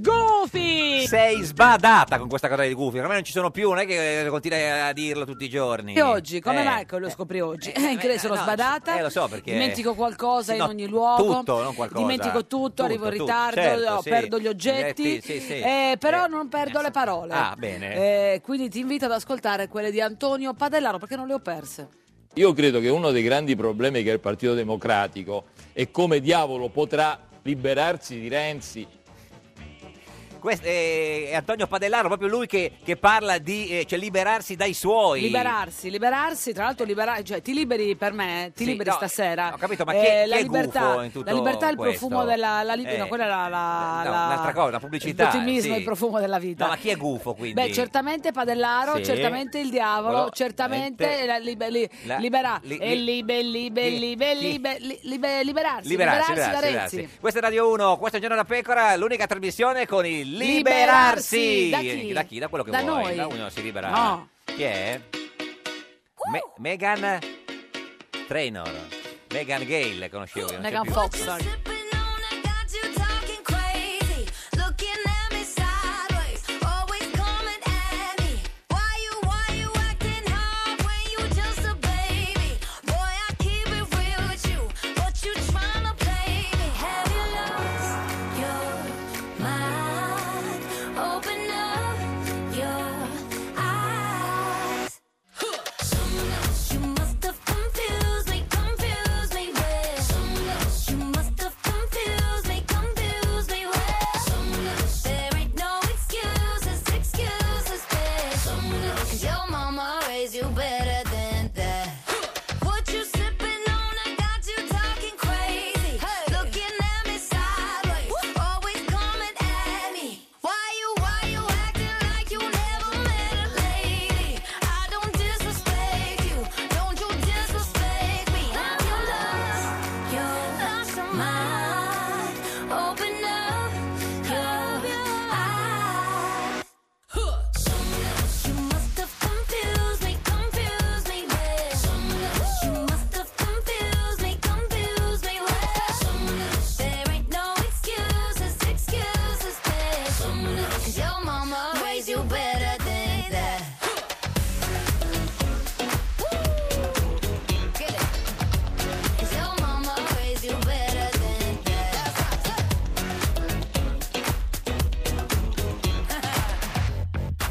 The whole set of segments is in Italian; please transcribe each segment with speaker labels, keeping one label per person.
Speaker 1: Goofy!
Speaker 2: Sei sbadata con questa cosa di Gufi, ormai non ci sono più, non è che eh, continui a dirlo tutti i giorni.
Speaker 1: E oggi, come
Speaker 2: Eh,
Speaker 1: mai che lo scopri oggi? Eh, Che sono sbadata.
Speaker 2: eh, lo so perché-
Speaker 1: Dimentico qualcosa in
Speaker 2: Sì, no,
Speaker 1: ogni luogo.
Speaker 2: tutto, non qualcosa.
Speaker 1: Dimentico tutto, arrivo in
Speaker 2: Tutto,
Speaker 1: ritardo,
Speaker 2: certo,
Speaker 1: oh,
Speaker 2: sì.
Speaker 1: perdo gli oggetti.
Speaker 2: Oggetti, sì, sì.
Speaker 1: eh, però non perdo le parole.
Speaker 2: Ah, bene.
Speaker 1: Eh, quindi ti invito ad ascoltare quelle di Antonio Padellaro perché non le ho perse.
Speaker 3: Io credo che uno dei grandi problemi che ha il Partito Democratico è come diavolo potrà liberarsi di Renzi.
Speaker 2: Questo eh, è è Antonio Padellaro, proprio lui che, che parla di eh, cioè, liberarsi dai suoi.
Speaker 1: Liberarsi, liberarsi, tra l'altro libera- cioè, ti liberi per me, ti
Speaker 2: Sì,
Speaker 1: liberi
Speaker 2: no,
Speaker 1: stasera. Eh,
Speaker 2: ho capito, ma chi è-
Speaker 1: la
Speaker 2: chi è
Speaker 1: libertà,
Speaker 2: gufo in tutto
Speaker 1: la libertà è il
Speaker 2: questo?
Speaker 1: profumo della la lib-
Speaker 2: Eh,
Speaker 1: no, quella era la,
Speaker 2: No,
Speaker 1: la-
Speaker 2: un'altra cosa, la pubblicità.
Speaker 1: l'ottimismo,
Speaker 2: sì.
Speaker 1: il profumo della vita.
Speaker 2: No, ma chi è gufo quindi?
Speaker 1: Beh, certamente Padellaro,
Speaker 2: Sì.
Speaker 1: certamente il diavolo,
Speaker 2: Quello-
Speaker 1: certamente
Speaker 2: veramente-
Speaker 1: la libe- li-
Speaker 2: la-
Speaker 1: libera-
Speaker 2: li-
Speaker 1: e libe- libe-
Speaker 2: li-
Speaker 1: libe-
Speaker 2: li-
Speaker 1: libe- li- libe- liberarsi,
Speaker 2: Liberarsi,
Speaker 1: liberarsi da
Speaker 2: liberarsi,
Speaker 1: Renzi.
Speaker 2: liberarsi. Questa è Radio 1, questo è Giorno da Pecora, l'unica trasmissione con il
Speaker 1: Liberarsi.
Speaker 2: liberarsi. Eh,
Speaker 1: Da chi?
Speaker 2: Da Da quello che
Speaker 1: Da
Speaker 2: vuoi.
Speaker 1: noi.
Speaker 2: Da uno si libera.
Speaker 1: No.
Speaker 2: Chi è? Me- Megan Trainor. Megan Gale conoscevo io. non c'è
Speaker 1: Megan
Speaker 2: più.
Speaker 1: Fox, sorry.
Speaker 4: Someone else you must have confused me, confused me with. Someone else you must have confused me, confused me with. Someone else. There ain't no excuses, excuses, babe. Someone else. 'Cause your mama raised you better than that. What you sipping on? I got you talking crazy, looking at me sideways, always coming at me. Why you, why you acting like you never met a lady? I don't disrespect you, don't you disrespect me? I'm your love, your love's mine. Open up your eyes. Someone else you must have confused me, confused me with. Someone else you must have confused me, confused me with. Someone else. There ain't no excuses, excuses, babe. Someone else. 'Cause your mama raised you better than that. Get it. 'Cause your mama raised you better than that.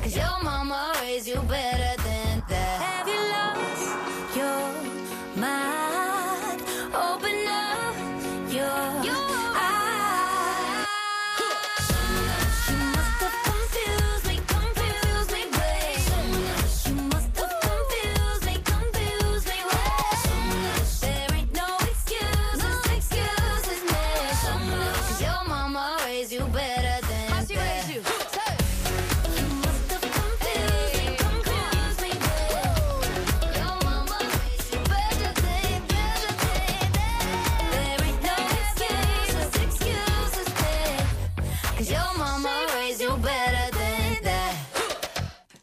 Speaker 4: Cause your mama raised you better than that. Have you lost your mind? Open up your, eyes. You must have confused me, confused me, babe. You must have confused me, confused me, babe. There ain't no excuses, excuses, babe. 'Cause your mama raised you better than that.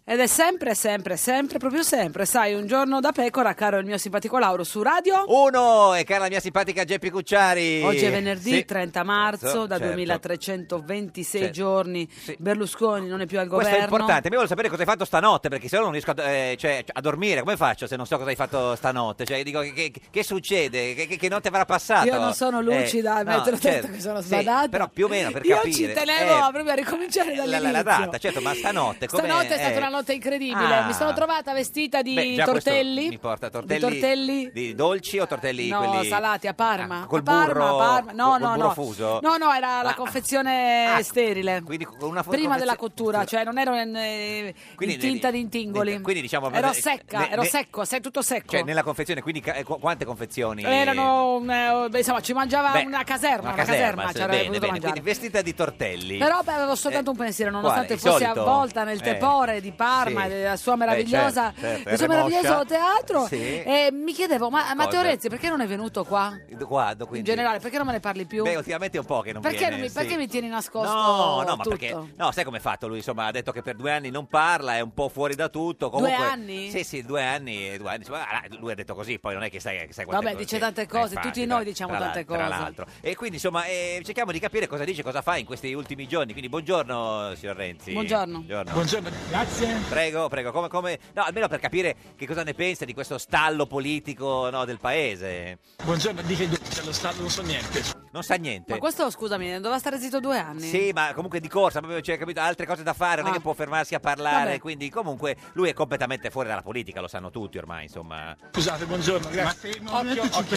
Speaker 1: Ed è sempre, sempre, sempre, proprio sempre, sai, un giorno da pecora, caro il mio simpatico Lauro, su radio.
Speaker 2: Uno, e cara la mia simpatica Geppi Cucciari.
Speaker 1: Oggi è venerdì
Speaker 2: Sì.
Speaker 1: 30 marzo, da
Speaker 2: Certo.
Speaker 1: 2326
Speaker 2: Certo.
Speaker 1: giorni Berlusconi non è più al
Speaker 2: Questo
Speaker 1: governo.
Speaker 2: è importante, mi voglio sapere cosa hai fatto stanotte, perché se no non riesco a, eh, cioè, a dormire, come faccio se non so cosa hai fatto stanotte? Cioè, dico, che, che- che succede? Che, che- che notte avrà passato?
Speaker 1: Io non sono lucida,
Speaker 2: Eh,
Speaker 1: me
Speaker 2: no,
Speaker 1: te l'ho
Speaker 2: certo.
Speaker 1: detto che sono
Speaker 2: Sì,
Speaker 1: sbadata.
Speaker 2: però più o meno, per
Speaker 1: Io
Speaker 2: capire.
Speaker 1: ci tenevo
Speaker 2: Eh,
Speaker 1: proprio a ricominciare
Speaker 2: la, la-
Speaker 1: dall'inizio.
Speaker 2: la data, certo, ma stanotte come...
Speaker 1: Stanotte è stata
Speaker 2: eh,
Speaker 1: una notte incredibile.
Speaker 2: Ah.
Speaker 1: Mi sono trovata vestita di
Speaker 2: beh, già questo
Speaker 1: tortelli.
Speaker 2: Mi porta tortelli,
Speaker 1: tortelli?
Speaker 2: di dolci o tortelli
Speaker 1: No,
Speaker 2: quelli... ah,
Speaker 1: salati a Parma.
Speaker 2: col
Speaker 1: a Parma,
Speaker 2: burro-
Speaker 1: a Parma. No,
Speaker 2: col
Speaker 1: no,
Speaker 2: burro
Speaker 1: no.
Speaker 2: fuso? Ah.
Speaker 1: No, no, era la confezione sterile.
Speaker 2: Quindi con una fo-
Speaker 1: Prima
Speaker 2: confezio-
Speaker 1: della cottura, cioè non ero in, eh,
Speaker 2: Quindi
Speaker 1: in tinta di intingoli.
Speaker 2: quindi diciamo-
Speaker 1: ero secca,
Speaker 2: ne-
Speaker 1: ero
Speaker 2: ne-
Speaker 1: secco, sei tutto secco.
Speaker 2: Cioè, nella confezione, quindi ca- eh, qu- quante confezioni?
Speaker 1: Erano, eh, beh, insomma, ci mangiava
Speaker 2: Beh,
Speaker 1: una caserma, una caserma,
Speaker 2: sì,
Speaker 1: ci avrei
Speaker 2: bene,
Speaker 1: potuto
Speaker 2: bene.
Speaker 1: mangiare.
Speaker 2: Quindi vestita di tortelli.
Speaker 1: Però beh, avevo soltanto un pensiero,
Speaker 2: Eh, quale?
Speaker 1: nonostante
Speaker 2: Il
Speaker 1: fossi
Speaker 2: solito?
Speaker 1: avvolta nel
Speaker 2: Eh.
Speaker 1: tepore di Parma
Speaker 2: Sì.
Speaker 1: e della sua
Speaker 2: Beh,
Speaker 1: meravigliosa,
Speaker 2: certo, certo,
Speaker 1: del suo
Speaker 2: Remoscia.
Speaker 1: meraviglioso teatro.
Speaker 2: Sì.
Speaker 1: E mi chiedevo, ma Matteo
Speaker 2: Cosa?
Speaker 1: Renzi perché non è venuto qua?
Speaker 2: Guardo,
Speaker 1: In
Speaker 2: quindi.
Speaker 1: generale, perché non me ne parli più?
Speaker 2: Beh, ultimamente è un po' che non
Speaker 1: perché,
Speaker 2: viene,
Speaker 1: non mi,
Speaker 2: sì.
Speaker 1: perché mi tieni nascosto
Speaker 2: No, no, ma
Speaker 1: tutto?
Speaker 2: perché no, sai come è fatto lui? Insomma, ha detto che per due anni non parla, è un po' fuori da tutto.
Speaker 1: Due
Speaker 2: Comunque,
Speaker 1: anni?
Speaker 2: Sì, sì, due anni. Due anni. Insomma, ah, lui ha detto così, poi non è che sai, che sai quante
Speaker 1: Vabbè,
Speaker 2: cose-
Speaker 1: dice tante cose,
Speaker 2: infatti,
Speaker 1: tutti
Speaker 2: tra-
Speaker 1: noi diciamo
Speaker 2: tra l'al-
Speaker 1: tante
Speaker 2: Tra
Speaker 1: cose.
Speaker 2: l'altro. E quindi, insomma, eh, cerchiamo di capire cosa dice, cosa fa in questi ultimi giorni. Quindi, buongiorno, signor Renzi.
Speaker 1: Buongiorno.
Speaker 5: Buongiorno, grazie.
Speaker 2: Prego, prego, come, come- No, almeno per capire che cosa ne pensa di questo stallo politico no, del paese.
Speaker 5: Buongiorno, dica dello Stato non so niente.
Speaker 2: Non sa niente.
Speaker 1: Ma questo, scusami, doveva stare zitto due anni.
Speaker 2: Sì, ma comunque di corsa, proprio c'è capito, altre cose da fare, non è che può fermarsi a parlare,
Speaker 1: Ah. Vabbè.
Speaker 2: quindi comunque lui è completamente fuori dalla politica, lo sanno tutti ormai, insomma.
Speaker 5: Scusate, buongiorno, grazie. Occhio, occhio.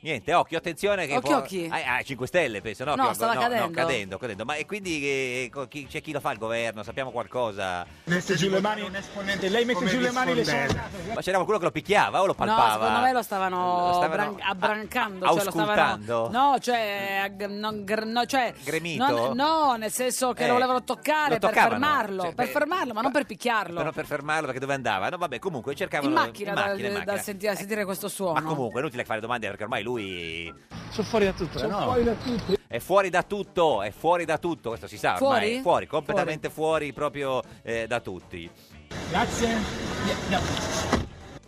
Speaker 2: Niente, occhio, attenzione che
Speaker 1: Occhio,
Speaker 2: può...
Speaker 1: occhi.
Speaker 2: Ah, ah, 5 Stelle penso, no?
Speaker 1: No,
Speaker 2: che-
Speaker 1: stava cadendo.
Speaker 2: cadendo, cadendo. Ma e quindi eh, co- chi- c'è chi lo fa il governo, sappiamo qualcosa?
Speaker 5: Mette giù le mani, lei mette giù le mani le sue.
Speaker 2: Ma c'era qualcuno che lo picchiava o lo
Speaker 1: No,
Speaker 2: palpava?
Speaker 1: secondo me lo stavano,
Speaker 2: Lo stavano
Speaker 1: bran- abbrancando,
Speaker 2: a-
Speaker 1: cioè lo stavano,
Speaker 2: auscultando.
Speaker 1: no, cioè, ag- non gr- no, cioè
Speaker 2: Gremito?
Speaker 1: non- no, nel senso che
Speaker 2: Eh,
Speaker 1: lo volevano toccare
Speaker 2: lo
Speaker 1: per
Speaker 2: toccavano,
Speaker 1: fermarlo,
Speaker 2: cioè,
Speaker 1: per
Speaker 2: beh,
Speaker 1: fermarlo, ma non per picchiarlo.
Speaker 2: Però per fermarlo perché dove andava? No, vabbè, comunque cercavano
Speaker 1: in macchina,
Speaker 2: in
Speaker 1: dal-
Speaker 2: macchina, in
Speaker 1: dal,
Speaker 2: macchina. Eh,
Speaker 1: sentire, a sentire questo suono.
Speaker 2: Ma comunque è inutile fare domande perché ormai lui
Speaker 5: Sono fuori da tutto, no?
Speaker 2: È fuori da tutto, è fuori da tutto, questo si sa ormai,
Speaker 1: Fuori?
Speaker 2: è fuori, completamente fuori, proprio eh, da tutti.
Speaker 5: Grazie.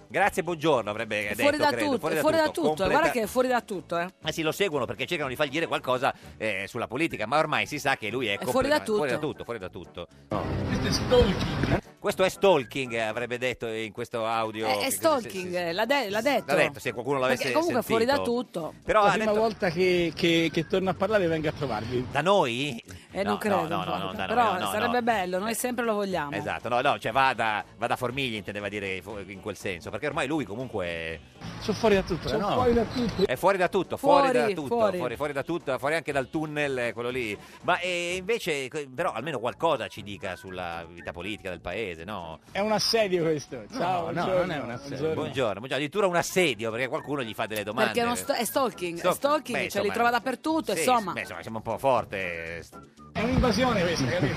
Speaker 2: Grazie, buongiorno, avrebbe detto,
Speaker 1: fuori da
Speaker 2: credo,
Speaker 1: tutto, è fuori da tutto,
Speaker 2: completa-
Speaker 1: guarda che è fuori da tutto, eh.
Speaker 2: Eh sì, lo seguono perché cercano di fargli dire qualcosa eh, sulla politica, ma ormai si sa che lui è,
Speaker 1: È fuori da
Speaker 2: completamente- fuori da tutto, fuori da tutto. Questo è stalking, eh, avrebbe detto in questo audio.
Speaker 1: È, è
Speaker 2: che-
Speaker 1: stalking,
Speaker 2: se- se-
Speaker 1: eh, l'ha, de- l'ha detto.
Speaker 2: L'ha detto, se qualcuno l'avesse
Speaker 1: Perché comunque è fuori da
Speaker 2: sentito.
Speaker 1: tutto.
Speaker 2: Però
Speaker 5: la
Speaker 2: ha
Speaker 5: prima
Speaker 2: detto
Speaker 5: volta che, che, che torno a parlare venga a trovarvi.
Speaker 2: da noi?
Speaker 1: E Eh, non credo,
Speaker 2: no, no, no,
Speaker 1: guarda.
Speaker 2: no, da noi,
Speaker 1: però
Speaker 2: no, no,
Speaker 1: sarebbe
Speaker 2: no.
Speaker 1: bello, noi sempre lo vogliamo.
Speaker 2: Esatto, no, no, cioè va da, va da Formigli, intendeva dire fu- in quel senso, perché ormai lui comunque
Speaker 5: Sono fuori da tutto, no?
Speaker 2: è fuori da tutto, fuori,
Speaker 1: Fuori,
Speaker 2: da tutto,
Speaker 1: fuori.
Speaker 2: fuori. fuori da tutto, fuori anche dal tunnel, eh, quello lì. Ma eh, invece, co- però almeno qualcosa ci dica sulla vita politica del paese, no? Cioè,
Speaker 5: È un assedio questo. Ciao,
Speaker 6: no,
Speaker 5: buongiorno,
Speaker 6: non è un assedio.
Speaker 5: buongiorno.
Speaker 2: Buongiorno, buongiorno, addirittura un assedio, perché qualcuno gli fa delle domande.
Speaker 1: Perché non sto- è stalking, è
Speaker 2: Stalking.
Speaker 1: stalking,
Speaker 2: Beh,
Speaker 1: cioè
Speaker 2: insomma,
Speaker 1: li trova dappertutto,
Speaker 2: Sì,
Speaker 1: insomma.
Speaker 2: beh, insomma, siamo un po' forte.
Speaker 5: È un'invasione questa, capito?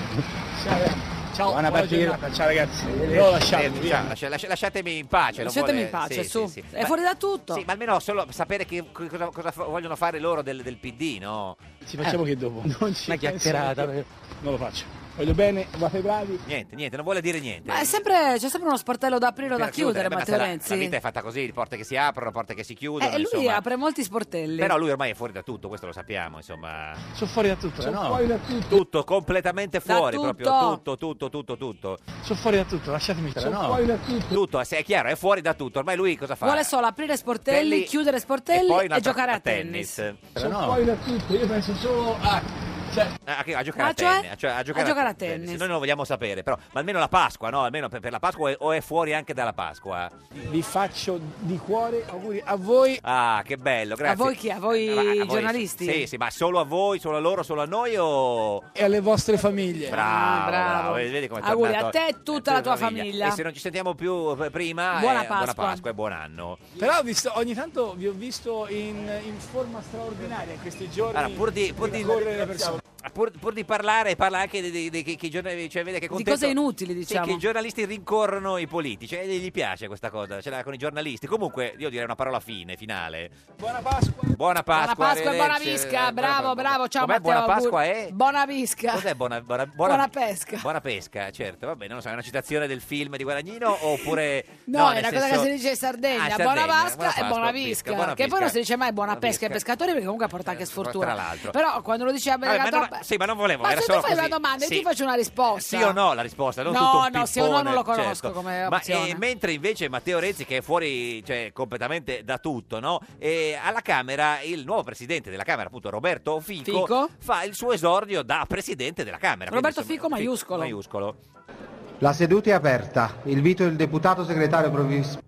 Speaker 5: Ciao, eh. ciao,
Speaker 6: Buona
Speaker 5: buona
Speaker 6: partita.
Speaker 5: giornata, ciao ragazzi. Devo
Speaker 2: Eh,
Speaker 5: lasciarvi,
Speaker 2: diciamo,
Speaker 5: via.
Speaker 2: lascia- lascia- lasciatemi in pace. non
Speaker 1: Lasciatemi
Speaker 2: vuole-
Speaker 1: in pace,
Speaker 2: sì,
Speaker 1: su.
Speaker 2: sì, sì.
Speaker 1: È
Speaker 2: Ma-
Speaker 1: fuori da tutto.
Speaker 2: Sì, ma almeno solo sapere che, che cosa, cosa fa- vogliono fare loro del, del PD, no?
Speaker 5: Ci facciamo che dopo. Non ci
Speaker 6: Una chiacchierata,
Speaker 5: penso neanche. Non lo faccio. Voglio bene, fate bravi.
Speaker 2: Niente, niente, non vuole dire niente.
Speaker 1: Ma è sempre, c'è sempre uno sportello da aprire o da
Speaker 2: Per
Speaker 1: chiudere,
Speaker 2: beh, ma
Speaker 1: Matteo
Speaker 2: se la-
Speaker 1: Renzi.
Speaker 2: La vita è fatta così, porte che si aprono, porte che si chiudono,
Speaker 1: Eh, lui
Speaker 2: insomma.
Speaker 1: apre molti sportelli.
Speaker 2: Però lui ormai è fuori da tutto, questo lo sappiamo, insomma.
Speaker 5: Sono fuori da tutto, no?
Speaker 2: Tutto, completamente
Speaker 1: Da
Speaker 2: fuori,
Speaker 1: tutto.
Speaker 2: proprio tutto, tutto, tutto, tutto.
Speaker 5: Sono fuori da tutto, lasciatemi stare, no?
Speaker 2: Tutto, se è chiaro, è fuori da tutto. Ormai lui cosa fa?
Speaker 1: Vuole solo aprire sportelli,
Speaker 2: Sportelli
Speaker 1: chiudere
Speaker 2: e,
Speaker 1: sportelli
Speaker 2: poi
Speaker 1: e,
Speaker 2: un'altra-
Speaker 1: giocare a
Speaker 2: a
Speaker 1: tennis.
Speaker 5: Sono fuori da tutto, io penso solo a... Cioè,
Speaker 2: Ah, che- a giocare
Speaker 1: Ma
Speaker 2: a
Speaker 1: cioè?
Speaker 2: tennis, cioè,
Speaker 1: A
Speaker 2: a giocare,
Speaker 1: giocare a tennis.
Speaker 2: Se Noi non lo vogliamo sapere, però, ma almeno la Pasqua, no? Almeno per, per la Pasqua o è- o è fuori anche dalla Pasqua.
Speaker 5: vi faccio di cuore auguri a voi.
Speaker 2: Ah, che bello, grazie.
Speaker 1: voi chi? A voi
Speaker 2: Eh,
Speaker 1: giornalisti?
Speaker 2: Sì, sì, ma solo a voi, solo a loro, solo a noi o...
Speaker 5: E alle vostre famiglie.
Speaker 2: Bravo,
Speaker 1: Ah, bravo.
Speaker 2: bravo. Vedi, vedi com'è
Speaker 1: Auguri
Speaker 2: tornato-
Speaker 1: a te e tutta la tua famiglia.
Speaker 2: E se non ci sentiamo più eh, prima,
Speaker 1: Buona
Speaker 2: eh, buona
Speaker 1: Pasqua.
Speaker 2: Pasqua e buon anno.
Speaker 5: Però ho visto- ogni tanto vi ho visto in, in forma straordinaria in questi giorni.
Speaker 2: Allora, pur di- pur di-
Speaker 5: correre le persone.
Speaker 2: Pur, pur di parlare, parla anche di, di- di- che- che i giornali- cioè, vede che contento-
Speaker 1: cose inutili,
Speaker 2: Sì,
Speaker 1: diciamo.
Speaker 2: che i giornalisti rincorrono i politici e gli piace questa cosa, ce l'ha con i giornalisti. Comunque, io direi una parola fine, finale.
Speaker 5: Buona Pasqua.
Speaker 2: Buona Pasqua.
Speaker 1: buona Pasqua e buona
Speaker 2: arrivederci.
Speaker 1: visca,
Speaker 2: Eh,
Speaker 1: bravo,
Speaker 2: buona-
Speaker 1: bravo, ciao
Speaker 2: Com'è
Speaker 1: Matteo.
Speaker 2: buona
Speaker 1: auguri.
Speaker 2: Pasqua eh?
Speaker 1: Buona visca.
Speaker 2: Cos'è buona, buona,
Speaker 1: Buona pesca.
Speaker 2: Buona pesca, certo, va bene, non so, è una citazione del film di Guadagnino oppure...
Speaker 1: No, è
Speaker 2: nel
Speaker 1: una cosa
Speaker 2: senso-
Speaker 1: che si dice in Sardegna,
Speaker 2: Ah,
Speaker 1: buona vasca e buona
Speaker 2: pesca,
Speaker 1: visca,
Speaker 2: buona
Speaker 1: che poi non
Speaker 2: pesca.
Speaker 1: si dice mai buona pesca ai
Speaker 2: pesca.
Speaker 1: pescatori perché comunque porta anche
Speaker 2: Eh,
Speaker 1: sfortuna.
Speaker 2: tra l'altro.
Speaker 1: Però quando lo dice a
Speaker 2: Vabbè, ma
Speaker 1: Belgrado-
Speaker 2: non- sì, ma non volevo,
Speaker 1: Ma
Speaker 2: era
Speaker 1: se tu
Speaker 2: solo
Speaker 1: fai una
Speaker 2: così.
Speaker 1: domanda io
Speaker 2: Sì.
Speaker 1: ti faccio una risposta.
Speaker 2: Sì o no la risposta, non
Speaker 1: No,
Speaker 2: tutto un
Speaker 1: no, sì o no non
Speaker 2: pippone,
Speaker 1: lo conosco
Speaker 2: certo.
Speaker 1: come
Speaker 2: Ma
Speaker 1: opzione.
Speaker 2: eh, mentre invece Matteo Renzi, che è fuori cioè, completamente da tutto, no? E alla Camera, il nuovo presidente della Camera, appunto Roberto Fico,
Speaker 1: Fico.
Speaker 2: fa il suo esordio da presidente della Camera. Quindi,
Speaker 1: Roberto
Speaker 2: insomma,
Speaker 1: Fico maiuscolo.
Speaker 2: maiuscolo.
Speaker 7: La seduta è aperta. Invito il deputato segretario provvisorio.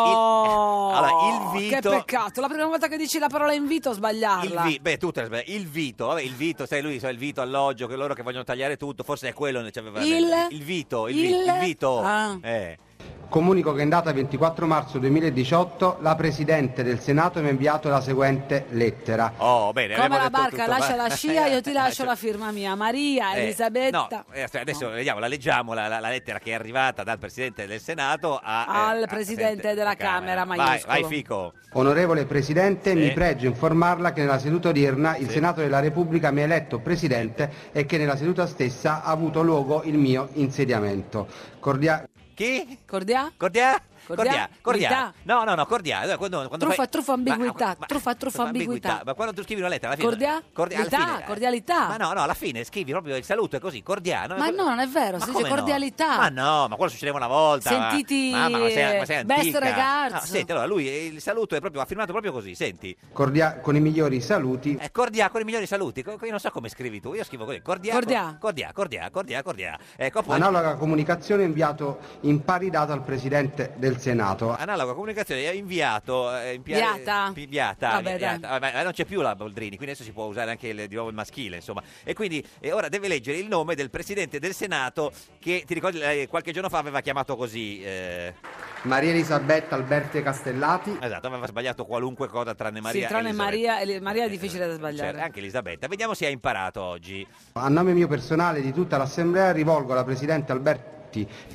Speaker 1: No,
Speaker 2: Il- allora, il
Speaker 1: Oh, che
Speaker 2: vito-
Speaker 1: peccato. La prima volta che dici la parola invito
Speaker 2: Il,
Speaker 1: sbagliarla.
Speaker 2: vi- beh, tutte le sbagli- il Vito, vabbè, il Vito, sai lui, sai, il Vito alloggio, che loro che vogliono tagliare tutto, forse è quello che ci aveva
Speaker 1: Il-
Speaker 2: il Vito, il, vi-
Speaker 1: il-
Speaker 2: il Vito.
Speaker 1: Ah.
Speaker 2: Eh.
Speaker 7: Comunico che in data 24 marzo 2018 la Presidente del Senato mi ha inviato la seguente lettera.
Speaker 2: Oh, bene,
Speaker 1: Come
Speaker 2: abbiamo
Speaker 1: la
Speaker 2: detto
Speaker 1: barca
Speaker 2: tutto,
Speaker 1: lascia
Speaker 2: va.
Speaker 1: la scia, io ti lascio
Speaker 2: Lascia-
Speaker 1: la firma mia. Maria,
Speaker 2: Eh,
Speaker 1: Elisabetta.
Speaker 2: no, eh, aspetta, adesso vediamo, la leggiamo la, la- la lettera che è arrivata dal Presidente del Senato a, eh,
Speaker 1: Al
Speaker 2: a-
Speaker 1: Presidente della Camera,
Speaker 2: Vai,
Speaker 1: Ah, maiuscolo.
Speaker 2: vai Fico.
Speaker 7: Onorevole Presidente,
Speaker 2: Sì.
Speaker 7: mi pregio informarla che nella seduta odierna il Senato della Repubblica mi ha eletto Presidente e che nella seduta stessa ha avuto luogo il mio insediamento. Cordia-
Speaker 2: Chi?
Speaker 1: Cordia?
Speaker 2: Cordia?
Speaker 1: Cordia?
Speaker 2: Cordia,
Speaker 1: Ambiguità?
Speaker 2: Cordia. No, no, no, Cordia. Allora, Quando, quando
Speaker 1: Truffa,
Speaker 2: fai-
Speaker 1: truffa, ambiguità,
Speaker 2: ma-
Speaker 1: truffa, truffa, ambiguità.
Speaker 2: Ma quando tu scrivi una lettera alla fine...
Speaker 1: Cordia?
Speaker 2: alla
Speaker 1: Lità,
Speaker 2: fine- eh.
Speaker 1: cordialità.
Speaker 2: Ma no, no, alla fine scrivi proprio il saluto, è così, cordia.
Speaker 1: Ma no, non è vero,
Speaker 2: Ma
Speaker 1: si dice
Speaker 2: come no?
Speaker 1: cordialità.
Speaker 2: Ma no, ma quello succedeva una volta. ma-
Speaker 1: Sentiti,
Speaker 2: Mamma, ma sei, ma sei
Speaker 1: eh,
Speaker 2: antica.
Speaker 1: best regards.
Speaker 2: No, senti, allora lui eh, il saluto è proprio, ha firmato proprio così, senti.
Speaker 7: cordia- con i migliori saluti,
Speaker 2: Eh, cordia con i migliori saluti. co- Io non so come scrivi tu, io scrivo così. Cordia.
Speaker 1: Cordia.
Speaker 2: Cordia, cordia, cordia, cordia. Ecco, poi-
Speaker 7: analoga comunicazione inviato in pari data al Presidente del Senato.
Speaker 2: Analoga comunicazione ha inviato eh, in pia-
Speaker 1: Viata.
Speaker 2: pi- Viata,
Speaker 1: Vabbè, dai.
Speaker 2: Viata. Vabbè, ma non c'è più la Boldrini, quindi adesso si può usare anche il, di nuovo il maschile, insomma. E quindi eh, ora deve leggere il nome del presidente del Senato che ti ricordi lei qualche giorno fa aveva chiamato così eh,
Speaker 7: Maria Elisabetta Alberti Castellati,
Speaker 2: esatto, aveva sbagliato qualunque cosa tranne Maria
Speaker 1: sì, tranne
Speaker 2: Elisabetta.
Speaker 1: Maria, Eli- Maria è
Speaker 2: Eh,
Speaker 1: difficile da sbagliare.
Speaker 2: certo, anche Elisabetta. Vediamo se ha imparato oggi.
Speaker 7: a nome mio personale e di tutta l'Assemblea rivolgo alla Presidente Alberti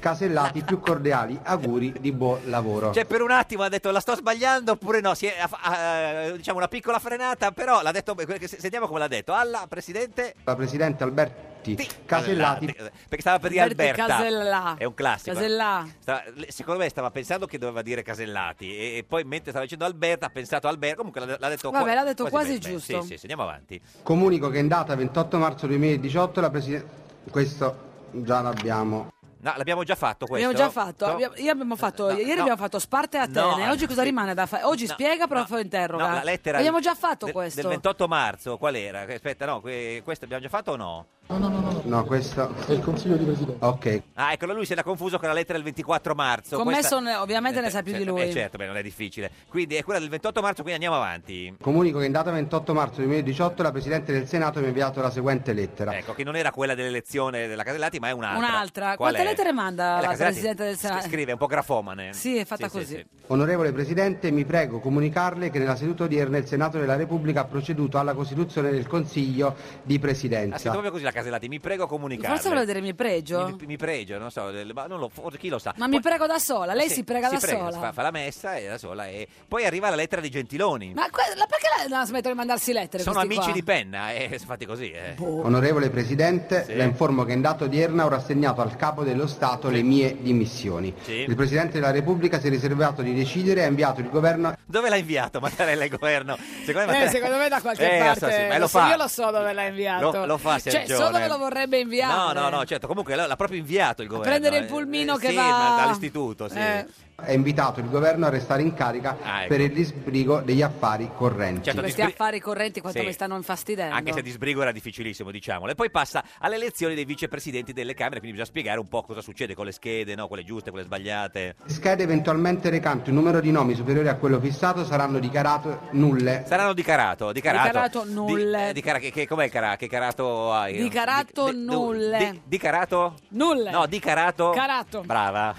Speaker 7: Casellati più cordiali auguri di buon lavoro.
Speaker 2: Cioè, per un attimo ha detto la sto sbagliando oppure no? Si è, ha fa- ha, eh, diciamo una piccola frenata, però l'ha detto. Sentiamo come l'ha detto. Alla presidente
Speaker 7: La Presidente Alberti
Speaker 2: Sì,
Speaker 7: Casellati
Speaker 2: Casellati, perché stava per dire
Speaker 1: Alberti
Speaker 2: Alberta
Speaker 1: Casella.
Speaker 2: è un classico
Speaker 1: Casella.
Speaker 2: Stava- le- secondo me stava pensando che doveva dire Casellati e, e poi mentre stava dicendo Alberta ha pensato Alberto comunque l'ha, l'ha detto
Speaker 1: Vabbè,
Speaker 2: qua-
Speaker 1: l'ha detto quasi
Speaker 2: bene, bene.
Speaker 1: giusto.
Speaker 2: sì, sì, sì, andiamo avanti
Speaker 7: Comunico che in data 28 marzo 2018 la Presidente... Questo già l'abbiamo.
Speaker 2: no l'abbiamo già fatto questo
Speaker 1: Abbiamo già fatto,
Speaker 2: No. Eh,
Speaker 1: abbiamo- io abbiamo fatto
Speaker 2: No,
Speaker 1: ieri
Speaker 2: no.
Speaker 1: abbiamo fatto Sparte e Atene,
Speaker 2: No,
Speaker 1: oggi cosa
Speaker 2: sì.
Speaker 1: rimane da fare? Oggi
Speaker 2: No,
Speaker 1: spiega, però
Speaker 2: no,
Speaker 1: poi interroga.
Speaker 2: no, la lettera
Speaker 1: abbiamo già fatto
Speaker 2: del-
Speaker 1: questo.
Speaker 2: del 28 marzo qual era? aspetta no que- questo abbiamo già fatto o no?
Speaker 6: No, no, no, no, no,
Speaker 7: No, questo...
Speaker 6: è il Consiglio di Presidenza.
Speaker 7: Ok.
Speaker 2: Ah, eccolo, lui si era confuso con la lettera del 24 marzo.
Speaker 1: Con me sono- ovviamente ne sa più di lui.
Speaker 2: Eh, certo, beh, non è difficile. Quindi è quella del 28 marzo, quindi andiamo avanti.
Speaker 7: Comunico che in data 28 marzo 2018 la Presidente del Senato mi ha inviato la seguente lettera.
Speaker 2: Ecco, che non era quella dell'elezione della Casellati, ma è un'altra.
Speaker 1: Un'altra.
Speaker 2: Qual
Speaker 1: Quante
Speaker 2: è?
Speaker 1: lettere manda
Speaker 2: Eh,
Speaker 1: la
Speaker 2: Casellati
Speaker 1: Presidente del
Speaker 2: s-
Speaker 1: Senato?
Speaker 2: Scrive, è un po' grafomane.
Speaker 1: Sì, è fatta così.
Speaker 7: Onorevole Presidente, mi prego comunicarle che nella seduta odierna il Senato della Repubblica ha proceduto alla costituzione del Consiglio di
Speaker 2: Ha scritto
Speaker 7: Presidenza.
Speaker 2: proprio così la Casellati, mi prego comunicare.
Speaker 1: Forse voleva dire mi pregio.
Speaker 2: Mi, mi pregio, non so, le- ma non lo, forse chi lo sa.
Speaker 1: Ma mi prego da sola, lei
Speaker 2: sì,
Speaker 1: si prega da sola.
Speaker 2: si Fa, fa la messa e da sola. E poi arriva la lettera di Gentiloni.
Speaker 1: Ma que- la- perché la, no, smettono di mandarsi lettere
Speaker 2: Sono
Speaker 1: questi
Speaker 2: amici
Speaker 1: qua? Boh,
Speaker 2: di penna, e sono fatti così. eh.
Speaker 7: Onorevole Presidente,
Speaker 2: Sì.
Speaker 7: la informo che in data odierna ho rassegnato al Capo dello Stato le mie dimissioni.
Speaker 2: Sì.
Speaker 7: Il Presidente della Repubblica si è riservato di decidere e ha inviato il Governo
Speaker 2: Dove l'ha inviato Mattarella il governo? Secondo
Speaker 1: Eh,
Speaker 2: Mattarella-
Speaker 1: secondo me da qualche
Speaker 2: Eh, lo so,
Speaker 1: parte.
Speaker 2: sì, ma
Speaker 1: lo
Speaker 2: lo
Speaker 1: so,
Speaker 2: fa.
Speaker 1: io lo so dove l'ha inviato.
Speaker 2: Lo, lo fa
Speaker 1: Cioè,
Speaker 2: Sergione.
Speaker 1: so dove lo vorrebbe inviare.
Speaker 2: No, no, no, certo. Comunque l'ha l'ha proprio inviato il governo.
Speaker 1: prendere il
Speaker 2: eh,
Speaker 1: pulmino
Speaker 2: eh,
Speaker 1: che
Speaker 2: sì,
Speaker 1: va-
Speaker 2: ma dall'istituto, sì.
Speaker 1: Eh.
Speaker 7: ha invitato il Governo a restare in carica
Speaker 2: Ah, ecco.
Speaker 7: per il disbrigo degli affari correnti.
Speaker 2: Certo,
Speaker 1: Questi
Speaker 2: disbri-
Speaker 1: affari correnti quanto
Speaker 2: Sì.
Speaker 1: mi stanno infastidendo.
Speaker 2: Anche se di sbrigo era difficilissimo, diciamolo. E poi passa alle elezioni dei vicepresidenti delle Camere, quindi bisogna spiegare un po' cosa succede con le schede, no? quelle giuste, quelle sbagliate.
Speaker 7: Schede eventualmente recanti un numero di nomi superiore a quello fissato saranno dichiarate nulle.
Speaker 2: Saranno di carato, di carato.
Speaker 1: Dichiarato
Speaker 2: Di-
Speaker 1: nulle.
Speaker 2: eh, Di, cara- che, che- com'è il cara- che carato hai?
Speaker 1: Dichiarato
Speaker 2: di-
Speaker 1: nulle.
Speaker 2: Di, di carato?
Speaker 1: Nulla.
Speaker 2: No, di carato.
Speaker 1: Carato.
Speaker 2: Brava.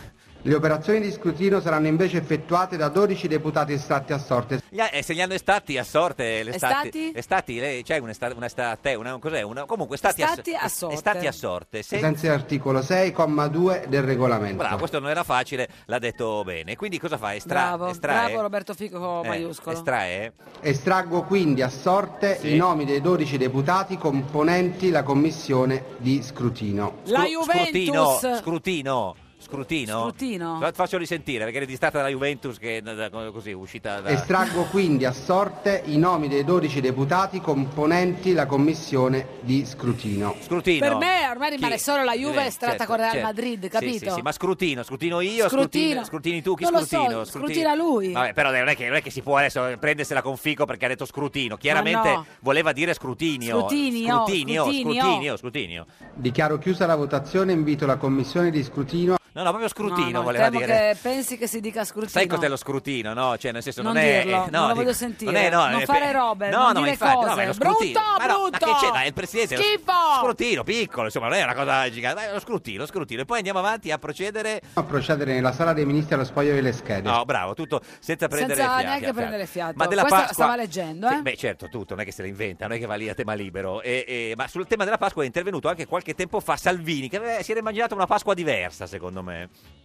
Speaker 7: Le operazioni di scrutinio saranno invece effettuate da 12 deputati estratti a sorte.
Speaker 2: Gli ha- eh, se gli hanno estati a sorte, le
Speaker 1: Estati?
Speaker 2: estati, estati, lei c'è un'estate, una estate, una, cos'è? Una, comunque estati,
Speaker 1: Estati a
Speaker 2: es-
Speaker 1: sorte.
Speaker 2: Estati a sorte. Se-
Speaker 7: Senza l'articolo 6,2 del regolamento.
Speaker 2: Bravo, questo non era facile, l'ha detto bene. Quindi cosa fa? Estra,
Speaker 1: bravo,
Speaker 2: estrae?
Speaker 1: bravo Roberto Fico
Speaker 2: Eh,
Speaker 1: maiuscolo.
Speaker 2: Estrae?
Speaker 7: Estraggo quindi a sorte
Speaker 2: Sì.
Speaker 7: i nomi dei 12 deputati componenti la commissione di scrutinio.
Speaker 1: La
Speaker 2: Scru-
Speaker 1: Juventus.
Speaker 2: Scrutino, scrutino. Scrutino?
Speaker 1: Scrutino.
Speaker 2: Fa- Faccio risentire perché è distratta dalla Juventus che è da- così è uscita da...
Speaker 7: Estraggo quindi a sorte i nomi dei 12 deputati componenti la commissione di scrutinio.
Speaker 2: Scrutino.
Speaker 1: Per me ormai rimane solo la Juve
Speaker 2: Eh,
Speaker 1: estratta
Speaker 2: certo,
Speaker 1: con Real
Speaker 2: certo.
Speaker 1: Madrid,
Speaker 2: Sì,
Speaker 1: capito?
Speaker 2: Sì, sì, ma scrutino, scrutino io,
Speaker 1: Scrutino.
Speaker 2: scrutino. scrutini tu, chi
Speaker 1: Non lo so,
Speaker 2: scrutino?
Speaker 1: scrutina lui.
Speaker 2: Vabbè, però dai, non è, che, non è che si può adesso prendersela con fico perché ha detto scrutino. Chiaramente
Speaker 1: no.
Speaker 2: voleva dire scrutinio.
Speaker 1: Scrutinio,
Speaker 2: Scrutinio,
Speaker 1: scrutinio.
Speaker 2: scrutinio, scrutinio.
Speaker 7: Dichiaro chiusa la votazione e invito la commissione di scrutinio
Speaker 2: No, no, proprio scrutino
Speaker 1: no, no,
Speaker 2: voleva
Speaker 1: temo
Speaker 2: dire.
Speaker 1: che pensi che si dica scrutino.
Speaker 2: Sai cos'è lo scrutino, no? Cioè, nel senso, non,
Speaker 1: Non
Speaker 2: è.
Speaker 1: dirlo,
Speaker 2: no,
Speaker 1: non lo
Speaker 2: dico,
Speaker 1: voglio sentire.
Speaker 2: Non, è, no,
Speaker 1: Non
Speaker 2: è-
Speaker 1: fare robe,
Speaker 2: no,
Speaker 1: non
Speaker 2: no,
Speaker 1: dire
Speaker 2: infatti, No, ma è lo
Speaker 1: cose.
Speaker 2: scrutino.
Speaker 1: Brutto,
Speaker 2: ma no, ma che
Speaker 1: brutto.
Speaker 2: c'è? Dai, il presidente. è lo-
Speaker 1: Schifo.
Speaker 2: Scrutino, piccolo, insomma, non è una cosa gigante. Dai, lo scrutino, lo scrutino. E poi andiamo avanti a procedere.
Speaker 7: A procedere nella sala dei ministri allo spoglio delle schede.
Speaker 2: No, bravo, tutto senza prendere
Speaker 1: Senza
Speaker 2: fiato.
Speaker 1: neanche
Speaker 2: fiato.
Speaker 1: prendere fiato.
Speaker 2: Ma della
Speaker 1: Questa
Speaker 2: Pasqua.
Speaker 1: stava leggendo,
Speaker 2: Sì,
Speaker 1: eh?
Speaker 2: beh, certo, tutto, non è che se la inventa, non è che va lì a tema libero. E- e- ma sul tema della Pasqua è intervenuto anche qualche tempo fa Salvini, che aveva- si era immaginato una Pasqua diversa, secondo me.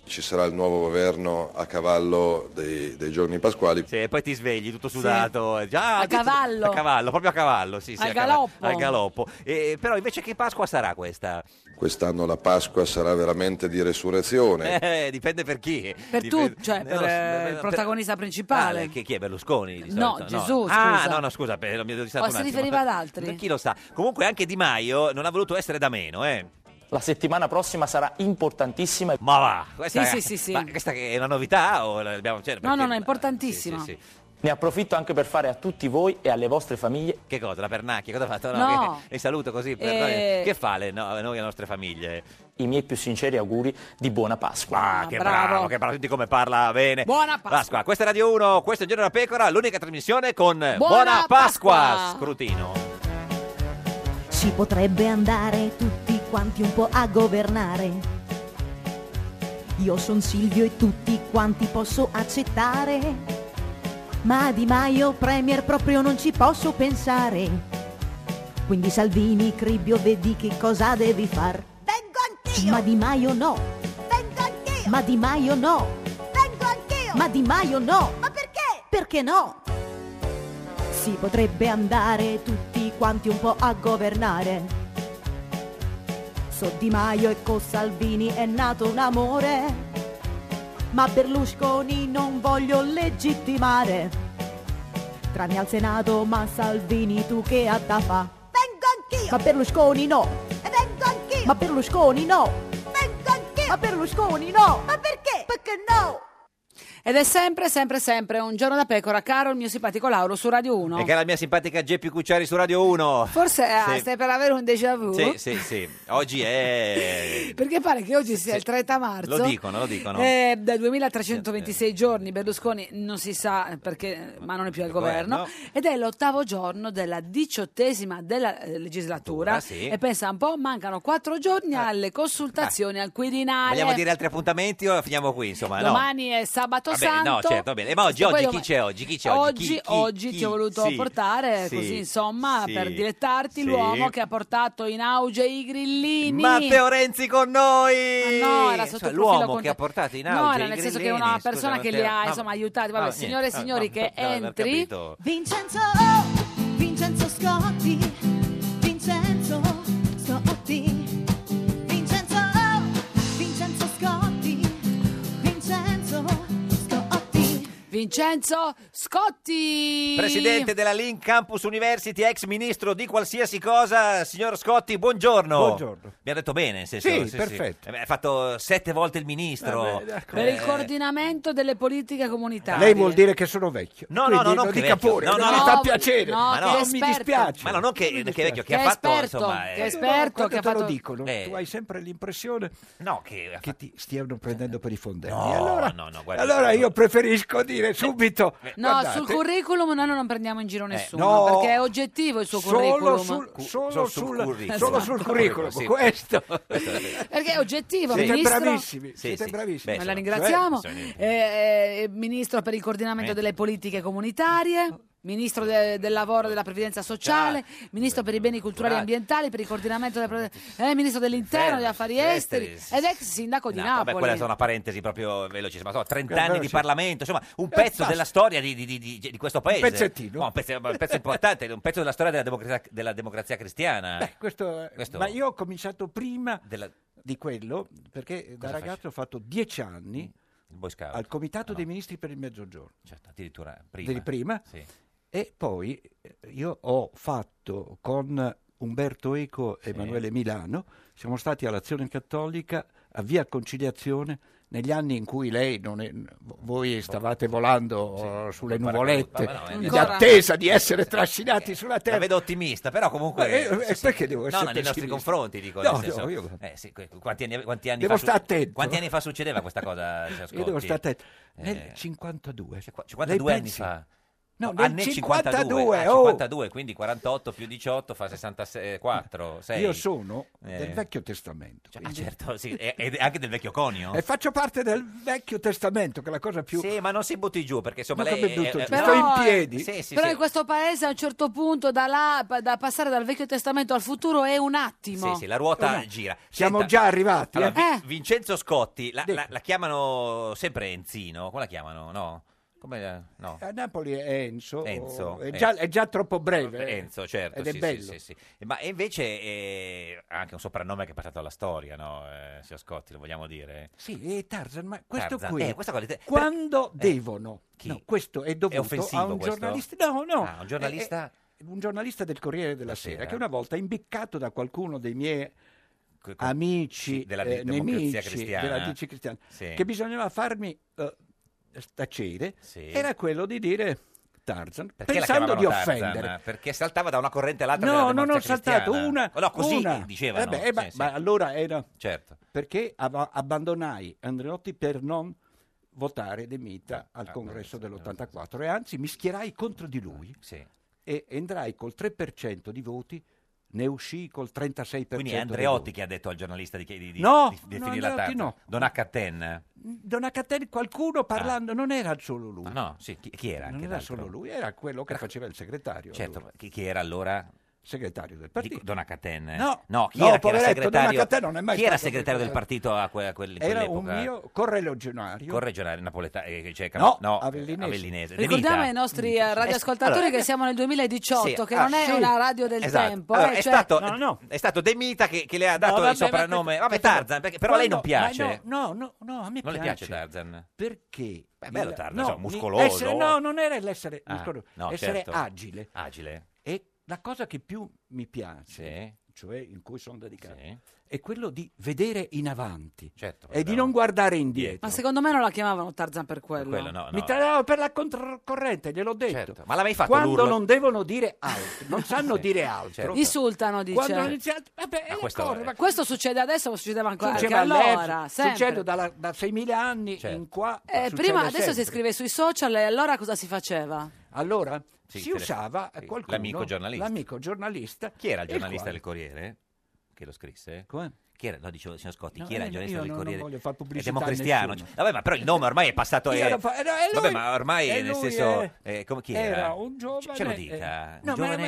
Speaker 8: Ci sarà il nuovo governo a cavallo dei, dei giorni pasquali.
Speaker 2: Sì, e poi ti svegli tutto sudato. e "Ah!" già-
Speaker 1: A
Speaker 2: tutto-
Speaker 1: cavallo.
Speaker 2: A cavallo, proprio a cavallo, sì, sì,
Speaker 1: Al
Speaker 2: a cava-
Speaker 1: galoppo.
Speaker 2: al galoppo. E- però invece che Pasqua sarà questa?
Speaker 8: Quest'anno la Pasqua sarà veramente di resurrezione.
Speaker 2: Eh, dipende per chi.
Speaker 1: Per
Speaker 2: Dipende-
Speaker 1: tu, cioè,
Speaker 2: no,
Speaker 1: per,
Speaker 2: no,
Speaker 1: eh,
Speaker 2: no,
Speaker 1: il
Speaker 2: per-
Speaker 1: protagonista principale.
Speaker 2: Ah, che- chi è Berlusconi? di
Speaker 1: No,
Speaker 2: solito?
Speaker 1: Gesù,
Speaker 2: Ah,
Speaker 1: scusa.
Speaker 2: no, no, scusa, per- mi ero distratto
Speaker 1: O
Speaker 2: un
Speaker 1: si
Speaker 2: attimo.
Speaker 1: riferiva ad altri?
Speaker 2: Chi lo sa? Comunque anche Di Maio non ha voluto essere da meno, eh.
Speaker 9: La settimana prossima sarà importantissima.
Speaker 2: Ma va, questa,
Speaker 1: Sì, sì, sì, sì.
Speaker 2: ma questa che è una novità o l'abbiamo cioè,
Speaker 1: No, no,
Speaker 2: perché-
Speaker 1: no, è importantissima.
Speaker 2: Sì, sì, sì.
Speaker 9: Ne approfitto anche per fare a tutti voi e alle vostre famiglie
Speaker 2: Che cosa? La pernacchia? Cosa ha fatto?
Speaker 1: No.
Speaker 2: Che, le saluto così. per-
Speaker 1: Eh.
Speaker 2: Che fa le, no, noi e le nostre famiglie?
Speaker 9: i miei più sinceri auguri di buona Pasqua.
Speaker 2: Ah,
Speaker 1: Ah,
Speaker 2: che bravo.
Speaker 1: bravo.
Speaker 2: che bravo, tutti come parla bene.
Speaker 1: Buona Pasqua.
Speaker 2: Questa è Radio 1, questo è Il Giorno della Pecora, l'unica trasmissione con Buona,
Speaker 1: Pasqua.
Speaker 2: Pasqua. Scrutino.
Speaker 10: Ci potrebbe andare tutti quanti un po' a governare. Io son Silvio e tutti quanti posso accettare. Ma Di Maio Premier proprio non ci posso pensare. Quindi Salvini, Cribbio, vedi che cosa devi far.
Speaker 4: Vengo anch'io!
Speaker 10: Ma Di Maio no,
Speaker 4: Vengo anch'io!
Speaker 10: ma Di Maio no,
Speaker 4: Vengo anch'io!
Speaker 10: ma Di Maio no.
Speaker 4: Ma perché?
Speaker 10: Perché no? Si potrebbe andare tutti quanti un po' a governare. So Di Maio e con Salvini è nato un amore, ma Berlusconi non voglio legittimare. Tranne al Senato, ma Salvini tu che atta fa?
Speaker 4: Vengo
Speaker 10: Ma
Speaker 4: anch'io!
Speaker 10: Berlusconi no,
Speaker 4: E vengo anch'io!
Speaker 10: ma Berlusconi no,
Speaker 4: Vengo anch'io!
Speaker 10: ma Berlusconi no.
Speaker 4: Ma perché? Perché no?
Speaker 1: Ed è sempre, sempre, sempre un giorno da pecora, caro il mio simpatico Lauro su Radio 1.
Speaker 2: E che è la mia simpatica Geppi Cucciari su Radio 1.
Speaker 1: Forse eh,
Speaker 2: Sì.
Speaker 1: stai per avere un déjà vu.
Speaker 2: Sì, sì, sì. Oggi è...
Speaker 1: Perché pare che oggi sia
Speaker 2: Sì.
Speaker 1: il 30 marzo.
Speaker 2: Lo dicono, lo dicono.
Speaker 1: Eh, da 2326 giorni Berlusconi non si sa perché, ma non è
Speaker 2: Eh,
Speaker 1: più al governo.
Speaker 2: governo.
Speaker 1: Ed è l'ottavo giorno della diciottesima della eh, legislatura.
Speaker 2: Tura, sì. Eh.
Speaker 1: E pensa un po', mancano quattro giorni alle consultazioni al Quirinale.
Speaker 2: Vogliamo dire altri appuntamenti o finiamo qui, insomma? no?
Speaker 1: Domani è sabato
Speaker 2: Vabbè,
Speaker 1: santo.
Speaker 2: no, certo, va bene. Eh, ma oggi-
Speaker 1: E poi
Speaker 2: oggi chi
Speaker 1: domani-
Speaker 2: c'è oggi? Chi c'è Cioè, oggi? Chi- chi-
Speaker 1: oggi
Speaker 2: chi?
Speaker 1: ti ho voluto
Speaker 2: Sì,
Speaker 1: portare
Speaker 2: sì,
Speaker 1: così, insomma,
Speaker 2: sì,
Speaker 1: per dilettarti
Speaker 2: sì.
Speaker 1: l'uomo che ha portato in auge i grillini.
Speaker 2: Matteo Renzi con noi!
Speaker 1: Ah, no, era sotto
Speaker 2: Cioè,
Speaker 1: il
Speaker 2: l'uomo
Speaker 1: profilo con-
Speaker 2: che ha portato in auge
Speaker 1: No, era
Speaker 2: i
Speaker 1: nel senso che
Speaker 2: grillini.
Speaker 1: una
Speaker 2: Scusa,
Speaker 1: persona che
Speaker 2: Matteo.
Speaker 1: li ha,
Speaker 2: Ma-
Speaker 1: insomma, aiutati. Vabbè,
Speaker 2: Ah,
Speaker 1: signore e
Speaker 2: niente. Ah,
Speaker 1: signori, che
Speaker 2: no, non ho
Speaker 1: entri.
Speaker 2: capito.
Speaker 10: Vincenzo, Vincenzo Scotti, Vincenzo Scotti, Vincenzo, Vincenzo Scotti, Vincenzo Scotti.
Speaker 1: Vincenzo Scotti.
Speaker 2: Presidente della Link Campus University, ex ministro di qualsiasi cosa, signor Scotti, buongiorno.
Speaker 11: Buongiorno.
Speaker 2: Mi ha detto bene, nel senso,
Speaker 11: Sì, perfetto.
Speaker 2: Eh beh, Ha fatto sette volte il ministro.
Speaker 11: Eh beh, d'accordo.
Speaker 1: Per il
Speaker 2: Eh,
Speaker 1: coordinamento delle politiche comunitarie.
Speaker 11: Lei vuol dire che sono vecchio.
Speaker 2: No,
Speaker 11: Quindi
Speaker 2: no, no, non
Speaker 11: non
Speaker 2: che
Speaker 11: dica
Speaker 2: vecchio.
Speaker 11: pure,
Speaker 2: No,
Speaker 11: non
Speaker 2: no,
Speaker 11: mi
Speaker 2: no.
Speaker 11: sta a piacere.
Speaker 1: No,
Speaker 2: Ma
Speaker 1: che
Speaker 2: no.
Speaker 1: è
Speaker 11: non mi
Speaker 1: esperto.
Speaker 11: dispiace.
Speaker 2: Ma no, non che,
Speaker 11: Non mi
Speaker 2: che è
Speaker 11: dispiace.
Speaker 2: vecchio, che
Speaker 1: Che
Speaker 2: ha
Speaker 1: è
Speaker 2: fatto,
Speaker 1: esperto,
Speaker 2: insomma...
Speaker 1: che è
Speaker 2: eh,
Speaker 11: No,
Speaker 1: esperto,
Speaker 11: quando
Speaker 1: che ha
Speaker 11: te
Speaker 1: fatto-
Speaker 11: lo dicono,
Speaker 2: Eh.
Speaker 11: tu hai sempre l'impressione
Speaker 2: No, che... ha
Speaker 11: che ti stiano prendendo per i fondelli.
Speaker 2: No,
Speaker 11: allora,
Speaker 2: no, no, Eh, guarda-
Speaker 11: allora io preferisco dire subito...
Speaker 1: No,
Speaker 11: guardate, Eh,
Speaker 1: sul curriculum noi non prendiamo in giro nessuno,
Speaker 11: no,
Speaker 1: perché è oggettivo il suo curriculum.
Speaker 11: Solo sul,
Speaker 2: Cu-
Speaker 11: solo
Speaker 2: solo sul
Speaker 11: sul,
Speaker 2: curriculum. Esatto.
Speaker 11: solo sul curriculum, Eh,
Speaker 2: Sì.
Speaker 11: questo.
Speaker 1: Perché è oggettivo,
Speaker 11: Siete
Speaker 1: ministro.
Speaker 11: bravissimi, siete
Speaker 2: sì.
Speaker 11: bravissimi.
Speaker 2: Beh,
Speaker 1: Noi la
Speaker 2: Cioè,
Speaker 1: ringraziamo.
Speaker 2: bisogna-
Speaker 1: Eh, eh, ministro per il coordinamento
Speaker 2: Eh.
Speaker 1: delle politiche comunitarie. Ministro de- del lavoro e della previdenza sociale, ministro per i beni culturali e
Speaker 2: Culturali.
Speaker 1: ambientali, per il coordinamento della pre- eh, ministro dell'interno, degli affari
Speaker 2: Fermo,
Speaker 1: esteri ed ex sindaco di
Speaker 2: No,
Speaker 11: Ah,
Speaker 1: Napoli.
Speaker 2: Vabbè, quella è stata una parentesi proprio velocissima. Insomma, 30
Speaker 11: Che
Speaker 2: anni di
Speaker 11: veloce.
Speaker 2: Parlamento, insomma, un
Speaker 11: Eh,
Speaker 2: pezzo
Speaker 11: basta.
Speaker 2: della storia di, di- di- di- di questo paese.
Speaker 11: pezzettino.
Speaker 2: No, un, pezzo, un pezzo importante, un pezzo della storia della democrazia, della democrazia cristiana.
Speaker 11: Beh, questo è-
Speaker 2: Questo-
Speaker 11: Ma io ho cominciato prima
Speaker 2: Della-
Speaker 11: di quello, perché da
Speaker 2: Cosa
Speaker 11: ragazzo
Speaker 2: facevi?
Speaker 11: ho fatto dieci anni
Speaker 2: il Boy Scout. Ah,
Speaker 11: al Comitato
Speaker 2: No,
Speaker 11: dei Ministri per il Mezzogiorno.
Speaker 2: Certo, addirittura prima.
Speaker 11: Del prima.
Speaker 2: Sì.
Speaker 11: E poi eh, io ho fatto con Umberto Eco e Emanuele Milano, siamo stati all'Azione Cattolica a Via Conciliazione negli anni in cui lei non è- voi stavate volando eh, sulle nuvolette
Speaker 2: ma no, eh,
Speaker 11: in
Speaker 2: Ancora? Eh,
Speaker 11: attesa di essere trascinati sulla
Speaker 2: La
Speaker 11: terra
Speaker 2: vedo ottimista, però comunque...
Speaker 11: Ma, eh, eh,
Speaker 2: sì,
Speaker 11: perché
Speaker 2: sì.
Speaker 11: devo
Speaker 2: No,
Speaker 11: essere
Speaker 2: no, nei nostri
Speaker 11: pessimista?
Speaker 2: confronti, dico.
Speaker 11: No,
Speaker 2: nel
Speaker 11: no,
Speaker 2: senso-
Speaker 11: io-
Speaker 2: eh, sì, que- quanti anni, quanti anni
Speaker 11: Devo
Speaker 2: fa... su-
Speaker 11: stare attento.
Speaker 2: Quanti anni fa succedeva questa cosa, Cesco
Speaker 11: Io devo
Speaker 2: Scotti?
Speaker 11: stare attento.
Speaker 2: Eh,
Speaker 11: Nel 52. lei
Speaker 2: 52 anni
Speaker 11: pensi?
Speaker 2: fa.
Speaker 11: No,
Speaker 2: Ah,
Speaker 11: nel
Speaker 2: nel
Speaker 11: 52.
Speaker 2: 52, ah,
Speaker 11: oh,
Speaker 2: 52, quindi 48 più 18 fa 64. sei.
Speaker 11: Io sono
Speaker 2: Eh,
Speaker 11: del Vecchio Testamento.
Speaker 2: cioè, ah,
Speaker 11: quindi-
Speaker 2: certo, sì, e, e anche del vecchio conio.
Speaker 11: E faccio parte del Vecchio Testamento, che è la cosa più...
Speaker 2: Sì, ma non si butti giù perché insomma
Speaker 11: No,
Speaker 2: lei
Speaker 11: che mi butto
Speaker 2: è- eh,
Speaker 11: giù. Sto in
Speaker 2: piedi. Sì, eh, sì,
Speaker 1: Però
Speaker 2: sì.
Speaker 1: in questo paese a un certo punto da là, pa- da passare dal Vecchio Testamento al futuro è un attimo.
Speaker 2: Sì, sì, la ruota
Speaker 1: Vabbè.
Speaker 2: gira.
Speaker 11: Siamo
Speaker 2: Senta,
Speaker 11: già arrivati.
Speaker 2: allora,
Speaker 11: eh.
Speaker 2: Vi- Vincenzo Scotti, la, la- la chiamano sempre Enzino, come la chiamano? No? Come, la- no.
Speaker 11: A Napoli è Enzo.
Speaker 2: Enzo,
Speaker 11: Oh, È già,
Speaker 2: Enzo.
Speaker 11: è già troppo breve. eh.
Speaker 2: Enzo, certo,
Speaker 11: Ed è
Speaker 2: sì, sì,
Speaker 11: bello.
Speaker 2: sì, sì. E Ma e invece eh, ha anche un soprannome che è passato alla storia, no? Eh, signor Scotti, lo vogliamo dire?
Speaker 11: Sì, e Tarzan, ma questo
Speaker 2: Tarzan.
Speaker 11: qui...
Speaker 2: Eh, questa cosa- per- eh,
Speaker 11: Quando devono... No, questo è dovuto
Speaker 2: offensivo
Speaker 11: a un
Speaker 2: questo?
Speaker 11: giornalista... No, no.
Speaker 2: Ah, un giornalista-
Speaker 11: eh, eh, un giornalista del Corriere della Sera,
Speaker 2: Sera.
Speaker 11: che una volta imbeccato da qualcuno dei miei
Speaker 2: Que- que-
Speaker 11: amici,
Speaker 2: della
Speaker 11: eh,
Speaker 2: Democrazia
Speaker 11: nemici
Speaker 2: Cristiana.
Speaker 11: della DC cristiana,
Speaker 2: Sì.
Speaker 11: che bisognava farmi eh, tacere,
Speaker 2: Sì.
Speaker 11: era quello di dire Tarzan,
Speaker 2: Perché la
Speaker 11: pensando di
Speaker 2: chiamavano Tarzan?
Speaker 11: offendere.
Speaker 2: Perché saltava da una corrente all'altra
Speaker 11: No,
Speaker 2: della
Speaker 11: non ho
Speaker 2: Democrazia
Speaker 11: saltato
Speaker 2: Cristiana. Oh,
Speaker 11: una.
Speaker 2: No, così
Speaker 11: una.
Speaker 2: dicevano.
Speaker 11: Eh beh, eh, ma,
Speaker 2: Sì, sì.
Speaker 11: ma allora era
Speaker 2: Certo.
Speaker 11: perché av- abbandonai Andreotti per non votare De Mita al
Speaker 2: ah,
Speaker 11: congresso dell'84 e anzi mi schierai contro di lui
Speaker 2: Sì.
Speaker 11: e entrai col 3% di voti, ne uscii col 36%
Speaker 2: Quindi è
Speaker 11: dei
Speaker 2: Andreotti che ha detto al giornalista di, chi- di, di,
Speaker 11: Certo, No,
Speaker 2: di- di
Speaker 11: no,
Speaker 2: finire la
Speaker 11: Andreotti
Speaker 2: tarta.
Speaker 11: no.
Speaker 2: Don H.
Speaker 11: Don Acatelli, qualcuno parlando, non era solo lui.
Speaker 2: Ah. No, sì, chi, chi era?
Speaker 11: non
Speaker 2: anche
Speaker 11: era
Speaker 2: l'altro?
Speaker 11: solo lui, era quello che faceva il segretario.
Speaker 2: Certo,
Speaker 11: allora.
Speaker 2: chi, chi era allora?
Speaker 11: Segretario del partito.
Speaker 2: Dico, Don H.
Speaker 11: No,
Speaker 2: eh. chi
Speaker 11: no,
Speaker 2: era, che era
Speaker 11: poveretto, Don
Speaker 2: segretario?
Speaker 11: H. non è mai
Speaker 2: chi era
Speaker 11: stato
Speaker 2: segretario del partito a, que- a quel, in
Speaker 11: Era un
Speaker 2: quell'epoca?
Speaker 11: mio correligionario.
Speaker 2: Corregionale napoletano, eh, cioè, Cam-
Speaker 11: No,
Speaker 2: no,
Speaker 11: Avellinese.
Speaker 2: De
Speaker 1: Ricordiamo
Speaker 2: Vita.
Speaker 1: ai nostri eh, radioascoltatori
Speaker 2: Allora,
Speaker 1: che siamo nel 2018,
Speaker 2: sì,
Speaker 1: che
Speaker 2: ah,
Speaker 1: non è
Speaker 2: sì.
Speaker 1: una radio del
Speaker 2: Esatto.
Speaker 1: tempo.
Speaker 2: Allora,
Speaker 1: eh,
Speaker 2: è,
Speaker 1: cioè-
Speaker 2: stato, è stato De Mita che, che le ha dato
Speaker 11: No, vabbè,
Speaker 2: il soprannome.
Speaker 11: ma-
Speaker 2: Vabbè, Tarzan, perché- però a lei non
Speaker 11: Quando- ma
Speaker 2: piace.
Speaker 11: No, no, no, no, a me
Speaker 2: non le
Speaker 11: piace.
Speaker 2: piace Tarzan?
Speaker 11: Perché?
Speaker 2: Beh, bello
Speaker 11: il-
Speaker 2: Tarzan,
Speaker 11: no,
Speaker 2: insomma,
Speaker 11: mi-
Speaker 2: muscoloso.
Speaker 11: essere- no, non era l'essere
Speaker 2: Ah,
Speaker 11: muscoloso,
Speaker 2: no,
Speaker 11: essere
Speaker 2: certo.
Speaker 11: agile.
Speaker 2: Agile.
Speaker 11: E la cosa che più mi piace, cioè in cui sono dedicato, è quello di vedere in avanti
Speaker 2: Certo,
Speaker 11: e di non guardare indietro.
Speaker 1: Ma secondo me non la chiamavano Tarzan per quello.
Speaker 2: Quello no, no.
Speaker 11: Mi trarrò per la controcorrente, gliel'ho detto.
Speaker 2: Ma l'avevi fatto
Speaker 11: Quando
Speaker 2: l'urlo?
Speaker 11: non devono dire altro, non sanno dire altro.
Speaker 2: certo.
Speaker 1: Insultano, dice.
Speaker 11: Quando hanno iniziato, vabbè, e le
Speaker 2: questo
Speaker 11: corre,
Speaker 2: è-
Speaker 11: ma-
Speaker 1: Questo succede adesso, ma succedeva ancora anche
Speaker 11: Succedeva
Speaker 1: allora.
Speaker 11: all'epoca,
Speaker 1: sempre.
Speaker 11: succede dalla- da 6.000 anni
Speaker 2: Certo.
Speaker 11: in qua.
Speaker 1: Eh,
Speaker 11: succede
Speaker 1: prima adesso si
Speaker 11: sempre.
Speaker 1: scrive sui social e allora cosa si faceva?
Speaker 11: Allora
Speaker 2: Sì,
Speaker 11: si
Speaker 2: tele-
Speaker 11: usava
Speaker 2: sì,
Speaker 11: qualcuno.
Speaker 2: l'amico giornalista.
Speaker 11: l'amico giornalista,
Speaker 2: Chi era il
Speaker 11: il
Speaker 2: giornalista
Speaker 11: quale-
Speaker 2: del Corriere che lo scrisse? Chi era? No, dicevo, signor Scotti,
Speaker 11: No,
Speaker 2: chi era
Speaker 11: eh,
Speaker 2: il giornalista
Speaker 11: io
Speaker 2: del
Speaker 11: non-
Speaker 2: Corriere?
Speaker 11: non voglio far pubblicità
Speaker 2: è
Speaker 11: a
Speaker 2: democristiano. cioè,
Speaker 11: nessuno.
Speaker 2: Vabbè, ma però il nome ormai è passato.
Speaker 11: Chi
Speaker 2: eh,
Speaker 11: era fa- era- e lui-
Speaker 2: vabbè, ma ormai
Speaker 11: e
Speaker 2: nel
Speaker 11: lui,
Speaker 2: senso.
Speaker 11: eh,
Speaker 2: eh, come chi
Speaker 11: era
Speaker 2: era?
Speaker 11: un giovane,
Speaker 2: Ce lo
Speaker 11: eh,
Speaker 2: dica.
Speaker 11: no,
Speaker 2: un
Speaker 11: ma- ma-
Speaker 2: giovane?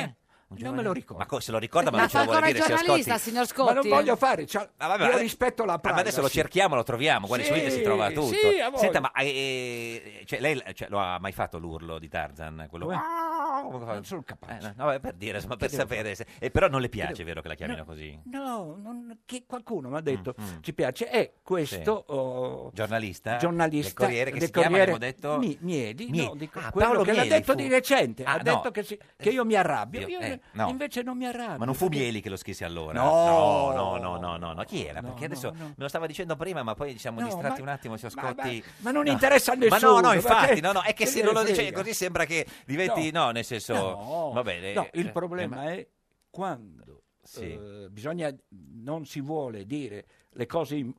Speaker 2: Un
Speaker 11: non
Speaker 2: giovane?
Speaker 11: me lo ricordo.
Speaker 2: Ma co- se lo ricorda, ma,
Speaker 1: Ma
Speaker 2: non ce lo
Speaker 1: fa
Speaker 2: vuole
Speaker 1: ancora il
Speaker 2: dire, signor
Speaker 1: giornalista,
Speaker 2: Scotti.
Speaker 1: signor
Speaker 11: Ma
Speaker 1: Scotti.
Speaker 11: non voglio fare, cioè,
Speaker 2: Ah, vabbè,
Speaker 11: io
Speaker 2: eh,
Speaker 11: rispetto la
Speaker 2: ah, ma adesso lo
Speaker 11: privacy.
Speaker 2: cerchiamo, lo troviamo. Guardi, su
Speaker 11: Sì,
Speaker 2: internet si trova tutto.
Speaker 11: sì, a voglia.
Speaker 2: Senta, ma eh, cioè, lei cioè, lo ha mai fatto l'urlo di Tarzan? Quello...
Speaker 11: Come?
Speaker 2: Ah, come fa?
Speaker 11: Non sono capace.
Speaker 2: Eh, no, no, vabbè, per dire, insomma, per
Speaker 11: Che devo
Speaker 2: sapere. se- eh, però non le
Speaker 11: devo-
Speaker 2: piace, vero, che la chiamino
Speaker 11: No.
Speaker 2: così?
Speaker 11: No, non- che qualcuno mi ha detto ci piace. È questo oh,
Speaker 2: Mm, Giornalista? eh?
Speaker 11: giornalista
Speaker 2: Del Corriere, che
Speaker 11: del
Speaker 2: si chiama,
Speaker 11: Corriere
Speaker 2: abbiamo detto?
Speaker 11: Mi- Mieli,
Speaker 2: Mie-
Speaker 11: no, dico,
Speaker 2: Ah,
Speaker 11: quello
Speaker 2: Paolo
Speaker 11: che l'ha
Speaker 2: Mieli
Speaker 11: detto
Speaker 2: fu-
Speaker 11: di recente.
Speaker 2: Ah,
Speaker 11: ha
Speaker 2: no.
Speaker 11: detto che, si- che io mi arrabbio.
Speaker 2: Io-
Speaker 11: Io
Speaker 2: eh, no.
Speaker 11: invece non mi arrabbio.
Speaker 2: Ma non fu Mieli che lo scrisse allora?
Speaker 11: No.
Speaker 2: no, no, no, no, no. Chi era?
Speaker 11: No,
Speaker 2: Perché adesso
Speaker 11: no,
Speaker 2: me lo stava dicendo prima, ma poi ci siamo
Speaker 11: No,
Speaker 2: distratti
Speaker 11: ma-
Speaker 2: un attimo, siamo
Speaker 11: ma-
Speaker 2: scotti.
Speaker 11: ma- ma non
Speaker 2: No.
Speaker 11: interessa a
Speaker 2: Ma no,
Speaker 11: nessuno,
Speaker 2: no, infatti,
Speaker 11: perché-
Speaker 2: no, no, è che
Speaker 11: che
Speaker 2: se
Speaker 11: gliene
Speaker 2: non lo dice
Speaker 11: frega.
Speaker 2: così sembra che diventi, no, nel senso...
Speaker 11: No.
Speaker 2: vabbè, le-
Speaker 11: No, il
Speaker 2: eh,
Speaker 11: problema è quando
Speaker 2: Sì.
Speaker 11: eh, bisogna, non si vuole dire le cose in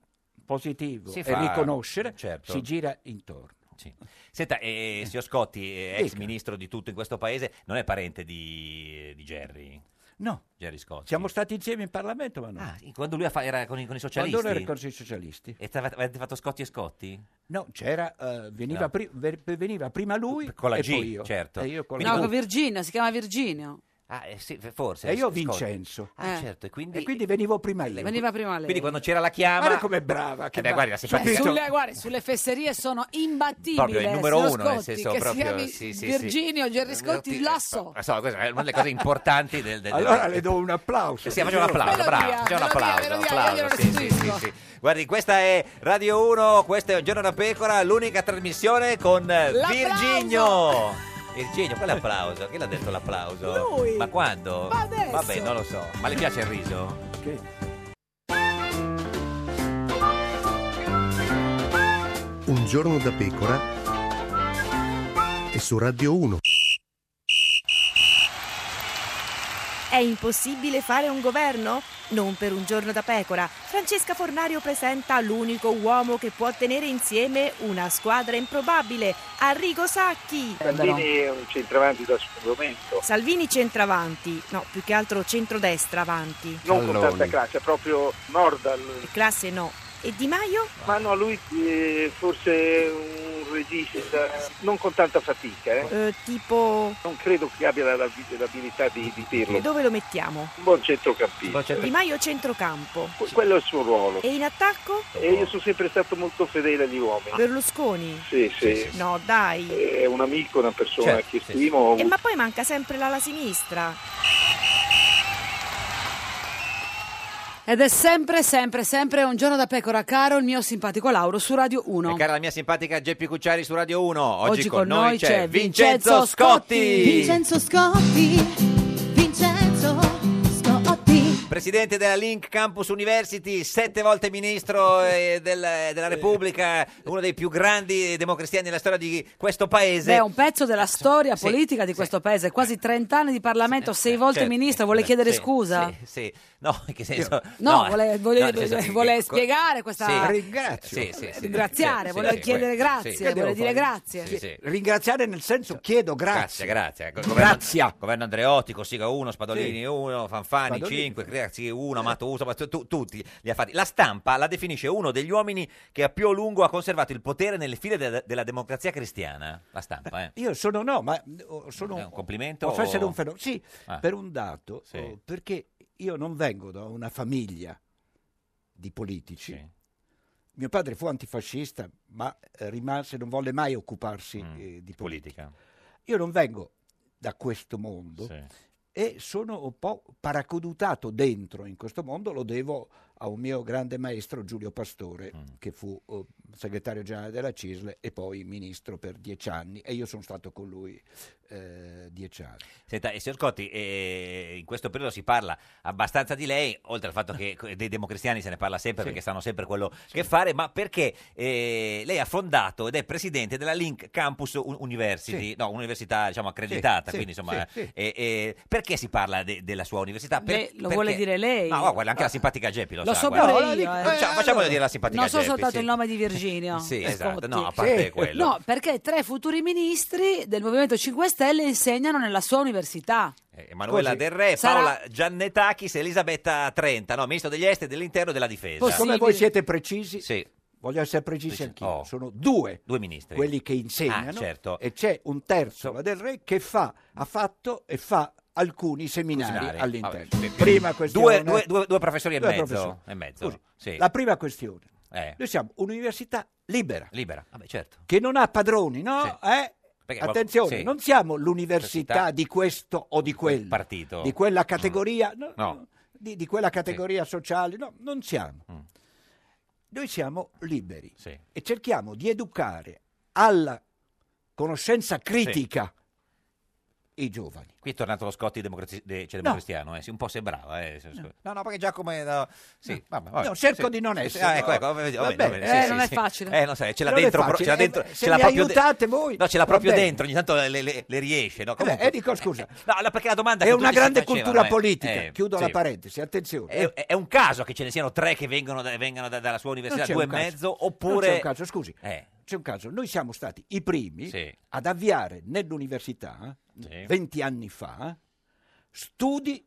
Speaker 11: positivo
Speaker 2: Si
Speaker 11: e
Speaker 2: fa,
Speaker 11: riconoscere,
Speaker 2: certo.
Speaker 11: si gira intorno.
Speaker 2: Sì. Senta, eh, signor Scotti, eh, ex
Speaker 11: Dica.
Speaker 2: ministro di tutto in questo paese, non è parente di, di Jerry?
Speaker 11: No.
Speaker 2: Jerry Scotti.
Speaker 11: Siamo stati insieme in Parlamento, ma no.
Speaker 2: Ah, Quando lui ha fa- era con i, con i socialisti?
Speaker 11: Quando era con i socialisti.
Speaker 2: E stavate- avete fatto Scotti e Scotti?
Speaker 11: No, c'era, eh, veniva,
Speaker 2: No.
Speaker 11: pri- ver- veniva prima lui
Speaker 2: Con la
Speaker 11: e
Speaker 2: G,
Speaker 11: poi io.
Speaker 2: certo.
Speaker 11: E io, con la-
Speaker 1: No, con Virginio, si chiama Virginio.
Speaker 2: Ah, eh, sì, forse.
Speaker 11: E io
Speaker 2: Scotti.
Speaker 11: Vincenzo.
Speaker 2: Ah,
Speaker 1: Eh.
Speaker 2: certo, e quindi...
Speaker 11: E quindi venivo prima lei.
Speaker 1: Veniva prima lei.
Speaker 2: Quindi quando c'era la chiama...
Speaker 11: Guarda com'è brava, che
Speaker 2: Eh beh,
Speaker 11: va-
Speaker 2: guardi, la
Speaker 1: Cioè,
Speaker 2: simpatia.
Speaker 1: sulle, guardi, sulle fesserie sono imbattibili. eh,
Speaker 2: Proprio il numero
Speaker 1: signor
Speaker 2: uno, nel
Speaker 1: Scotti,
Speaker 2: senso,
Speaker 1: che
Speaker 2: proprio,
Speaker 1: si chiami
Speaker 2: sì, sì, sì.
Speaker 1: Virginio, Gerry Scotti, Lasso.
Speaker 2: Ah, so, questa è una delle cose importanti del... del-
Speaker 11: Allora
Speaker 2: del-
Speaker 11: le do un applauso.
Speaker 2: Eh Sì, facciamo un applauso,
Speaker 1: Melodia,
Speaker 2: bravo. Facciamo un
Speaker 1: melodia,
Speaker 2: applauso, un
Speaker 1: melodia, io
Speaker 2: applauso.
Speaker 1: glielo
Speaker 2: Sì, sì, sì, sì. Guardi, questa è Radio 1, questo è Un giorno da pecora, l'unica trasmissione con eh,
Speaker 1: L'applauso!
Speaker 2: Virginio. Virginio, quale applauso? Chi l'ha detto l'applauso?
Speaker 1: Lui.
Speaker 2: Ma quando?
Speaker 1: Ma adesso.
Speaker 2: Vabbè, non lo so. Ma le piace il riso?
Speaker 11: Che-
Speaker 12: Un giorno da pecora e su Radio 1.
Speaker 13: È impossibile fare un governo? Non per un giorno da pecora. Francesca Fornario presenta l'unico uomo che può tenere insieme una squadra improbabile, Arrigo Sacchi.
Speaker 14: Salvini è un centravanti da secondo momento,
Speaker 13: Salvini centravanti, no, più che altro centrodestra avanti.
Speaker 14: non con tanta classe, Eh, proprio Nordal.
Speaker 13: Classe no. E Di Maio?
Speaker 14: Ma no, lui eh, forse è un regista, non con tanta fatica. eh.
Speaker 13: Eh, tipo...
Speaker 14: Non credo che abbia la- la- l'abilità di, di dirlo. Cioè,
Speaker 13: E dove lo mettiamo?
Speaker 14: Un buon centrocampista.
Speaker 13: Di Maio centrocampo.
Speaker 14: Que- Quello è il suo ruolo.
Speaker 13: E in attacco?
Speaker 14: E io sono sempre stato molto fedele agli uomini.
Speaker 13: Berlusconi?
Speaker 14: Sì, sì.
Speaker 13: No, dai.
Speaker 14: È un amico, una persona
Speaker 13: Certo,
Speaker 14: che stimo. ho
Speaker 13: E
Speaker 14: avuto-
Speaker 13: ma poi manca sempre l'ala sinistra.
Speaker 1: Ed è sempre, sempre, sempre un giorno da pecora, caro il mio simpatico Lauro su Radio 1.
Speaker 2: E cara la mia simpatica Geppi Cucciari su Radio 1. Oggi,
Speaker 1: Oggi con noi c'è
Speaker 2: Vincenzo Scotti.
Speaker 10: Vincenzo Scotti, Vincenzo Scotti.
Speaker 2: Presidente della Link Campus University, sette volte ministro eh, del- della Repubblica, uno dei più grandi democristiani della storia di questo paese.
Speaker 1: Beh, è un pezzo della storia politica di questo paese, quasi 30 anni di Parlamento, sei volte
Speaker 2: certo.
Speaker 1: ministro, vuole chiedere
Speaker 2: Sì,
Speaker 1: scusa?
Speaker 2: Sì, sì. no, in che senso?
Speaker 1: No,
Speaker 2: eh,
Speaker 1: vuole, vuole-
Speaker 2: no, nel senso che-
Speaker 1: vuole
Speaker 2: che-
Speaker 1: spiegare questa...
Speaker 2: Sì.
Speaker 1: Ringrazio.
Speaker 2: Sì, sì, sì.
Speaker 1: Ringraziare,
Speaker 2: Sì,
Speaker 1: vuole
Speaker 2: sì,
Speaker 1: chiedere
Speaker 2: sì.
Speaker 1: grazie,
Speaker 2: Sì.
Speaker 1: vuole dire Eh, grazie.
Speaker 2: Sì, sì.
Speaker 11: Ringraziare nel senso chiedo
Speaker 2: Grazie,
Speaker 11: grazie.
Speaker 2: grazie. Governo,
Speaker 11: Grazie.
Speaker 2: Governo Andreotti, Cossiga 1, Spadolini
Speaker 11: Sì.
Speaker 2: 1, Fanfani
Speaker 11: Spadolini.
Speaker 2: 5, Creazzi 1, Amato 1, insomma, tu- tutti li ha fatti. La stampa la definisce uno degli uomini che a più a lungo ha conservato il potere nelle file de- della democrazia cristiana. La stampa, eh.
Speaker 11: Io sono no, ma oh, sono
Speaker 2: È un complimento
Speaker 11: Posso
Speaker 2: o-
Speaker 11: essere un fenomeno? Sì,
Speaker 2: Ah.
Speaker 11: per un dato,
Speaker 2: Sì.
Speaker 11: oh, perché io non vengo da una famiglia di politici. Mio padre fu antifascista, ma eh, rimase, non volle mai occuparsi
Speaker 2: Mm,
Speaker 11: eh, di politica. Io non vengo da questo mondo e sono un po' paracodutato dentro in questo mondo, lo devo a un mio grande maestro Giulio Pastore,
Speaker 2: Mm.
Speaker 11: che fu eh, segretario generale della CISL e poi ministro per dieci anni e io sono stato con lui eh, dieci anni.
Speaker 2: Senta, eh, signor Scotti, eh, in questo periodo si parla abbastanza di lei, oltre al fatto che co- dei democristiani se ne parla sempre
Speaker 11: Sì.
Speaker 2: perché sanno sempre quello che fare, ma perché eh, lei ha fondato ed è presidente della Link Campus U- University,
Speaker 11: Sì.
Speaker 2: no, un'università diciamo accreditata,
Speaker 11: sì,
Speaker 2: quindi insomma,
Speaker 11: sì, sì.
Speaker 2: eh, eh, perché si parla de- della sua università? Per-
Speaker 1: Lei- lo
Speaker 2: perché-
Speaker 1: vuole dire lei? Ah.
Speaker 2: No, guarda, anche la simpatica Geppi lo,
Speaker 1: Lo
Speaker 2: sa.
Speaker 1: so
Speaker 2: guarda.
Speaker 1: pure io, eh.
Speaker 2: Facciamo- facciamo dire la simpatica
Speaker 1: Non so
Speaker 2: Geppi,
Speaker 1: soltanto
Speaker 2: sì.
Speaker 1: il nome di Virginio.
Speaker 2: Sì,
Speaker 1: Scotti.
Speaker 2: esatto, no, a parte quello.
Speaker 1: No, perché tre futuri ministri del Movimento 5 Stelle insegnano nella sua università.
Speaker 2: Emanuela
Speaker 1: Scusi,
Speaker 2: Del Re,
Speaker 1: sarà-
Speaker 2: Paola Giannetakis, Elisabetta Trenta, no, ministro degli esteri, dell'interno e della difesa.
Speaker 11: Siccome voi siete precisi,
Speaker 2: Esatto. Sì.
Speaker 11: voglio essere precisi
Speaker 2: Dice-
Speaker 11: anch'io,
Speaker 2: oh.
Speaker 11: sono due
Speaker 2: Due ministri.
Speaker 11: quelli che insegnano
Speaker 2: Ah, certo.
Speaker 11: e c'è un terzo, la del re, che fa, ha fatto e fa alcuni seminari
Speaker 2: Seminari.
Speaker 11: all'interno.
Speaker 2: Vabbè, sì, sì.
Speaker 11: prima questione...
Speaker 2: Due- due- due- due professori e
Speaker 11: Due
Speaker 2: mezzo,
Speaker 11: professori.
Speaker 2: e mezzo,
Speaker 11: Scusi,
Speaker 2: sì.
Speaker 11: La prima questione.
Speaker 2: Eh.
Speaker 11: Noi siamo un'università libera.
Speaker 2: Libera, vabbè, certo.
Speaker 11: Che non ha padroni, no? Eh?
Speaker 2: Perché qualcuno-
Speaker 11: Attenzione,
Speaker 2: sì.
Speaker 11: non siamo l'università
Speaker 2: Università
Speaker 11: di questo o di
Speaker 2: quel
Speaker 11: quello,
Speaker 2: partito.
Speaker 11: di quella categoria, no,
Speaker 2: No.
Speaker 11: di, di quella categoria sociale, no, non siamo.
Speaker 2: Mm.
Speaker 11: Noi siamo liberi
Speaker 2: Sì.
Speaker 11: e cerchiamo di educare alla conoscenza critica i giovani.
Speaker 2: Oh, Qui è tornato lo Scotti democrazi- de- cioè democristiano, eh, sì, un po' sembrava. Eh. No, no, perché già come... No, sì, vabbè, vabbè,
Speaker 11: No, cerco
Speaker 2: sì.
Speaker 11: di non essere.
Speaker 2: Ah, ecco, ecco,
Speaker 11: Va
Speaker 2: vabbè, vabbè,
Speaker 11: bene.
Speaker 2: sì, sì, sì. Eh, non so, ce l'ha
Speaker 11: Non è
Speaker 2: dentro, pro-
Speaker 11: facile.
Speaker 2: ce l'ha dentro,
Speaker 11: Eh,
Speaker 2: ce
Speaker 11: se
Speaker 2: l'ha
Speaker 11: mi
Speaker 2: proprio de-
Speaker 11: aiutate voi.
Speaker 2: No, ce l'ha
Speaker 11: va
Speaker 2: proprio
Speaker 11: bene.
Speaker 2: dentro, ogni tanto le, le- le riesce. No,
Speaker 11: Eh, beh,
Speaker 2: comunque-
Speaker 11: e dico scusa,
Speaker 2: No, la- perché la domanda
Speaker 11: è
Speaker 2: che tutti
Speaker 11: una
Speaker 2: si
Speaker 11: grande
Speaker 2: facevano,
Speaker 11: cultura
Speaker 2: eh,
Speaker 11: politica.
Speaker 2: eh,
Speaker 11: Chiudo
Speaker 2: sì. Eh,
Speaker 11: la Eh. parentesi, attenzione.
Speaker 2: È, è un caso che ce ne siano tre che vengono da- vengano da- dalla sua
Speaker 11: Non
Speaker 2: università,
Speaker 11: c'è
Speaker 2: due e
Speaker 11: un caso.
Speaker 2: mezzo,
Speaker 11: Non
Speaker 2: oppure...
Speaker 11: c'è un caso, scusi.
Speaker 2: Eh.
Speaker 11: C'è un caso. Noi siamo stati i primi
Speaker 2: Sì.
Speaker 11: ad avviare nell'università,
Speaker 2: Sì.
Speaker 11: 20 anni fa, studi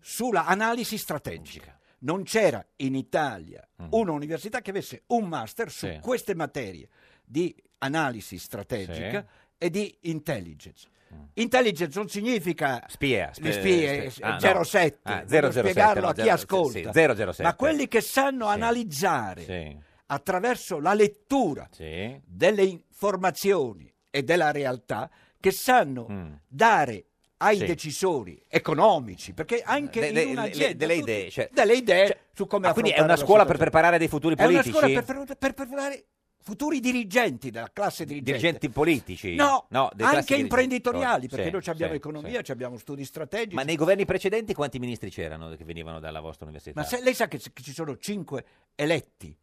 Speaker 11: sulla analisi strategica. Non c'era in Italia un'università che avesse un master su
Speaker 2: Mm. Sì.
Speaker 11: queste materie di analisi strategica e di intelligence.
Speaker 2: Mm.
Speaker 11: Intelligence non significa
Speaker 2: Spia,
Speaker 11: le eh,
Speaker 2: sp-
Speaker 11: spie
Speaker 2: sp- ah, no.
Speaker 11: 07,
Speaker 2: Ah,
Speaker 11: voglio
Speaker 2: 007,
Speaker 11: spiegarlo
Speaker 2: no,
Speaker 11: a chi
Speaker 2: zero-
Speaker 11: ascolta,
Speaker 2: sì, 007.
Speaker 11: ma quelli che sanno analizzare attraverso la lettura delle informazioni e della realtà, che sanno dare ai
Speaker 2: Mm. Sì.
Speaker 11: decisori economici, perché anche
Speaker 2: De- de-
Speaker 11: in
Speaker 2: le-
Speaker 11: un'azienda
Speaker 2: delle
Speaker 11: tutti-
Speaker 2: idee, cioè-
Speaker 11: delle idee su come
Speaker 2: Ah, quindi è
Speaker 11: affrontare
Speaker 2: una
Speaker 11: la
Speaker 2: scuola per
Speaker 11: situazione.
Speaker 2: preparare dei futuri politici?
Speaker 11: È una scuola per, per- per preparare futuri dirigenti della classe dirigente.
Speaker 2: dirigenti politici?
Speaker 11: No,
Speaker 2: dei
Speaker 11: anche
Speaker 2: classici
Speaker 11: imprenditoriali,
Speaker 2: dirigenti. Oh,
Speaker 11: perché
Speaker 2: Sì,
Speaker 11: noi ci abbiamo
Speaker 2: sì,
Speaker 11: economia, ci abbiamo studi strategici.
Speaker 2: Ma nei governi precedenti quanti ministri c'erano che venivano dalla vostra università?
Speaker 11: Ma se- lei sa che, che ci sono cinque eletti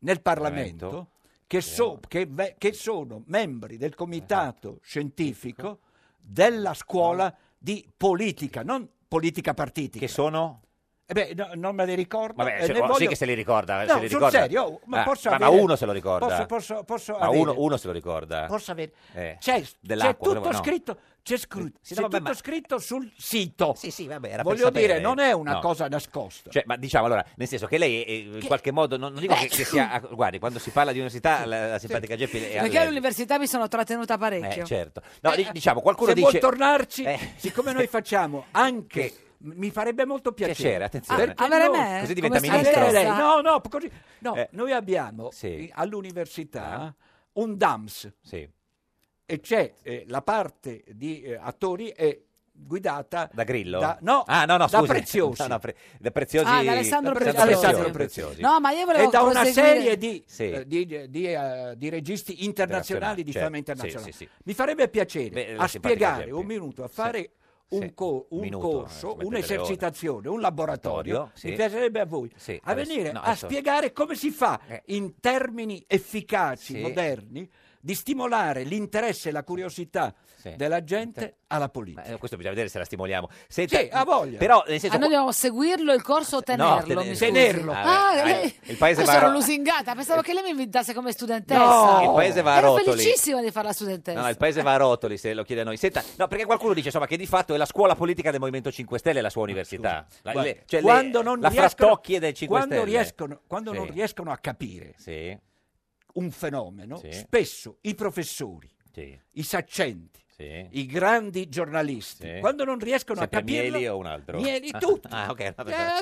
Speaker 11: nel Parlamento,
Speaker 2: Parlamento.
Speaker 11: che che, so- che ve- che sono membri del
Speaker 2: Esatto.
Speaker 11: comitato scientifico della scuola di politica, non politica partitica. Che
Speaker 2: sono?
Speaker 11: Eh beh, no, non me li ricordo.
Speaker 2: Vabbè,
Speaker 11: eh,
Speaker 2: cioè,
Speaker 11: ne
Speaker 2: oh, sì
Speaker 11: voglio-
Speaker 2: che se li ricorda.
Speaker 11: No,
Speaker 2: se li
Speaker 11: sul
Speaker 2: ricorda.
Speaker 11: serio, oh, ma
Speaker 2: Ah,
Speaker 11: posso
Speaker 2: ma
Speaker 11: avere-
Speaker 2: uno se lo ricorda.
Speaker 11: Posso, posso, posso
Speaker 2: ma
Speaker 11: avere-
Speaker 2: uno, uno se lo ricorda.
Speaker 11: Posso avere?
Speaker 2: Eh,
Speaker 11: C'è, c'è
Speaker 2: dell'acqua,
Speaker 11: tutto
Speaker 2: quello- no.
Speaker 11: scritto, c'è, scru-
Speaker 2: Sì,
Speaker 11: c'è
Speaker 2: no, vabbè,
Speaker 11: tutto
Speaker 2: ma-
Speaker 11: scritto sul sito.
Speaker 2: Sì, sì, vabbè, era per
Speaker 11: Voglio
Speaker 2: sapere.
Speaker 11: dire, non è una
Speaker 2: No.
Speaker 11: cosa nascosta.
Speaker 2: Cioè, ma diciamo allora, nel senso che lei eh, in
Speaker 11: Che-
Speaker 2: qualche modo, non, non dico che, che sia, ah, guardi, quando si parla di università la, la simpatica Geppi è
Speaker 1: Perché all'università mi sono trattenuta parecchio.
Speaker 2: Eh, certo. No, di- diciamo, qualcuno
Speaker 11: se
Speaker 2: dice...
Speaker 11: vuol tornarci,
Speaker 2: Eh.
Speaker 11: siccome noi facciamo anche... Mi farebbe molto piacere.
Speaker 2: Piacere, attenzione.
Speaker 11: Perché
Speaker 2: Ah, avere
Speaker 11: noi-
Speaker 2: me? Così diventa Come sta
Speaker 11: Avere
Speaker 2: ministro.
Speaker 11: lei. No, no, così- no,
Speaker 2: Eh.
Speaker 11: noi abbiamo
Speaker 2: Sì. Ah.
Speaker 11: eh, all'università un DAMS
Speaker 2: Sì,
Speaker 11: e c'è eh, la parte di eh, attori è guidata
Speaker 2: da Grillo?
Speaker 11: Da- no,
Speaker 2: ah, no, no,
Speaker 11: da
Speaker 2: scusi.
Speaker 11: Preziosi.
Speaker 2: No, no, Pre- da Preziosi...
Speaker 1: Ah, da Alessandro
Speaker 2: da
Speaker 1: Preziosi.
Speaker 11: Alessandro Preziosi.
Speaker 1: No, ma io volevo
Speaker 11: e da una
Speaker 1: proseguire-
Speaker 11: serie di,
Speaker 2: Sì.
Speaker 11: eh, di, di, eh, di registi internazionali di
Speaker 2: Certo.
Speaker 11: fama internazionale.
Speaker 2: Sì, sì, sì.
Speaker 11: Mi farebbe piacere
Speaker 2: Beh, la
Speaker 11: a
Speaker 2: simpatica
Speaker 11: spiegare
Speaker 2: Geppi.
Speaker 11: un minuto, a fare un,
Speaker 2: Sì.
Speaker 11: co- un
Speaker 2: Minuto, eh,
Speaker 11: corso,
Speaker 2: come
Speaker 11: un'esercitazione, un laboratorio.
Speaker 2: Laboratorio, sì.
Speaker 11: Mi piacerebbe a voi
Speaker 2: Sì,
Speaker 11: a
Speaker 2: adesso-
Speaker 11: venire
Speaker 2: no,
Speaker 11: a
Speaker 2: adesso- Eh.
Speaker 11: spiegare come si fa in termini efficaci,
Speaker 2: Sì.
Speaker 11: moderni, di stimolare l'interesse e la curiosità
Speaker 2: Sì.
Speaker 11: della gente alla politica.
Speaker 2: Eh, questo bisogna vedere se la stimoliamo. Senta,
Speaker 11: Sì, ha voglia.
Speaker 2: Però, nel senso...
Speaker 1: Ah, noi dobbiamo seguirlo il corso o tenerlo?
Speaker 2: No, ten-
Speaker 1: mi scusi?
Speaker 2: tenerlo.
Speaker 1: Ah,
Speaker 2: Ah,
Speaker 1: lei-
Speaker 2: il paese
Speaker 1: io
Speaker 2: va a
Speaker 1: sono
Speaker 2: ro- Eh.
Speaker 1: lusingata, pensavo che lei mi invitasse come studentessa.
Speaker 2: No, il paese va a
Speaker 1: Ero
Speaker 2: rotoli.
Speaker 1: felicissima di fare la studentessa.
Speaker 2: No, no, il paese va a rotoli se lo chiede a noi. Senta, no, perché qualcuno dice insomma, che di fatto è la scuola politica del Movimento 5 Stelle la sua università. La,
Speaker 11: Guarda,
Speaker 2: le- cioè le-
Speaker 11: quando non
Speaker 2: la
Speaker 11: riescono-
Speaker 2: frattocchie del 5
Speaker 11: quando
Speaker 2: Stelle.
Speaker 11: riescono- quando
Speaker 2: Sì.
Speaker 11: non riescono a capire
Speaker 2: Sì,
Speaker 11: un fenomeno,
Speaker 2: Sì.
Speaker 11: spesso i professori,
Speaker 2: sì,
Speaker 11: i saccenti,
Speaker 2: sì.
Speaker 11: i grandi giornalisti,
Speaker 2: Sì.
Speaker 11: quando non riescono
Speaker 2: Sempre
Speaker 11: a capire...
Speaker 2: Mieli o un altro?
Speaker 11: Mieli,
Speaker 2: Ah,
Speaker 11: tutti.
Speaker 2: ah, ok, no,
Speaker 11: Eh,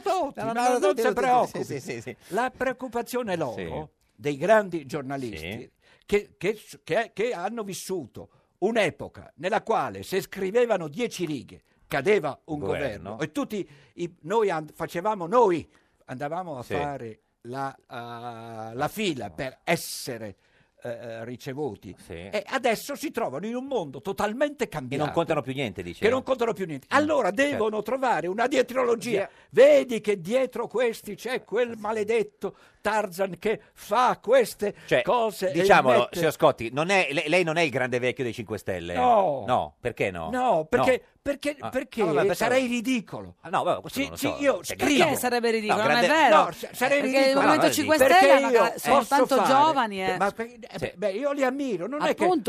Speaker 11: tutti,
Speaker 2: no,
Speaker 11: ma
Speaker 2: no, no,
Speaker 11: non
Speaker 2: tutti,
Speaker 11: si
Speaker 2: tutti,
Speaker 11: preoccupi.
Speaker 2: sì, sì, sì.
Speaker 11: La preoccupazione loro,
Speaker 2: Sì.
Speaker 11: dei grandi giornalisti, che, che- che- che hanno vissuto un'epoca nella quale se scrivevano dieci righe cadeva un
Speaker 2: Governo.
Speaker 11: governo, e tutti i- noi and- facevamo noi, andavamo a
Speaker 2: Sì.
Speaker 11: fare la, ah, la fila per essere eh, ricevuti e adesso si trovano in un mondo totalmente
Speaker 2: Che
Speaker 11: cambiato
Speaker 2: non contano più niente, dice.
Speaker 11: Esatto. che non contano più niente. Allora
Speaker 2: Certo.
Speaker 11: devono trovare una dietrologia.
Speaker 2: Sì.
Speaker 11: Vedi che dietro questi c'è quel maledetto Tarzan che fa queste
Speaker 2: Cioè,
Speaker 11: cose. e
Speaker 2: Diciamolo,
Speaker 11: mette-
Speaker 2: signor Scotti, non è- lei, lei non è il grande vecchio dei 5 Stelle.
Speaker 11: No.
Speaker 2: perché no?
Speaker 11: No, perché, perché,
Speaker 2: Ah.
Speaker 11: perché
Speaker 2: Ah, vabbè, pensavo-
Speaker 11: sarei ridicolo.
Speaker 2: Ah, no, vabbè, questo
Speaker 11: Sì,
Speaker 2: non lo
Speaker 11: sì,
Speaker 2: so. Cioè,
Speaker 11: io
Speaker 2: Perché
Speaker 11: scrivo.
Speaker 2: no?
Speaker 1: sarebbe ridicolo,
Speaker 2: No,
Speaker 1: non è
Speaker 2: grande-
Speaker 1: vero?
Speaker 11: No, sa- sarei
Speaker 1: Perché
Speaker 11: ridicolo.
Speaker 1: il Movimento
Speaker 11: No, no,
Speaker 1: 5
Speaker 11: perché
Speaker 1: Stelle
Speaker 11: io
Speaker 1: hanno- sono
Speaker 11: posso
Speaker 1: tanto
Speaker 11: fare-
Speaker 1: giovani, eh.
Speaker 11: Ma perché- eh,
Speaker 2: Sì.
Speaker 11: beh, io li ammiro,
Speaker 1: Appunto,
Speaker 11: non è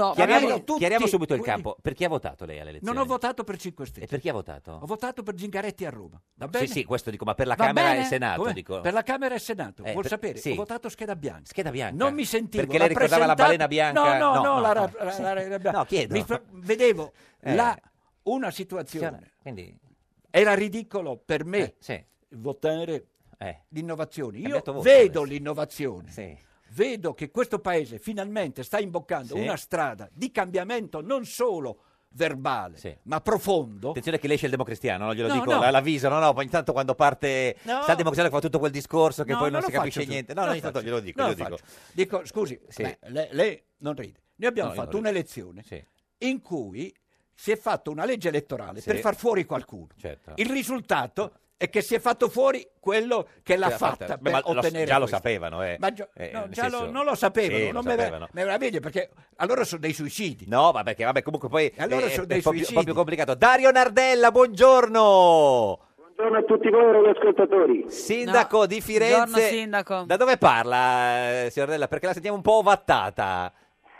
Speaker 11: che...
Speaker 2: Chiariamo,
Speaker 11: Chiariamo tutti-
Speaker 2: chiariamo subito il campo. Per chi ha votato lei alle elezioni?
Speaker 11: Non ho votato per 5 Stelle.
Speaker 2: E per chi ha votato?
Speaker 11: Ho votato per Zingaretti a Roma. Va bene?
Speaker 2: Sì, sì, questo dico, ma per la
Speaker 11: Va
Speaker 2: Camera e
Speaker 11: bene?
Speaker 2: il Senato,
Speaker 11: Com'è?
Speaker 2: dico.
Speaker 11: Per la Camera e il Senato,
Speaker 2: Eh,
Speaker 11: vuol
Speaker 2: per-
Speaker 11: sapere,
Speaker 2: sì.
Speaker 11: ho votato scheda bianca.
Speaker 2: Scheda bianca.
Speaker 11: Non mi sentivo
Speaker 2: Perché lei ricordava la balena
Speaker 11: rappresentato-
Speaker 2: bianca?
Speaker 11: No, no,
Speaker 2: No,
Speaker 11: no,
Speaker 2: no,
Speaker 11: la,
Speaker 2: no.
Speaker 11: ra- la- la- la- la- la-
Speaker 2: No, chiedo.
Speaker 11: mi fa- vedevo
Speaker 2: Eh.
Speaker 11: la- una situazione.
Speaker 2: Signora, Quindi, Eh,
Speaker 11: Era ridicolo per me votare l'innovazione. Io vedo l'innovazione. Vedo che questo paese finalmente sta imboccando
Speaker 2: Sì.
Speaker 11: una strada di cambiamento non solo verbale, ma profondo.
Speaker 2: attenzione che lei esce il democristiano, non glielo
Speaker 11: No,
Speaker 2: dico,
Speaker 11: no.
Speaker 2: la- l'avviso, no, no, poi ogni tanto quando parte
Speaker 11: No.
Speaker 2: sta il democristiano che fa tutto quel discorso che
Speaker 11: No,
Speaker 2: poi non,
Speaker 11: lo
Speaker 2: si capisce
Speaker 11: faccio più.
Speaker 2: niente. No,
Speaker 11: Non
Speaker 2: no,
Speaker 11: lo
Speaker 2: ogni tanto
Speaker 11: faccio.
Speaker 2: glielo dico,
Speaker 11: Non lo
Speaker 2: glielo dico.
Speaker 11: faccio. Dico, scusi,
Speaker 2: Sì.
Speaker 11: beh, le- lei non ride. Noi abbiamo
Speaker 2: No, io
Speaker 11: fatto
Speaker 2: non rido.
Speaker 11: un'elezione
Speaker 2: Sì.
Speaker 11: in cui si è fatta una legge elettorale
Speaker 2: Sì.
Speaker 11: per far fuori qualcuno.
Speaker 2: Certo.
Speaker 11: Il risultato è che si è fatto fuori quello che Cioè, l'ha
Speaker 2: L'ha fatta.
Speaker 11: fatta,
Speaker 2: Beh,
Speaker 11: per
Speaker 2: ma lo-
Speaker 11: ottenere
Speaker 2: già lo
Speaker 11: questo.
Speaker 2: sapevano, eh.
Speaker 11: Ma gio-
Speaker 2: Eh,
Speaker 11: no,
Speaker 2: nel
Speaker 11: già
Speaker 2: senso-
Speaker 11: lo- non lo sapevano,
Speaker 2: Sì, lo
Speaker 11: non me-
Speaker 2: sapevano.
Speaker 11: me meraviglio perché allora sono dei suicidi.
Speaker 2: No, ma perché, vabbè, comunque poi
Speaker 11: allora
Speaker 2: eh,
Speaker 11: sono
Speaker 2: è
Speaker 11: dei
Speaker 2: un po' più, un po'
Speaker 11: suicidi.
Speaker 2: più complicato. Dario Nardella, buongiorno!
Speaker 15: Buongiorno a tutti voi radioascoltatori.
Speaker 2: Sindaco di Firenze.
Speaker 1: Buongiorno, sindaco.
Speaker 2: Da dove parla, eh, signor Nardella? Perché la sentiamo un po' ovattata.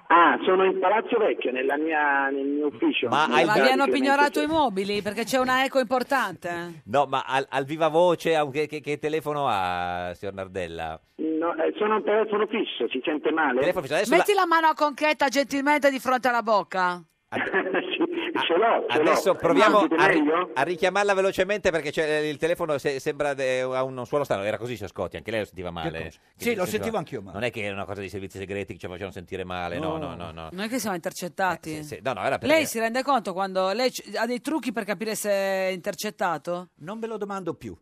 Speaker 15: Ah, sono in Palazzo Vecchio, nella mia- nel mio ufficio.
Speaker 2: Ma
Speaker 15: Nel
Speaker 2: hai-
Speaker 1: Ma vi hanno
Speaker 15: Vatican.
Speaker 1: pignorato i mobili perché c'è una eco importante.
Speaker 2: No, ma al, al viva voce, a un- che, che- che telefono ha, signor Nardella?
Speaker 15: No, eh, sono un telefono fisso, si sente male?
Speaker 2: Telefono fisso, adesso
Speaker 1: Metti la mano a conchetta gentilmente di fronte alla bocca.
Speaker 15: ce l'ho, ce l'ho.
Speaker 2: Adesso proviamo
Speaker 15: Sentite
Speaker 2: a, ri-
Speaker 15: meglio?
Speaker 2: a richiamarla velocemente perché c'è- eh, il telefono se- sembra de- eh, a uno suono strano. Era così, signor Scotti, anche lei lo sentiva male.
Speaker 11: cosa?
Speaker 2: Che-
Speaker 11: Sì, lo
Speaker 2: nel senso,
Speaker 11: sentivo anch'io male.
Speaker 2: Non è che era una cosa dei servizi segreti che ci facevano sentire male, no, no, no. no.
Speaker 1: Non è che siamo intercettati.
Speaker 2: Sì, no, no, era per
Speaker 1: Lei si rende conto quando lei c- ha dei trucchi per capire se è intercettato?
Speaker 11: Non ve lo domando più.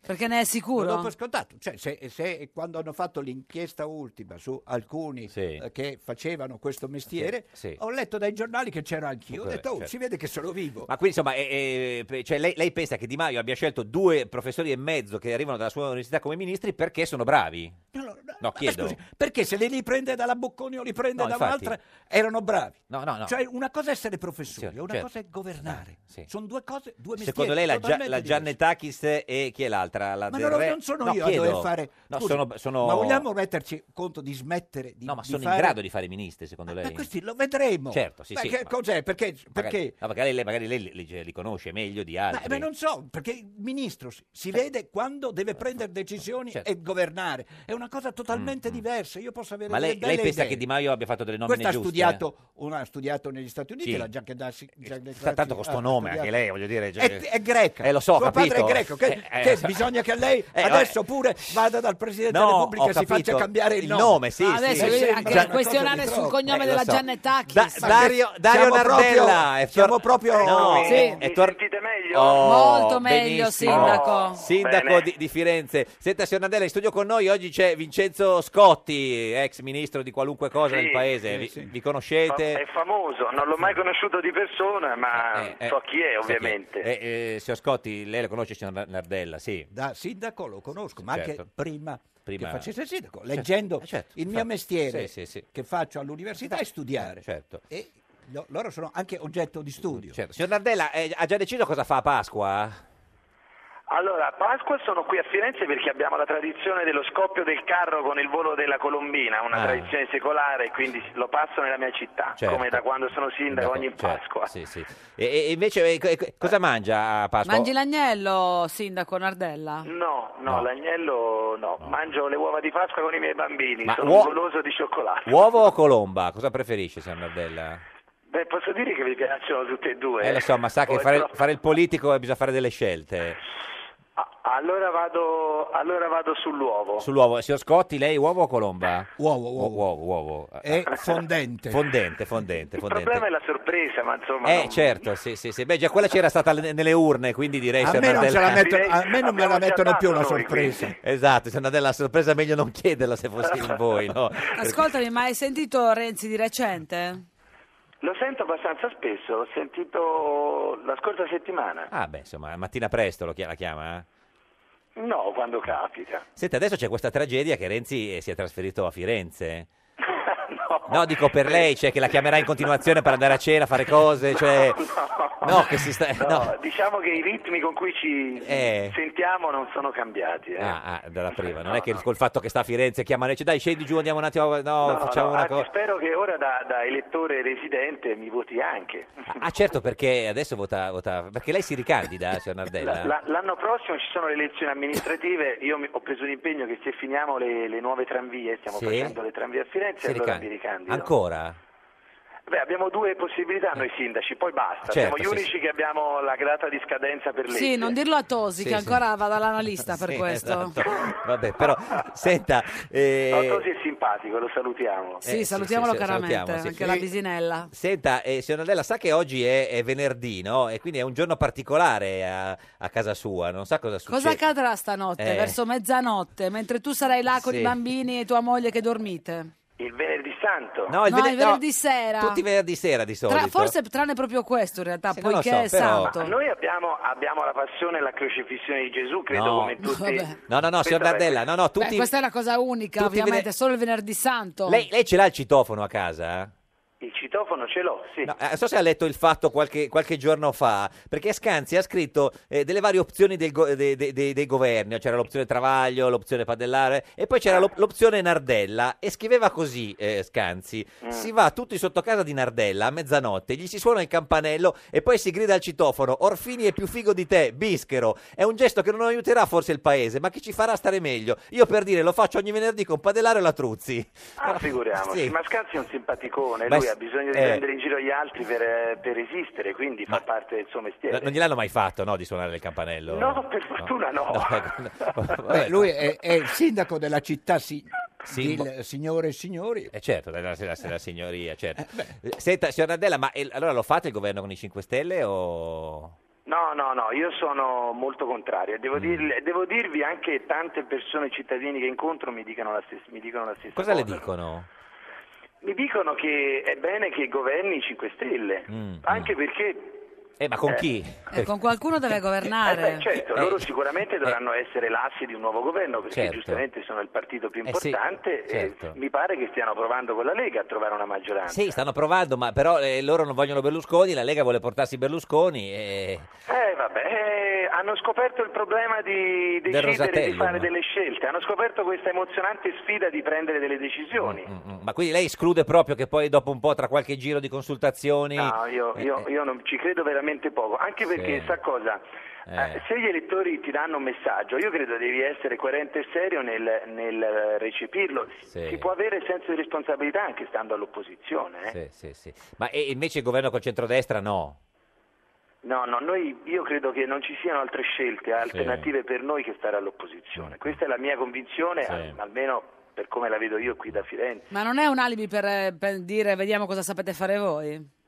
Speaker 1: Perché ne è
Speaker 11: Lo
Speaker 1: sicuro?
Speaker 11: do per scontato. Cioè, se, se quando hanno fatto l'inchiesta ultima su alcuni eh, che facevano questo mestiere,
Speaker 2: Sì, sì.
Speaker 11: ho letto dai giornali che c'ero anch'io. Ho
Speaker 2: Vabbè,
Speaker 11: detto, oh,
Speaker 2: certo.
Speaker 11: si vede che sono vivo.
Speaker 2: Ma quindi insomma, eh, eh, cioè, lei, lei pensa che Di Maio abbia scelto due professori e mezzo che arrivano dalla sua università come ministri perché sono bravi?
Speaker 11: Allora,
Speaker 2: No, chiedo.
Speaker 11: Scusi, perché se li riprende dalla Bocconi o li prende
Speaker 2: No,
Speaker 11: da
Speaker 2: infatti.
Speaker 11: un'altra, erano bravi.
Speaker 2: No, no, no.
Speaker 11: Cioè, una cosa è essere professori, una
Speaker 2: certo.
Speaker 11: cosa è governare.
Speaker 2: Sì.
Speaker 11: Sono due cose, due mestieri.
Speaker 2: Secondo lei la, Gia-
Speaker 11: totalmente
Speaker 2: la
Speaker 11: diversi.
Speaker 2: Giannetakis e chi è l'altra? La
Speaker 11: Ma
Speaker 2: Del
Speaker 11: non,
Speaker 2: Re?
Speaker 11: non sono
Speaker 2: No,
Speaker 11: io
Speaker 2: chiedo.
Speaker 11: a dover fare.
Speaker 2: No,
Speaker 11: Scusi,
Speaker 2: sono, sono-
Speaker 11: Ma vogliamo metterci conto di smettere di.
Speaker 2: No, ma
Speaker 11: di
Speaker 2: sono
Speaker 11: fare-
Speaker 2: in grado di fare ministri, secondo lei?
Speaker 11: Ma questi lo vedremo.
Speaker 2: Certo, sì,
Speaker 11: Ma
Speaker 2: sì,
Speaker 11: Che
Speaker 2: ma-
Speaker 11: cos'è? Perché.
Speaker 2: Magari-
Speaker 11: perché
Speaker 2: no, magari lei, magari lei li, li- li conosce meglio di
Speaker 11: ma,
Speaker 2: altri.
Speaker 11: Eh, ma non so, perché il ministro si,
Speaker 2: Eh.
Speaker 11: si vede quando deve prendere
Speaker 2: certo.
Speaker 11: decisioni e governare. È una cosa totalmente diversa. Io posso avere
Speaker 2: Mm, Ma lei,
Speaker 11: delle
Speaker 2: lei
Speaker 11: belle
Speaker 2: pensa
Speaker 11: idee.
Speaker 2: che Di Maio abbia fatto delle nomine
Speaker 11: Questo ha
Speaker 2: giuste?
Speaker 11: studiato, uno ha studiato negli Stati Uniti,
Speaker 2: eh. Sì.
Speaker 11: la Giacche Dassi. Giacche
Speaker 2: Sa- Tanto con
Speaker 11: Dassi
Speaker 2: sto
Speaker 11: ha
Speaker 2: nome,
Speaker 11: studiato.
Speaker 2: anche lei, voglio dire... cioè-
Speaker 11: È, è greca.
Speaker 2: Eh, lo so, ho
Speaker 11: Suo padre è
Speaker 2: capito.
Speaker 11: greco. Che,
Speaker 2: Eh, eh,
Speaker 11: che
Speaker 2: lo so.
Speaker 11: bisogna che lei
Speaker 2: Eh,
Speaker 11: adesso pure vada dal Presidente
Speaker 2: No,
Speaker 11: della Repubblica
Speaker 2: ho
Speaker 11: e si
Speaker 2: capito.
Speaker 11: faccia cambiare il
Speaker 2: Il
Speaker 11: nome.
Speaker 2: nome, sì,
Speaker 1: Ah, Adesso
Speaker 2: sì.
Speaker 1: c'è anche
Speaker 2: Gian-
Speaker 1: il Cioè, questionare sul cognome
Speaker 2: Eh, lo
Speaker 1: della
Speaker 2: so.
Speaker 1: Giannettacchi.
Speaker 2: Da- Dario, Dario
Speaker 1: Siamo proprio-
Speaker 2: Nardella è Eh,
Speaker 11: siamo proprio-
Speaker 2: no,
Speaker 1: Sì.
Speaker 2: è- è tor- Oh,
Speaker 1: Molto meglio,
Speaker 2: benissimo.
Speaker 1: sindaco.
Speaker 2: Sindaco
Speaker 1: Bene.
Speaker 2: di, di Firenze. Senta, signor Nardella, in studio con noi oggi c'è Vincenzo Scotti, ex ministro di qualunque cosa
Speaker 15: Sì,
Speaker 2: del paese. Vi, vi conoscete?
Speaker 15: È famoso, non l'ho mai conosciuto di persona, ma
Speaker 2: Eh, eh,
Speaker 15: so chi è
Speaker 2: so chi
Speaker 15: ovviamente.
Speaker 2: Eh, eh, signor Scotti, lei lo conosce, signor Nardella, sì.
Speaker 11: Da sindaco lo conosco, ma
Speaker 2: Certo.
Speaker 11: anche prima,
Speaker 2: Prima-
Speaker 11: che facesse il sindaco,
Speaker 2: Certo.
Speaker 11: leggendo
Speaker 2: Eh, certo.
Speaker 11: il mio
Speaker 2: Certo.
Speaker 11: mestiere
Speaker 2: Sì, sì, sì. Eh,
Speaker 11: che faccio all'università è studiare.
Speaker 2: Certo.
Speaker 11: E lo- loro sono anche oggetto di studio.
Speaker 2: Certo. Signor Nardella, eh, ha già deciso cosa fa a Pasqua?
Speaker 15: Allora, a Pasqua sono qui a Firenze perché abbiamo la tradizione dello scoppio del carro con il volo della Colombina, una
Speaker 2: Ah.
Speaker 15: tradizione secolare, quindi lo passo nella mia città,
Speaker 2: Certo.
Speaker 15: come da quando sono sindaco ogni
Speaker 2: Certo,
Speaker 15: Pasqua.
Speaker 2: Sì, sì. E, e invece eh, co- co- cosa mangia a Pasqua?
Speaker 1: Mangi l'agnello, sindaco Nardella?
Speaker 15: No, no, l'agnello no. mangio le uova di Pasqua con i miei bambini,
Speaker 2: Ma
Speaker 15: sono
Speaker 2: uo-
Speaker 15: goloso di cioccolato.
Speaker 2: Uovo o colomba? Cosa preferisce, signor Nardella?
Speaker 15: Beh, posso dire che mi piacciono tutte e due.
Speaker 2: Eh, lo so, ma sa
Speaker 15: Oh,
Speaker 2: che
Speaker 15: è
Speaker 2: fare,
Speaker 15: troppo-
Speaker 2: fare il politico eh, bisogna fare delle scelte.
Speaker 15: Allora vado, allora vado sull'uovo.
Speaker 2: Sull'uovo, signor Scotti, lei uovo o colomba?
Speaker 11: Uovo,
Speaker 2: uovo. uovo, uovo.
Speaker 11: È fondente.
Speaker 2: Fondente, fondente,
Speaker 15: Il problema
Speaker 2: fondente.
Speaker 15: è la sorpresa, ma insomma...
Speaker 2: Eh,
Speaker 15: non-
Speaker 2: certo, sì, sì, sì. Beh, già quella c'era stata le- nelle urne, quindi direi...
Speaker 11: A
Speaker 2: signor
Speaker 11: me, non ce
Speaker 2: Nardella-
Speaker 11: la mettono- a me non me la mettono più una sorpresa.
Speaker 2: Esatto, signor Nardella, la sorpresa è meglio non chiederla se fossi in voi, no?
Speaker 1: Ascoltami, ma hai sentito Renzi di recente?
Speaker 15: Lo sento abbastanza spesso, l'ho sentito la scorsa settimana.
Speaker 2: Ah, beh, insomma, mattina presto lo chi- la chiama? eh?
Speaker 15: No, quando capita.
Speaker 2: Senta, adesso c'è questa tragedia che Renzi eh, si è trasferito a Firenze. No, dico per lei, cioè che la chiamerà in continuazione per andare a cena, fare cose, cioè... No, che si sta...
Speaker 15: No,
Speaker 2: no.
Speaker 15: diciamo che i ritmi con cui ci
Speaker 2: Eh.
Speaker 15: sentiamo non sono cambiati. eh.
Speaker 2: Ah, ah, dalla prima, non è che col fatto che sta a Firenze chiama lei, cioè dai scendi giù, andiamo un attimo, no,
Speaker 15: No,
Speaker 2: facciamo
Speaker 15: no,
Speaker 2: una
Speaker 15: anzi,
Speaker 2: cosa...
Speaker 15: Spero che ora da, da elettore residente mi voti anche.
Speaker 2: Ah certo, perché adesso vota, vota... perché lei si ricandida, signor
Speaker 15: La-
Speaker 2: Nardella?
Speaker 15: la- l'anno prossimo ci sono le elezioni amministrative, io mi- ho preso l'impegno che se finiamo le, le nuove tranvie, stiamo
Speaker 2: Sì.
Speaker 15: facendo le tranvie a Firenze,
Speaker 2: Si
Speaker 15: allora
Speaker 2: ricandida.
Speaker 15: certo mi ricandido.
Speaker 2: Ancora?
Speaker 15: Beh, abbiamo due possibilità noi sindaci, poi basta.
Speaker 2: Eh. Certo,
Speaker 15: Siamo gli
Speaker 2: sì,
Speaker 15: unici che abbiamo la data di scadenza per legge.
Speaker 1: Sì, non dirlo a Tosi,
Speaker 2: Sì,
Speaker 1: che
Speaker 2: sì.
Speaker 1: ancora va dall'analista per
Speaker 2: Sì,
Speaker 1: questo.
Speaker 2: esatto. Vabbè, però, senta... eh,
Speaker 15: No, così è simpatico, lo salutiamo.
Speaker 2: Eh,
Speaker 1: Sì,
Speaker 2: sì,
Speaker 1: salutiamolo
Speaker 2: sì, sì,
Speaker 1: caramente,
Speaker 2: salutiamo, sì.
Speaker 1: anche la
Speaker 2: Sì.
Speaker 1: bisinella.
Speaker 2: Senta, eh, signor Nardella, sa che oggi è, è venerdì, no? E quindi è un giorno particolare a, a casa sua, non sa cosa succede.
Speaker 1: Cosa accadrà stanotte,
Speaker 2: Eh.
Speaker 1: verso mezzanotte, mentre tu sarai là con
Speaker 2: Sì.
Speaker 1: i bambini e tua moglie che dormite?
Speaker 15: Il venerdì santo.
Speaker 2: No, il
Speaker 1: No,
Speaker 2: vene-
Speaker 1: il venerdì sera.
Speaker 2: Tutti i venerdì sera di solito.
Speaker 1: Tra- forse tranne proprio questo in realtà,
Speaker 2: non lo
Speaker 1: poiché
Speaker 2: so,
Speaker 1: è
Speaker 2: però-
Speaker 1: santo.
Speaker 15: Ma noi abbiamo, abbiamo la passione e la crocifissione di Gesù, credo
Speaker 2: No.
Speaker 15: come tutti.
Speaker 1: Vabbè.
Speaker 2: No, no, no, signor
Speaker 15: Questa-
Speaker 2: Nardella, no, no,
Speaker 1: Beh,
Speaker 2: tutti...
Speaker 1: questa è una cosa unica,
Speaker 2: tutti i
Speaker 1: ovviamente,
Speaker 2: vene-
Speaker 1: solo il venerdì santo.
Speaker 2: lei, lei ce l'ha il citofono a casa?
Speaker 15: Il citofono ce l'ho, sì.
Speaker 2: Eh, Non so se ha letto il fatto qualche, qualche giorno fa, perché Scanzi ha scritto eh, delle varie opzioni del go- de- de- de- dei governi, c'era l'opzione Travaglio, l'opzione Padellare e poi c'era l'op- l'opzione Nardella e scriveva così eh, Scanzi,
Speaker 15: Mm.
Speaker 2: si va tutti sotto casa di Nardella a mezzanotte, gli si suona il campanello e poi si grida al citofono, Orfini è più figo di te, bischero, è un gesto che non aiuterà forse il paese ma che ci farà stare meglio, io per dire lo faccio ogni venerdì con Padellare e la Truzzi.
Speaker 15: Ah, figuriamoci,
Speaker 2: Sì.
Speaker 15: ma Scanzi è un simpaticone,
Speaker 2: Ma
Speaker 15: lui
Speaker 2: s-
Speaker 15: ha bisogno di
Speaker 2: eh.
Speaker 15: prendere in giro gli altri per, eh, per esistere, quindi fa parte del suo mestiere.
Speaker 2: Non gliel'hanno mai fatto, no, di suonare il campanello?
Speaker 15: No, per fortuna no.
Speaker 11: Beh, lui è, è il sindaco della città, sì,
Speaker 2: Simbo-
Speaker 11: del signore e signori.
Speaker 2: Eh certo, della, della- della signoria, certo. Senta, signor Nardella, ma eh, allora lo fate il governo con i 5 Stelle o...
Speaker 15: No, no, no, io sono molto contrario. Devo,
Speaker 2: Mm.
Speaker 15: dirle- devo dirvi anche che tante persone, cittadini che incontro, mi dicono la, stes- mi dicono la stessa
Speaker 2: Cosa le
Speaker 15: cosa.
Speaker 2: dicono?
Speaker 15: Mi dicono che è bene che governi i 5 Stelle,
Speaker 2: Mm,
Speaker 15: anche perché
Speaker 2: Eh, ma con
Speaker 15: Eh.
Speaker 2: chi?
Speaker 1: Eh, con qualcuno deve
Speaker 15: Eh
Speaker 1: governare.
Speaker 15: beh, certo, loro sicuramente dovranno essere l'assi di un nuovo governo perché
Speaker 2: eh, Certo.
Speaker 15: giustamente sono il partito più
Speaker 2: Eh sì,
Speaker 15: importante
Speaker 2: certo.
Speaker 15: e mi pare che stiano provando con la Lega a trovare una maggioranza.
Speaker 2: Sì, stanno provando, ma però eh, loro non vogliono Berlusconi, la Lega vuole portarsi Berlusconi e...
Speaker 15: Eh vabbè, eh, hanno scoperto il problema di decidere di
Speaker 2: Rosatellum.
Speaker 15: fare delle scelte, hanno scoperto questa emozionante sfida di prendere delle decisioni.
Speaker 2: Mm, Ma quindi lei esclude proprio che poi dopo un po' tra qualche giro di consultazioni...
Speaker 15: No, io,
Speaker 2: Eh,
Speaker 15: io- io non ci credo veramente poco, anche perché
Speaker 2: Sì.
Speaker 15: sa cosa?
Speaker 2: Eh.
Speaker 15: Eh, Se gli elettori ti danno un messaggio, io credo devi essere coerente e serio nel, nel, eh, recepirlo.
Speaker 2: Sì.
Speaker 15: Si può avere senso di responsabilità anche stando all'opposizione. eh.
Speaker 2: Sì, sì, sì. Ma e invece il governo col centrodestra no?
Speaker 15: No, no, noi, io credo che non ci siano altre scelte alternative per noi che stare
Speaker 2: Mm.
Speaker 15: all'opposizione. Questa è la mia convinzione, al- almeno per come la vedo io qui da Firenze.
Speaker 1: Ma non è un alibi per, eh, per dire vediamo cosa sapete fare voi?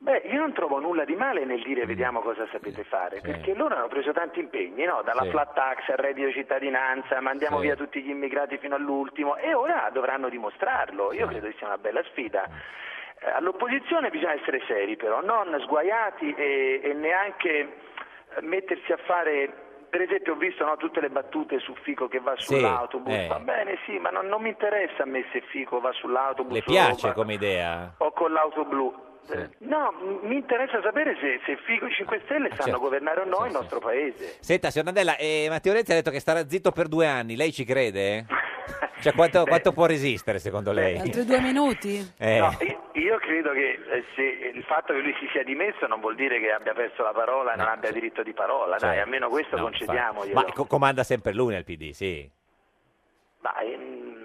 Speaker 15: Beh, io non trovo nulla di male nel dire
Speaker 2: Mm.
Speaker 15: vediamo cosa sapete fare, perché loro hanno preso tanti impegni, no? dalla
Speaker 16: Sì.
Speaker 15: flat tax al reddito cittadinanza, mandiamo
Speaker 16: Sì.
Speaker 15: via tutti gli immigrati fino all'ultimo e ora dovranno dimostrarlo. Io credo che sia una bella sfida.
Speaker 2: Mm.
Speaker 15: Eh, All'opposizione bisogna essere seri però, non sguaiati e, e neanche eh, mettersi a fare... Per esempio ho visto no, tutte le battute su Fico che va
Speaker 2: Sì,
Speaker 15: sull'autobus,
Speaker 2: eh.
Speaker 15: va bene sì, ma non, non mi interessa a me se Fico va sull'autobus
Speaker 2: Le
Speaker 15: o
Speaker 2: piace
Speaker 15: va-
Speaker 2: come idea?
Speaker 15: o con l'auto blu. Eh, No, m- mi interessa sapere se, se Fico e 5 Stelle sanno
Speaker 2: certo.
Speaker 15: governare o no il nostro paese.
Speaker 2: Senta, signor Nandella, eh, Matteo Renzi ha detto che starà zitto per due anni, lei ci crede? Cioè, quanto, quanto può resistere secondo lei?
Speaker 1: Altri due minuti?
Speaker 2: Eh.
Speaker 15: No, io, io credo che eh, se il fatto che lui si sia dimesso non vuol dire che abbia perso la parola e non abbia diritto di parola, dai,
Speaker 2: Certo.
Speaker 15: almeno questo
Speaker 2: No, infatti.
Speaker 15: concediamoglielo.
Speaker 2: Ma co- comanda sempre lui nel PD, sì.
Speaker 15: Ma, ehm,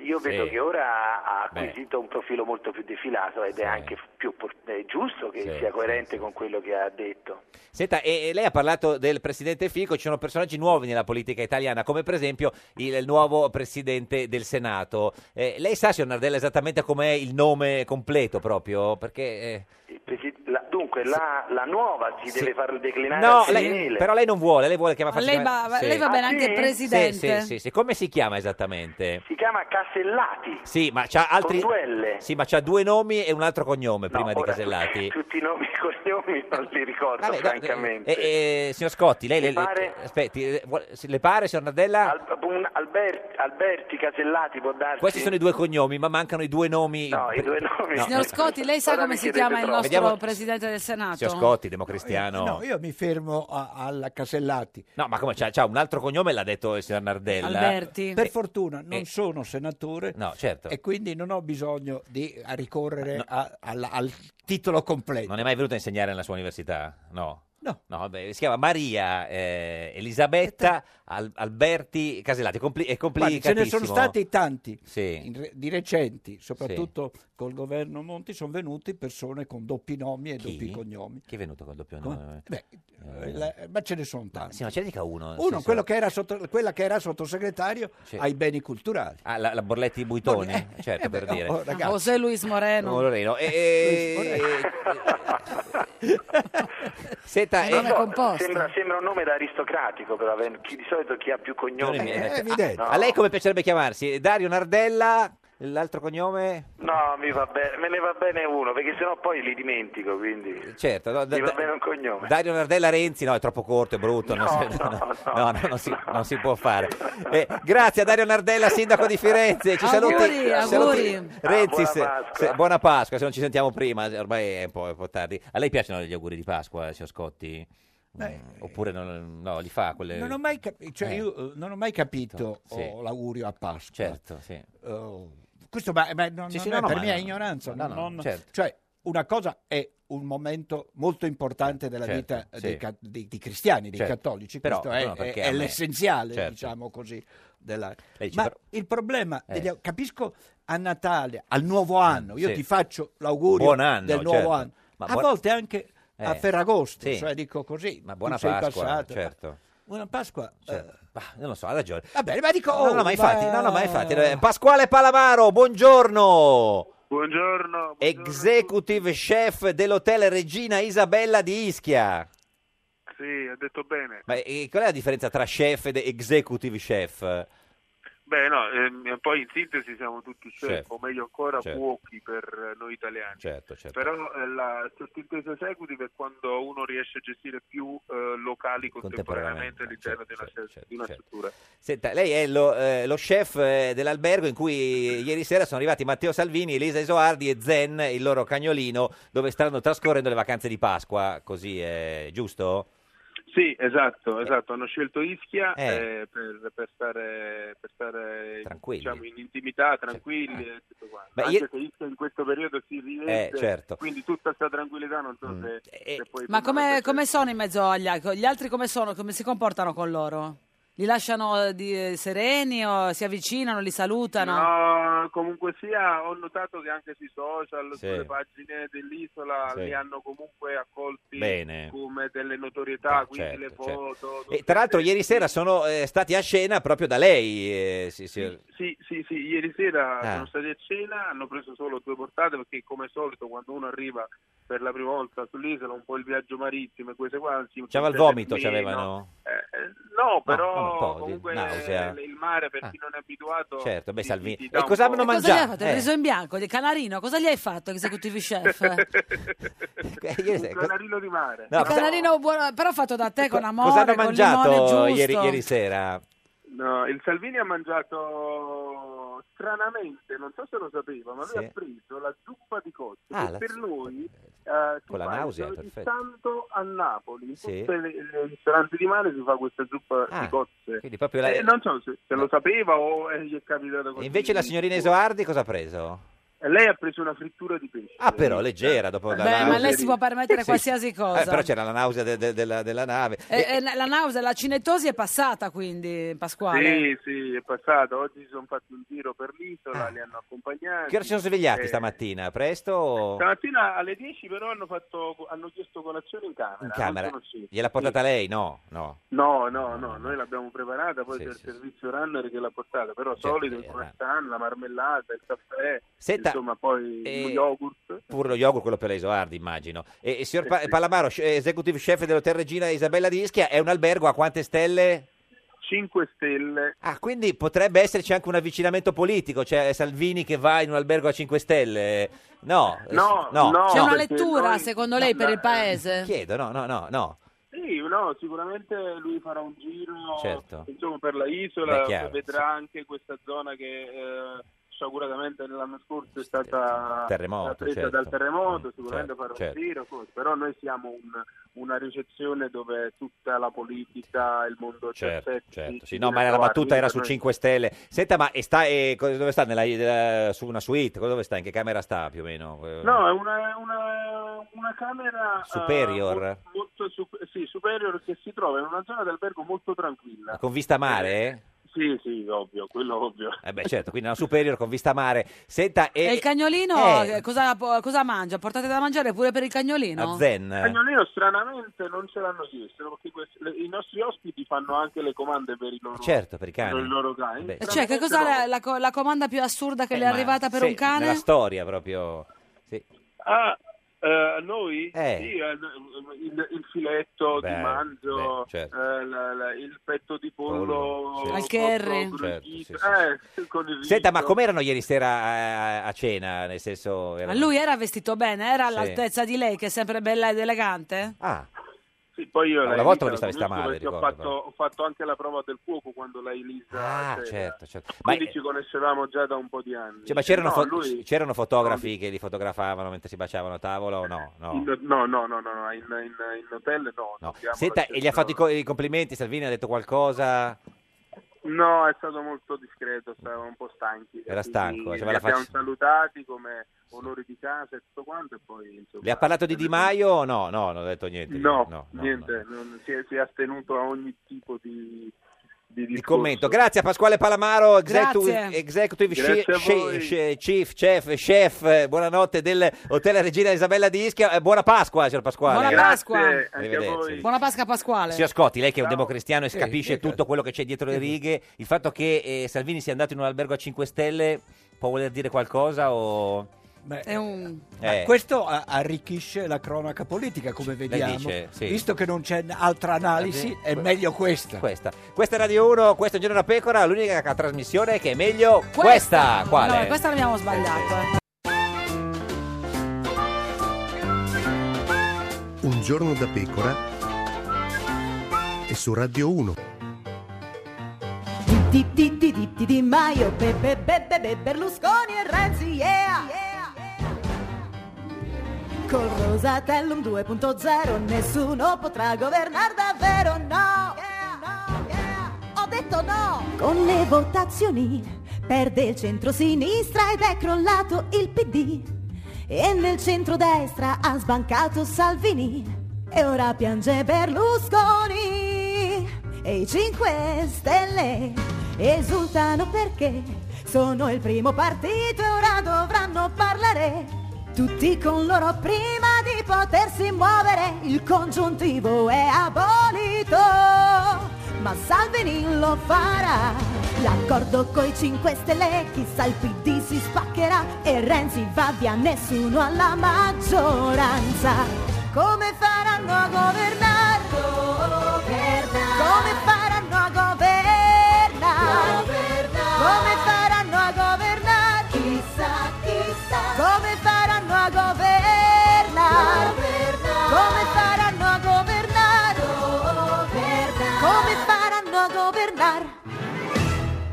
Speaker 15: io
Speaker 2: Sì.
Speaker 15: vedo che ora ha
Speaker 2: Beh.
Speaker 15: acquisito un profilo molto più defilato ed è anche più por- è giusto che
Speaker 2: Sì,
Speaker 15: sia
Speaker 2: sì,
Speaker 15: coerente con quello che ha detto.
Speaker 2: Senta, e e lei ha parlato del presidente Fico, ci sono personaggi nuovi nella politica italiana, come per esempio il nuovo presidente del Senato. Eh, lei sa, signor Nardella, esattamente com'è il nome completo proprio? Perché... eh,
Speaker 15: Il presi- la- dunque, la, la nuova si deve far declinare
Speaker 2: No,
Speaker 15: al
Speaker 2: lei-
Speaker 15: femminile.
Speaker 2: però lei non vuole, lei vuole chiamare
Speaker 15: Ma lei va- lei va bene Ah, anche sì? presidente.
Speaker 2: Sì, sì, sì, sì. Come si chiama esattamente?
Speaker 15: Si chiama Casellati.
Speaker 2: Sì, ma c'ha altri
Speaker 15: Con due L.
Speaker 2: Sì, ma c'ha due nomi e un altro cognome prima di Casellati.
Speaker 15: Tutti i nomi e cognomi non li ricordo,
Speaker 2: Vabbè, no,
Speaker 15: francamente.
Speaker 2: eh, eh, signor Scotti, lei
Speaker 15: Le
Speaker 2: le, le-
Speaker 15: pare?
Speaker 2: aspetti, eh, vuole- se le pare, signor Nardella?
Speaker 15: Un Albert- Alberti Casellati può darsi.
Speaker 2: Questi sono i due cognomi, ma mancano i due nomi. No, eh,
Speaker 15: i due nomi.
Speaker 1: Signor Scotti, lei sa
Speaker 15: Ora
Speaker 1: come
Speaker 15: mi
Speaker 1: si
Speaker 15: chiedete
Speaker 1: chiama il
Speaker 2: troppo.
Speaker 1: nostro
Speaker 2: Vediamo-
Speaker 1: presidente del Senato?
Speaker 2: Signor Scotti, democristiano.
Speaker 11: No, io mi fermo a- alla Casellati.
Speaker 2: No, ma come c'ha, c'ha un altro cognome, l'ha detto il signor Nardella.
Speaker 11: Per fortuna non
Speaker 2: eh.
Speaker 11: sono senatore
Speaker 2: No, certo.
Speaker 11: e quindi non ho bisogno di a ricorrere Eh, a- al, al titolo completo.
Speaker 2: Non è mai venuta a insegnare nella sua università? No.
Speaker 11: No.
Speaker 2: vabbè, si chiama Maria eh, Elisabetta Al- Alberti Casellati. Compli- è
Speaker 11: Guardi, ce
Speaker 2: complicatissimo.
Speaker 11: ne sono stati tanti
Speaker 2: Sì.
Speaker 11: in re- di recenti, soprattutto col governo Monti, sono venuti persone con doppi nomi e doppi cognomi.
Speaker 2: Chi è venuto col doppio
Speaker 11: Come?
Speaker 2: nome?
Speaker 11: Beh,
Speaker 2: Eh.
Speaker 11: eh, la- ma ce ne sono tanti.
Speaker 2: Sì, ma ce ne dica uno. nel
Speaker 11: Uno,
Speaker 2: senso-
Speaker 11: quello che era sotto- quella che era sottosegretario
Speaker 2: Sì.
Speaker 11: ai beni culturali.
Speaker 2: Ah, la, la Borletti Buitoni, certo, per dire.
Speaker 11: oh,
Speaker 1: José Luis Moreno.
Speaker 2: Oh, Loreno, eh, Senta,
Speaker 15: Non
Speaker 2: eh,
Speaker 15: so, sembra, sembra un nome da aristocratico, però ven- chi- di solito chi ha più cognomi.
Speaker 2: Cognome mi viene-
Speaker 15: Ah, no.
Speaker 2: Ah, A lei come piacerebbe chiamarsi? Dario Nardella, l'altro cognome?
Speaker 15: No, mi va bene, me ne va bene uno, perché sennò poi li dimentico, quindi
Speaker 2: Certo, no, da-
Speaker 15: mi va
Speaker 2: da-
Speaker 15: bene un cognome.
Speaker 2: Dario Nardella Renzi, no, è troppo corto, è brutto. non
Speaker 15: No,
Speaker 2: si-
Speaker 15: no,
Speaker 2: no, no, non, si, non si può fare. Eh, grazie a Dario Nardella, sindaco di Firenze. Ci
Speaker 1: Auguri,
Speaker 2: saluti. ci
Speaker 1: auguri.
Speaker 2: saluti.
Speaker 1: Ah,
Speaker 2: Renzi,
Speaker 1: buona
Speaker 2: se-
Speaker 1: Pasqua.
Speaker 2: se- buona Pasqua, se non ci sentiamo prima, ormai è un po', è un po' tardi. A lei piacciono gli auguri di Pasqua, signor Scotti?
Speaker 11: Beh,
Speaker 2: Mm, Oppure non, no, li fa quelle...
Speaker 11: Non ho mai, capi- cioè,
Speaker 2: Eh.
Speaker 11: io, eh, non ho mai capito
Speaker 2: Sì.
Speaker 11: oh, l'augurio a Pasqua.
Speaker 2: Certo, sì.
Speaker 11: Oh, questo ma, ma non,
Speaker 2: Sì,
Speaker 11: non
Speaker 2: sì,
Speaker 11: è
Speaker 2: no, no,
Speaker 11: per
Speaker 2: ma
Speaker 11: mia
Speaker 2: no.
Speaker 11: ignoranza.
Speaker 2: No, no,
Speaker 11: non-
Speaker 2: certo.
Speaker 11: Cioè, una cosa è un momento molto importante della
Speaker 2: Certo,
Speaker 11: vita
Speaker 2: sì.
Speaker 11: dei, ca- dei- dei cristiani, dei
Speaker 2: Certo.
Speaker 11: cattolici.
Speaker 2: Però,
Speaker 11: questo è,
Speaker 2: no,
Speaker 11: è-
Speaker 2: perché
Speaker 11: è
Speaker 2: a me-
Speaker 11: l'essenziale,
Speaker 2: certo.
Speaker 11: diciamo così. della-
Speaker 2: Lei dice,
Speaker 11: Ma
Speaker 2: però-
Speaker 11: il problema,
Speaker 2: Eh.
Speaker 11: degli au- capisco a Natale, al nuovo anno, io
Speaker 2: Sì.
Speaker 11: ti faccio l'augurio
Speaker 2: Buon anno,
Speaker 11: del nuovo
Speaker 2: certo.
Speaker 11: anno.
Speaker 2: Ma
Speaker 11: a
Speaker 2: buon-
Speaker 11: volte anche a
Speaker 2: Eh.
Speaker 11: Ferragosto,
Speaker 2: Sì.
Speaker 11: cioè dico così,
Speaker 2: Ma
Speaker 11: tu
Speaker 2: buona
Speaker 11: sei
Speaker 2: Pasqua,
Speaker 11: passato.
Speaker 2: certo.
Speaker 11: Buona Pasqua. eh,
Speaker 2: Bah, non lo so, ha ragione.
Speaker 11: Va bene, ma dico...
Speaker 2: No, no, ma infatti,
Speaker 11: oh,
Speaker 2: no, no, ma infatti,
Speaker 11: ma-
Speaker 2: eh, Pasquale Palamaro, buongiorno.
Speaker 17: Buongiorno.
Speaker 2: Executive chef dell'hotel Regina Isabella di Ischia.
Speaker 17: Sì, ha detto bene.
Speaker 2: Ma eh, qual è la differenza tra chef ed executive chef?
Speaker 16: Beh, no, ehm, poi in sintesi siamo tutti chef,
Speaker 2: Chef.
Speaker 16: o meglio ancora
Speaker 2: Chef.
Speaker 16: cuochi per noi italiani.
Speaker 2: Certo, certo.
Speaker 16: Però eh, la sottintesa executive è quando uno riesce a gestire più eh, locali contemporaneamente
Speaker 2: Contemporaneamente, certo,
Speaker 16: all'interno di una, se- di una struttura.
Speaker 2: Senta, lei è lo, eh, lo chef eh, dell'albergo in cui eh, ieri sera sono arrivati Matteo Salvini, Elisa Esoardi e Zen, il loro cagnolino, dove stanno trascorrendo le vacanze di Pasqua, così è giusto?
Speaker 16: Sì, esatto, esatto. hanno scelto Ischia
Speaker 2: Eh.
Speaker 16: eh, per, per stare, per stare
Speaker 2: Tranquilli. Eh.
Speaker 16: diciamo, in intimità, tranquilli e tutto quanto.
Speaker 2: Beh,
Speaker 16: Anche
Speaker 2: io-
Speaker 16: se Ischia in questo periodo si riveste,
Speaker 2: Eh, certo. Mm. Eh,
Speaker 16: quindi tutta questa tranquillità non so se, se poi...
Speaker 1: Ma
Speaker 16: permane
Speaker 1: come, come sono in mezzo agli altri? Gli altri come sono? Come si comportano con loro? Li lasciano eh, di- sereni o si avvicinano, li salutano?
Speaker 16: No, comunque sia, ho notato che anche sui social,
Speaker 2: Sì.
Speaker 16: sulle pagine dell'isola,
Speaker 2: Sì.
Speaker 16: li hanno comunque accolti
Speaker 2: Bene.
Speaker 16: come delle notorietà, quindi
Speaker 2: certo,
Speaker 16: le foto.
Speaker 2: E tra l'altro ieri sera sono eh, stati a cena proprio da lei. eh, sì, sì.
Speaker 16: Sì, sì, sì, ieri sera
Speaker 2: Ah.
Speaker 16: sono stati a cena, hanno preso solo due portate perché come al solito quando uno arriva per la prima volta sull'isola, un po' il viaggio marittimo e queste qua... si
Speaker 2: C'aveva il
Speaker 16: interessa
Speaker 2: vomito,
Speaker 16: meno. Eh,
Speaker 2: c'avevano...
Speaker 16: No,
Speaker 2: vabbè, un
Speaker 16: però
Speaker 2: po' di
Speaker 16: comunque
Speaker 2: nausea. Ah.
Speaker 16: il mare per chi non è abituato...
Speaker 2: Certo, beh,
Speaker 16: ti-
Speaker 2: Salvini.
Speaker 16: ti dà
Speaker 2: E
Speaker 16: un
Speaker 2: cosa
Speaker 16: po'.
Speaker 2: hanno
Speaker 1: Cosa gli hai
Speaker 2: mangiato?
Speaker 1: fatto? Il riso in bianco, il canarino, cosa gli hai fatto, executive chef?
Speaker 2: Eh, ieri sera-
Speaker 16: Un canarino di mare.
Speaker 2: No,
Speaker 1: il canarino buono, però fatto da te con amore,
Speaker 2: Eh, cosa hanno
Speaker 1: con limone giusto.
Speaker 2: mangiato ieri, ieri sera?
Speaker 16: No, il Salvini ha mangiato stranamente, non so se lo sapeva, ma lui
Speaker 2: Sì.
Speaker 16: ha preso la zuppa di cozze
Speaker 2: Ah,
Speaker 16: che
Speaker 2: la
Speaker 16: per
Speaker 2: zuppa
Speaker 16: noi eh, si
Speaker 2: Con la
Speaker 16: fa
Speaker 2: nausea,
Speaker 16: ogni
Speaker 2: perfetto.
Speaker 16: tanto a Napoli, in
Speaker 2: Sì.
Speaker 16: tutti i ristoranti di mare si fa questa zuppa
Speaker 2: Ah,
Speaker 16: di cozze.
Speaker 2: quindi proprio la-
Speaker 16: Eh, non so se, se lo sapeva o eh, gli è capitato così.
Speaker 2: E invece la signorina Esoardi cosa ha preso?
Speaker 16: Eh, Lei ha preso una frittura di pesce.
Speaker 2: Ah, però, leggera dopo la
Speaker 1: Beh, ma
Speaker 2: nausea.
Speaker 1: lei si può permettere
Speaker 2: Sì.
Speaker 1: qualsiasi cosa.
Speaker 2: Eh, però c'era la nausea de- de- della, della nave.
Speaker 1: Eh, eh, la nausea, la cinetosi è passata quindi, Pasquale.
Speaker 16: Sì, sì, è passato. Oggi si sono fatti un giro per l'isola, li hanno accompagnati.
Speaker 2: Ah. Che ora si sono svegliati
Speaker 16: Eh,
Speaker 2: stamattina? Presto? o-
Speaker 16: Stamattina alle 10 però hanno, fatto, hanno chiesto colazione in camera.
Speaker 2: In
Speaker 16: non
Speaker 2: camera.
Speaker 16: sono usciti.
Speaker 2: Gliel'ha portata lei? No, no.
Speaker 16: No, no, no, noi l'abbiamo preparata, poi
Speaker 2: Sì,
Speaker 16: c'è il
Speaker 2: sì, Certo, eh,
Speaker 16: servizio runner che l'ha portata, però solito il croissant, la marmellata, il caffè,
Speaker 2: Senta,
Speaker 16: insomma poi
Speaker 2: eh,
Speaker 16: lo yogurt.
Speaker 2: Pure lo yogurt, quello per le Isoardi, immagino. E, e signor
Speaker 16: Eh,
Speaker 2: Pa-
Speaker 16: sì.
Speaker 2: Pallamaro, sh- executive chef dell'Hotel Regina Isabella di Ischia, è un albergo a quante stelle?
Speaker 16: 5 stelle.
Speaker 2: Ah, quindi potrebbe esserci anche un avvicinamento politico, cioè Salvini che va in un albergo a 5 stelle. No, eh,
Speaker 16: No,
Speaker 2: no,
Speaker 16: no,
Speaker 1: C'è una
Speaker 16: perché
Speaker 1: lettura,
Speaker 16: noi-
Speaker 1: secondo lei,
Speaker 16: no,
Speaker 1: per
Speaker 16: la-
Speaker 1: il paese?
Speaker 2: Chiedo, no, no, no, no.
Speaker 16: Sì, no, sicuramente lui farà un giro
Speaker 2: Certo.
Speaker 16: insomma, per la isola,
Speaker 2: Beh, chiaro,
Speaker 16: vedrà anche questa zona che eh, sciaguratamente nell'anno scorso è stata
Speaker 2: Terremoto,
Speaker 16: presa
Speaker 2: certo.
Speaker 16: dal terremoto, sicuramente
Speaker 2: certo,
Speaker 16: farà
Speaker 2: certo.
Speaker 16: un giro, così. però noi siamo un- una ricezione dove tutta la politica, il mondo
Speaker 2: Certo,
Speaker 16: cersetti,
Speaker 2: certo. Sì,
Speaker 16: si
Speaker 2: no, ma
Speaker 16: viene
Speaker 2: la
Speaker 16: a trovare,
Speaker 2: battuta era su
Speaker 16: quindi
Speaker 2: 5 stelle. Senta, ma e sta, e co- dove sta? Nella, nella- su una suite? Cosa- Dove sta? In che camera sta più o meno? Eh,
Speaker 16: No, è una, una- una camera eh,
Speaker 2: Superior?
Speaker 16: molto sup- sì, superior che si trova in una zona d'albergo molto tranquilla.
Speaker 2: Con vista mare?
Speaker 16: Sì, sì, ovvio, quello ovvio.
Speaker 2: Eh beh, certo, quindi una superior con vista mare. Senta, e,
Speaker 1: E il cagnolino
Speaker 2: eh,
Speaker 1: eh, cosa, cosa mangia? Portate da mangiare pure per il cagnolino?
Speaker 2: a Zen.
Speaker 16: Il cagnolino stranamente non ce l'hanno chiesto perché questi- le- i nostri ospiti fanno anche le comande per i loro,
Speaker 2: Certo, per i cani.
Speaker 16: per i loro cani.
Speaker 2: Beh,
Speaker 1: Cioè, che cos'è la, la co- la comanda più assurda che le è
Speaker 2: Eh, ma
Speaker 1: arrivata per
Speaker 2: sì,
Speaker 1: un cane?
Speaker 2: Nella storia proprio. Sì.
Speaker 16: Ah, eh, noi?
Speaker 2: Eh.
Speaker 16: Sì, eh, il, il filetto
Speaker 2: Beh,
Speaker 16: di manzo,
Speaker 2: beh, certo.
Speaker 16: eh, la- la- il petto di pollo,
Speaker 2: Pollo, sì. Al
Speaker 1: curry.
Speaker 16: cotto,
Speaker 2: Certo,
Speaker 16: grugnito,
Speaker 2: sì, sì,
Speaker 16: eh, con il
Speaker 2: Senta, ma
Speaker 16: riso.
Speaker 2: com'erano ieri sera eh, a, a cena? Nel senso...
Speaker 1: Ma
Speaker 2: erano-
Speaker 1: lui era vestito bene, era
Speaker 2: Sì.
Speaker 1: all'altezza di lei, che è sempre bella ed elegante?
Speaker 2: Ah,
Speaker 16: Sì, poi io
Speaker 2: Una
Speaker 16: la
Speaker 2: volta l'ho
Speaker 16: Elisa
Speaker 2: vista vestita
Speaker 16: conosco
Speaker 2: male,
Speaker 16: perché ho
Speaker 2: ricordo,
Speaker 16: fatto, ho fatto anche la prova del fuoco quando la Elisa
Speaker 2: ah,
Speaker 16: c'era.
Speaker 2: certo, certo. Ma,
Speaker 16: Quindi ci conoscevamo già da un po' di anni. Eh,
Speaker 2: cioè, ma c'erano,
Speaker 16: No,
Speaker 2: fo-
Speaker 16: lui-
Speaker 2: c'erano fotografi che li fotografavano mentre si baciavano a tavola o no? No.
Speaker 16: In- no, no, no, no, no, in, in- in hotel no. non diamo
Speaker 2: Senta,
Speaker 16: l'accesso.
Speaker 2: e gli ha fatto i, co- i complimenti? Salvini ha detto qualcosa?
Speaker 16: No, è stato molto discreto, stavamo un po' stanchi. quindi
Speaker 2: Era stanco,
Speaker 16: Li
Speaker 2: aveva la
Speaker 16: abbiamo
Speaker 2: faccia-
Speaker 16: salutati come onori di casa e tutto quanto e poi... Insomma,
Speaker 2: Le ha parlato di Di Maio o no? No, non ha detto niente.
Speaker 16: No,
Speaker 2: no, no,
Speaker 16: niente, non- si, è, si è astenuto a ogni tipo di... Di,
Speaker 2: Di
Speaker 16: discorso.
Speaker 2: commento. Grazie a Pasquale Palamaro, executive,
Speaker 16: Grazie.
Speaker 2: executive
Speaker 16: Grazie
Speaker 2: chi-
Speaker 16: a
Speaker 2: chi-
Speaker 16: voi.
Speaker 2: chi- chief, chef, chef, eh, buonanotte del Hotel Regina Isabella di Ischia. Eh, Buona Pasqua, signor Pasquale.
Speaker 1: Buona Grazie, Pasqua. anche a
Speaker 2: Arrivederci.
Speaker 1: Buona Pasqua ecco. Pasquale.
Speaker 2: Signor Scotti, lei che è un democristiano e
Speaker 11: Sì,
Speaker 2: capisce
Speaker 11: mica-
Speaker 2: tutto quello che c'è dietro le righe, il
Speaker 1: Ah,
Speaker 2: fatto che eh, Salvini sia andato in un albergo a 5 stelle può voler dire qualcosa o...
Speaker 11: Beh,
Speaker 1: È un-
Speaker 11: ma
Speaker 2: Eh.
Speaker 11: questo a- arricchisce la cronaca politica, come vediamo.
Speaker 2: dice, sì. Eh,
Speaker 11: Visto che non c'è n- altra analisi, è
Speaker 2: Que-
Speaker 11: meglio questa.
Speaker 2: Questa. Questa è Radio 1, questo è Un Giorno da Pecora, l'unica ca- trasmissione che è meglio questa. Quale?
Speaker 1: No, questa l'abbiamo sbagliata.
Speaker 12: Un giorno da pecora e su Radio 1.
Speaker 10: Di di di di di Di Maio, be, be, be, be, be, Berlusconi e Renzi, yeah! Col Rosatellum 2.0 nessuno potrà governare davvero, no! Ho detto no! Con le votazioni perde il centro-sinistra ed è crollato il PD. E nel centro-destra ha sbancato Salvini. E ora piange Berlusconi. E i 5 Stelle esultano perché sono il primo partito e ora dovranno parlare. Tutti con loro prima di potersi muovere, il congiuntivo è abolito, ma Salvini lo farà. L'accordo coi 5 Stelle, chissà il PD si spaccherà e Renzi va via, nessuno alla maggioranza. Come faranno a governare? Come faranno a governare? Come faranno a governare? Chissà, chissà. Come faranno a governare? Come faranno a governare? Come faranno a governare?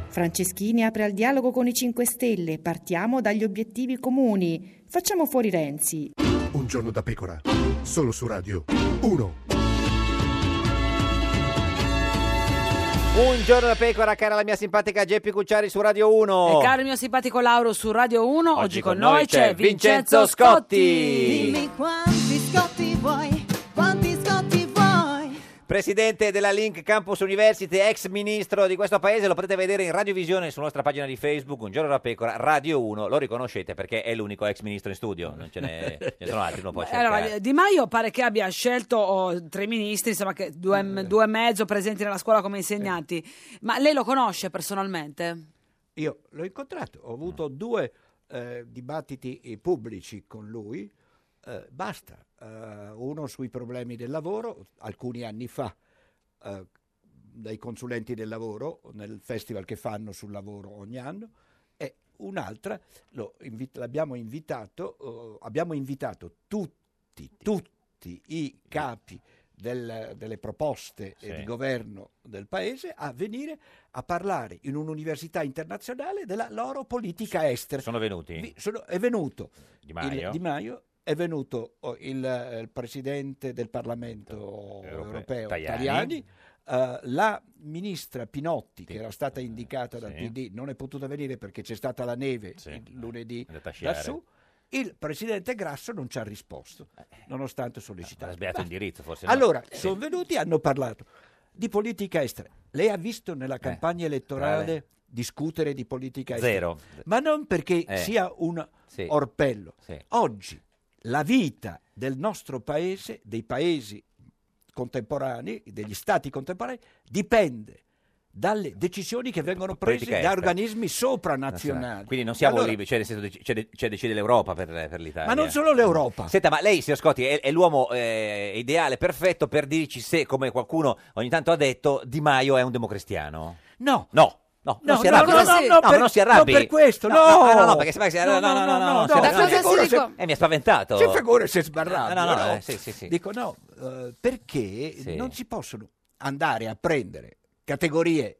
Speaker 17: Franceschini apre al dialogo con i 5 Stelle. Partiamo dagli obiettivi comuni. Facciamo fuori Renzi.
Speaker 12: Un giorno da pecora, solo su Radio 1.
Speaker 2: Un Giorno da Pecora, cara la mia simpatica Geppi Cucciari su Radio 1.
Speaker 1: E caro il mio simpatico Lauro su Radio 1, oggi,
Speaker 2: Oh. con noi c'è Vincenzo Scotti.
Speaker 10: Dimmi quanti scotti vuoi, quanti scotti vuoi.
Speaker 2: Presidente della Link Campus University, ex ministro di questo paese, lo potete vedere in radiovisione sulla nostra pagina di Facebook, Un giorno da pecora, Radio 1, lo riconoscete perché è l'unico ex ministro in studio, non ce ne, ce ne sono altri, non può
Speaker 1: Eh, Allora,
Speaker 2: cercare.
Speaker 1: Di Maio pare che abbia scelto oh, tre ministri, insomma, che due, due e mezzo presenti nella scuola come insegnanti. Ma lei lo conosce personalmente?
Speaker 11: Io l'ho incontrato, ho avuto due eh, dibattiti eh, pubblici con lui, eh, basta. Eh, uno sui problemi del lavoro, alcuni anni fa, eh, dai consulenti del lavoro, nel festival che fanno sul lavoro ogni anno, e un'altra, lo invi- l'abbiamo invitato, eh, abbiamo invitato tutti, tutti i capi del- delle proposte eh,
Speaker 18: Sì.
Speaker 11: di governo del paese a venire a parlare in un'università internazionale della loro politica estera.
Speaker 2: Sono venuti?
Speaker 11: Vi- sono- è venuto
Speaker 2: Di Maio?
Speaker 11: il, Di Maio, è venuto oh, il, eh, il presidente del Parlamento europeo
Speaker 2: Tajani.
Speaker 11: Tajani, eh, la ministra Pinotti, che era
Speaker 2: Eh,
Speaker 11: stata indicata dal PD, non è potuta venire perché c'è stata la neve il lunedì
Speaker 2: andata a sciare.
Speaker 11: lassù. Il presidente Grasso non ci ha risposto, nonostante sollecitato.
Speaker 2: Ha sbagliato
Speaker 11: Basta.
Speaker 2: indirizzo forse. no?
Speaker 11: Allora, sono venuti e hanno parlato di politica estera. Lei ha visto
Speaker 2: Eh,
Speaker 11: nella campagna elettorale
Speaker 2: elettorale.
Speaker 11: discutere di politica estera?
Speaker 2: Zero.
Speaker 11: Ma non perché
Speaker 2: Eh.
Speaker 11: sia un
Speaker 2: Sì.
Speaker 11: orpello.
Speaker 2: Sì.
Speaker 11: Oggi la vita del nostro paese, dei paesi contemporanei, degli stati contemporanei, dipende dalle decisioni che vengono prese
Speaker 2: Politica
Speaker 11: da
Speaker 2: estera.
Speaker 11: organismi sopranazionali.
Speaker 2: Quindi non siamo
Speaker 11: Allora,
Speaker 2: liberi, cioè, nel senso, dec- cioè, de- cioè decide l'Europa per, per l'Italia.
Speaker 11: Ma non solo l'Europa.
Speaker 2: Senta, ma lei, signor Scotti, è, è l'uomo eh, ideale, perfetto per dirci se, come qualcuno ogni tanto ha detto, Di Maio è un democristiano?
Speaker 11: No.
Speaker 2: No. No, non
Speaker 11: No,
Speaker 2: si
Speaker 11: no,
Speaker 2: arrabbi.
Speaker 11: no, no, no,
Speaker 2: ma
Speaker 11: per-
Speaker 2: non si arrabbi.
Speaker 11: non per questo,
Speaker 2: No,
Speaker 11: no.
Speaker 2: no, no, perché sembra che si No,
Speaker 11: No,
Speaker 2: no, no, no,
Speaker 11: no,
Speaker 2: non si
Speaker 11: no,
Speaker 2: arrabbi.
Speaker 11: no, Da cosa si ricom-
Speaker 2: Eh, mi ha spaventato.
Speaker 11: C'è figura se sbarrato.
Speaker 2: No, no, no, eh, sì, sì, sì.
Speaker 11: Dico no, eh, perché
Speaker 2: Sì.
Speaker 11: non si possono andare a prendere categorie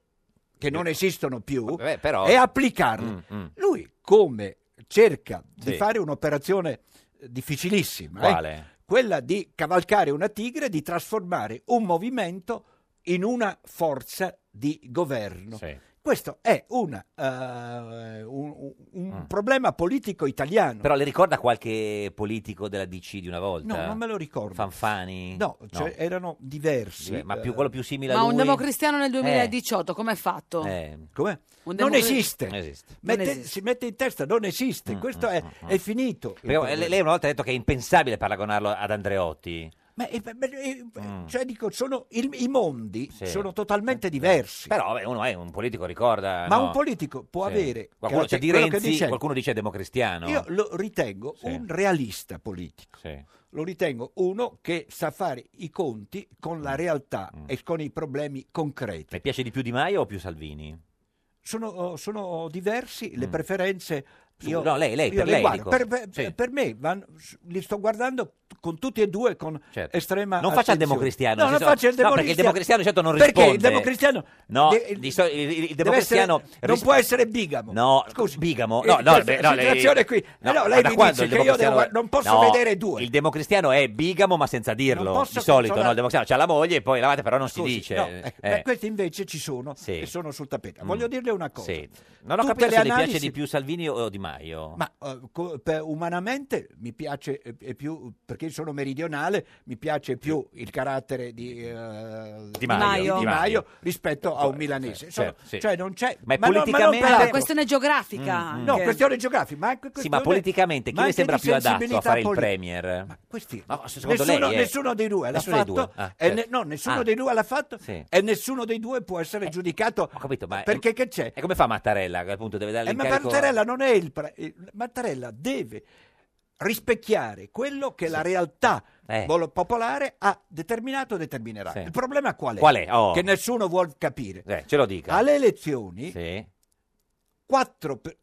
Speaker 11: che non esistono più
Speaker 2: però-
Speaker 11: e applicarle.
Speaker 2: Mm, mm.
Speaker 11: Lui come cerca
Speaker 2: Sì.
Speaker 11: di fare un'operazione eh, difficilissima, eh,
Speaker 2: Quale?
Speaker 11: quella di cavalcare una tigre, di trasformare un movimento in una forza di governo. Questo è una, eh, un,
Speaker 2: Mm.
Speaker 11: un problema politico italiano.
Speaker 2: Però le ricorda qualche politico della DC di una volta?
Speaker 11: No, non me lo ricordo.
Speaker 2: Fanfani?
Speaker 11: No, cioè, erano diversi.
Speaker 2: Sì, ma più- quello più simile
Speaker 1: Ma
Speaker 2: a lui?
Speaker 1: un democristiano nel 2018 com'è fatto?
Speaker 2: Eh.
Speaker 11: Com'è?
Speaker 1: Un
Speaker 11: non
Speaker 1: democra-
Speaker 11: esiste.
Speaker 2: Non esiste. Mm,
Speaker 11: Mette-
Speaker 1: Non esiste.
Speaker 11: Si mette in testa, non esiste. Questo è, è finito.
Speaker 2: eh, Perché lei lei una volta ha detto che è impensabile paragonarlo ad Andreotti.
Speaker 11: Ma, eh, beh, eh, Cioè, dico, sono, il- i mondi
Speaker 2: Sì.
Speaker 11: sono totalmente diversi.
Speaker 2: Però vabbè, uno è un politico, ricorda.
Speaker 11: Ma
Speaker 2: no?
Speaker 11: un politico può
Speaker 2: Sì.
Speaker 11: avere...
Speaker 2: Qualcuno,
Speaker 11: cioè,
Speaker 2: c'è di
Speaker 11: quello che
Speaker 2: Renzi,
Speaker 11: dice-
Speaker 2: qualcuno dice democristiano.
Speaker 11: Io lo ritengo un realista politico.
Speaker 2: Sì.
Speaker 11: Lo ritengo uno che sa fare i conti con
Speaker 2: Mm.
Speaker 11: la realtà e con i problemi concreti.
Speaker 2: Le piace di più Di Maio o più Salvini?
Speaker 11: Sono, oh, sono diversi le
Speaker 2: Mm.
Speaker 11: preferenze.
Speaker 2: Su- no, lei- lei,
Speaker 11: io
Speaker 2: per
Speaker 11: le
Speaker 2: lei,
Speaker 11: guardo.
Speaker 2: dico.
Speaker 11: Per, per-
Speaker 2: Sì.
Speaker 11: per me vanno- li sto guardando con tutti e due con
Speaker 2: Certo.
Speaker 11: estrema
Speaker 2: Non faccia il
Speaker 11: attenzione.
Speaker 2: democristiano.
Speaker 11: No,
Speaker 2: nel
Speaker 11: non
Speaker 2: senso-
Speaker 11: faccia il
Speaker 2: no, perché il democristiano certo non risponde.
Speaker 11: Perché il democristiano
Speaker 2: No,
Speaker 11: de-
Speaker 2: di so- il- il- il
Speaker 11: deve
Speaker 2: democristiano
Speaker 11: essere- non
Speaker 2: risp-
Speaker 11: può essere bigamo.
Speaker 2: No, bigamo.
Speaker 11: Eh,
Speaker 2: No, no,
Speaker 11: questa
Speaker 2: beh, no, lei-
Speaker 11: situazione qui. Eh no, lei
Speaker 2: da
Speaker 11: mi
Speaker 2: quando
Speaker 11: dice
Speaker 2: il
Speaker 11: che io
Speaker 2: democristiano
Speaker 11: devo-
Speaker 2: è-
Speaker 11: non posso
Speaker 2: no,
Speaker 11: vedere due.
Speaker 2: Il democristiano è bigamo, ma senza dirlo.
Speaker 11: posso
Speaker 2: Di solito, no,
Speaker 11: consolare-
Speaker 2: il democristiano c'ha la moglie e poi la madre, però non si dice.
Speaker 11: No, ecco,
Speaker 2: eh.
Speaker 11: beh, questi invece ci sono
Speaker 2: Sì.
Speaker 11: e sono sul tappeto.
Speaker 2: Mm.
Speaker 11: Voglio dirle una cosa.
Speaker 2: Sì. Non ho
Speaker 11: Tutte
Speaker 2: capito
Speaker 11: le
Speaker 2: se le
Speaker 11: analisi-
Speaker 2: piace di più Salvini o Di Maio.
Speaker 11: Ma eh, co- per- umanamente mi piace eh, eh, più, perché sono meridionale, mi piace più il carattere di, eh,
Speaker 2: Di Maio.
Speaker 11: Di
Speaker 2: Di Maio.
Speaker 11: rispetto a un milanese. Sono-
Speaker 2: certo, sì.
Speaker 11: Cioè non c'è...
Speaker 2: Ma è
Speaker 11: no- non
Speaker 2: politicamente-
Speaker 11: per
Speaker 2: Ma è
Speaker 11: altro.
Speaker 1: questione geografica
Speaker 11: Mm, mm.
Speaker 1: anche.
Speaker 11: No, questione geografica, ma anche
Speaker 2: Sì, ma
Speaker 11: questione-
Speaker 2: politicamente chi
Speaker 11: ma
Speaker 2: le
Speaker 11: anche
Speaker 2: sembra
Speaker 11: di
Speaker 2: più adatto a
Speaker 11: sensibilità Eh,
Speaker 2: fare il
Speaker 11: politica.
Speaker 2: Premier?
Speaker 11: Questi-
Speaker 2: No, se- secondo
Speaker 11: nessuno,
Speaker 2: lei è-
Speaker 11: nessuno dei due l'ha
Speaker 2: Nessuno dei
Speaker 11: fatto,
Speaker 2: due? Ah,
Speaker 11: e
Speaker 2: certo.
Speaker 11: ne- no, nessuno
Speaker 2: Ah.
Speaker 11: dei due l'ha fatto
Speaker 2: Sì. Eh,
Speaker 11: e nessuno dei due può essere giudicato
Speaker 2: ma è-
Speaker 11: perché che c'è?
Speaker 2: E come fa Mattarella? Che appunto deve dare
Speaker 11: Eh, ma
Speaker 2: l'incarico...
Speaker 11: Mattarella non è il. pre- il- Mattarella deve rispecchiare quello che la realtà
Speaker 2: Eh.
Speaker 11: volo- popolare ha determinato e determinerà.
Speaker 2: Sì.
Speaker 11: Il problema qual è?
Speaker 2: Qual è? Oh.
Speaker 11: Che nessuno vuol capire.
Speaker 2: Eh, ce lo dica.
Speaker 11: Alle elezioni,
Speaker 2: Sì.
Speaker 11: quattro pe-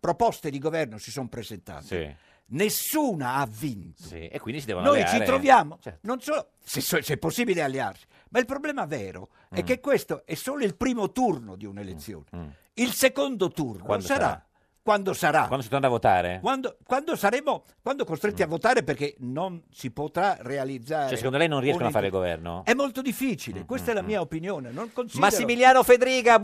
Speaker 11: proposte di governo si sono presentate.
Speaker 2: Sì.
Speaker 11: Nessuna ha vinto.
Speaker 2: Sì, e quindi si devono
Speaker 11: Noi
Speaker 2: alleare.
Speaker 11: ci troviamo,
Speaker 2: Certo.
Speaker 11: non solo se, so- se è possibile allearsi, ma il problema vero è
Speaker 2: Mm.
Speaker 11: che questo è solo il primo turno di un'elezione. Il secondo turno
Speaker 2: Quando
Speaker 11: sarà,
Speaker 2: sarà?
Speaker 11: quando sarà,
Speaker 2: Quando si torna a votare? Mm.
Speaker 11: quando, quando saremo quando costretti a votare perché non si potrà realizzare.
Speaker 2: Cioè, secondo lei non riescono
Speaker 11: un-
Speaker 2: a fare Mm, il governo?
Speaker 11: È molto difficile, questa è la mia opinione. Non considero...
Speaker 2: Massimiliano Fedriga,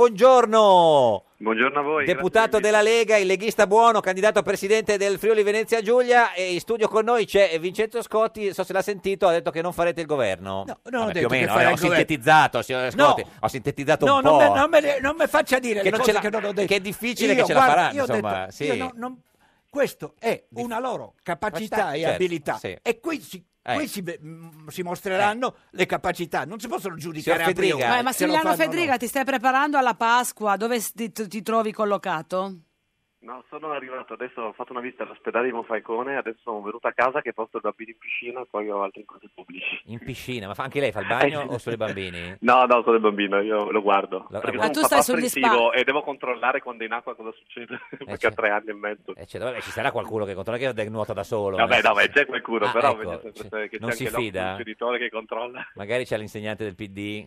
Speaker 2: buongiorno.
Speaker 18: Buongiorno a voi.
Speaker 2: Deputato della Lega, il leghista buono, candidato a presidente del Friuli Venezia Giulia e in studio con noi c'è Vincenzo Scotti, non so se l'ha sentito, ha detto che non farete il governo. No,
Speaker 11: non ho
Speaker 2: più
Speaker 11: detto
Speaker 2: o
Speaker 11: che
Speaker 2: meno,
Speaker 11: farà
Speaker 2: eh, ho
Speaker 11: il governo.
Speaker 2: sintetizzato, signore Scotti,
Speaker 11: No.
Speaker 2: ho sintetizzato
Speaker 11: No,
Speaker 2: un
Speaker 11: non
Speaker 2: po'.
Speaker 11: me, non me- non me faccia dire
Speaker 2: Che
Speaker 11: le
Speaker 2: non
Speaker 11: cose
Speaker 2: ce la-
Speaker 11: che non ho detto.
Speaker 2: che è difficile
Speaker 11: Io,
Speaker 2: che ce la
Speaker 11: guarda,
Speaker 2: faranno,
Speaker 11: io ho
Speaker 2: insomma,
Speaker 11: detto,
Speaker 2: sì.
Speaker 11: io non- non- questo è una loro capacità
Speaker 2: capacità,
Speaker 11: e
Speaker 2: certo,
Speaker 11: abilità.
Speaker 2: sì.
Speaker 11: E qui si,
Speaker 2: Eh.
Speaker 11: qui si, ve- mh, si mostreranno le capacità. Non si possono giudicare a
Speaker 2: Fedriga,
Speaker 11: priori. se
Speaker 2: Beh,
Speaker 1: Ma
Speaker 11: lo
Speaker 1: Eh, Massimiliano
Speaker 11: fanno o no.
Speaker 1: Fedriga, ti stai preparando alla Pasqua? Dove s- ti, ti trovi collocato?
Speaker 18: No, sono arrivato adesso, ho fatto una visita all'ospedale di Monfalcone, adesso sono venuto a casa che posso i bambini in piscina, poi ho altri incontri pubblici.
Speaker 2: In piscina, ma fa- anche lei fa il bagno o solo i bambini?
Speaker 18: No, no, sono il bambino, io lo guardo. Perché
Speaker 2: Ah, Ma
Speaker 18: sono
Speaker 2: tu
Speaker 18: un
Speaker 2: stai
Speaker 18: papà
Speaker 2: sugli
Speaker 18: apprensivo
Speaker 2: spa-
Speaker 18: e devo controllare quando in acqua cosa succede, perché ha tre anni e mezzo.
Speaker 2: Eh, cioè, vabbè, ci sarà qualcuno che controlla che nuota da solo.
Speaker 18: Vabbè,
Speaker 2: nel senso-
Speaker 18: vabbè, c'è qualcuno,
Speaker 2: Ah,
Speaker 18: però
Speaker 2: ecco,
Speaker 18: vedo sempre
Speaker 2: cioè,
Speaker 18: che c'è
Speaker 2: non si
Speaker 18: anche l'occhio
Speaker 2: fida.
Speaker 18: del genitore che controlla.
Speaker 2: Magari c'è l'insegnante del PD.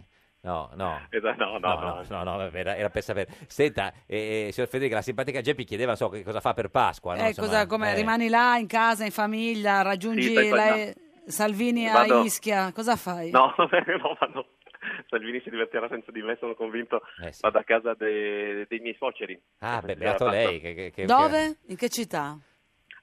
Speaker 2: No, no.
Speaker 18: Esatto, no, no,
Speaker 2: no,
Speaker 18: no.
Speaker 2: no, no, vabbè, era, era per sapere. Senta, eh, eh, signor Federica, la simpatica Geppi chiedeva so, che cosa fa per Pasqua. No?
Speaker 1: Eh,
Speaker 2: Insomma,
Speaker 1: cosa- come,
Speaker 2: eh,
Speaker 1: Rimani là, in casa, in famiglia,
Speaker 18: Sì,
Speaker 1: raggiungi
Speaker 18: stai qua-
Speaker 1: la- Salvini a
Speaker 18: Vado.
Speaker 1: Ischia, cosa
Speaker 2: Eh.
Speaker 1: fai?
Speaker 18: No, no, ma no. Salvini si divertirà senza di me, sono convinto. Vado a casa de- dei miei suoceri.
Speaker 2: Ah, Eh, beh,
Speaker 18: Sì,
Speaker 2: beato
Speaker 18: era
Speaker 2: lei.
Speaker 18: fatto.
Speaker 2: Che, che- che-
Speaker 1: Dove? In che città?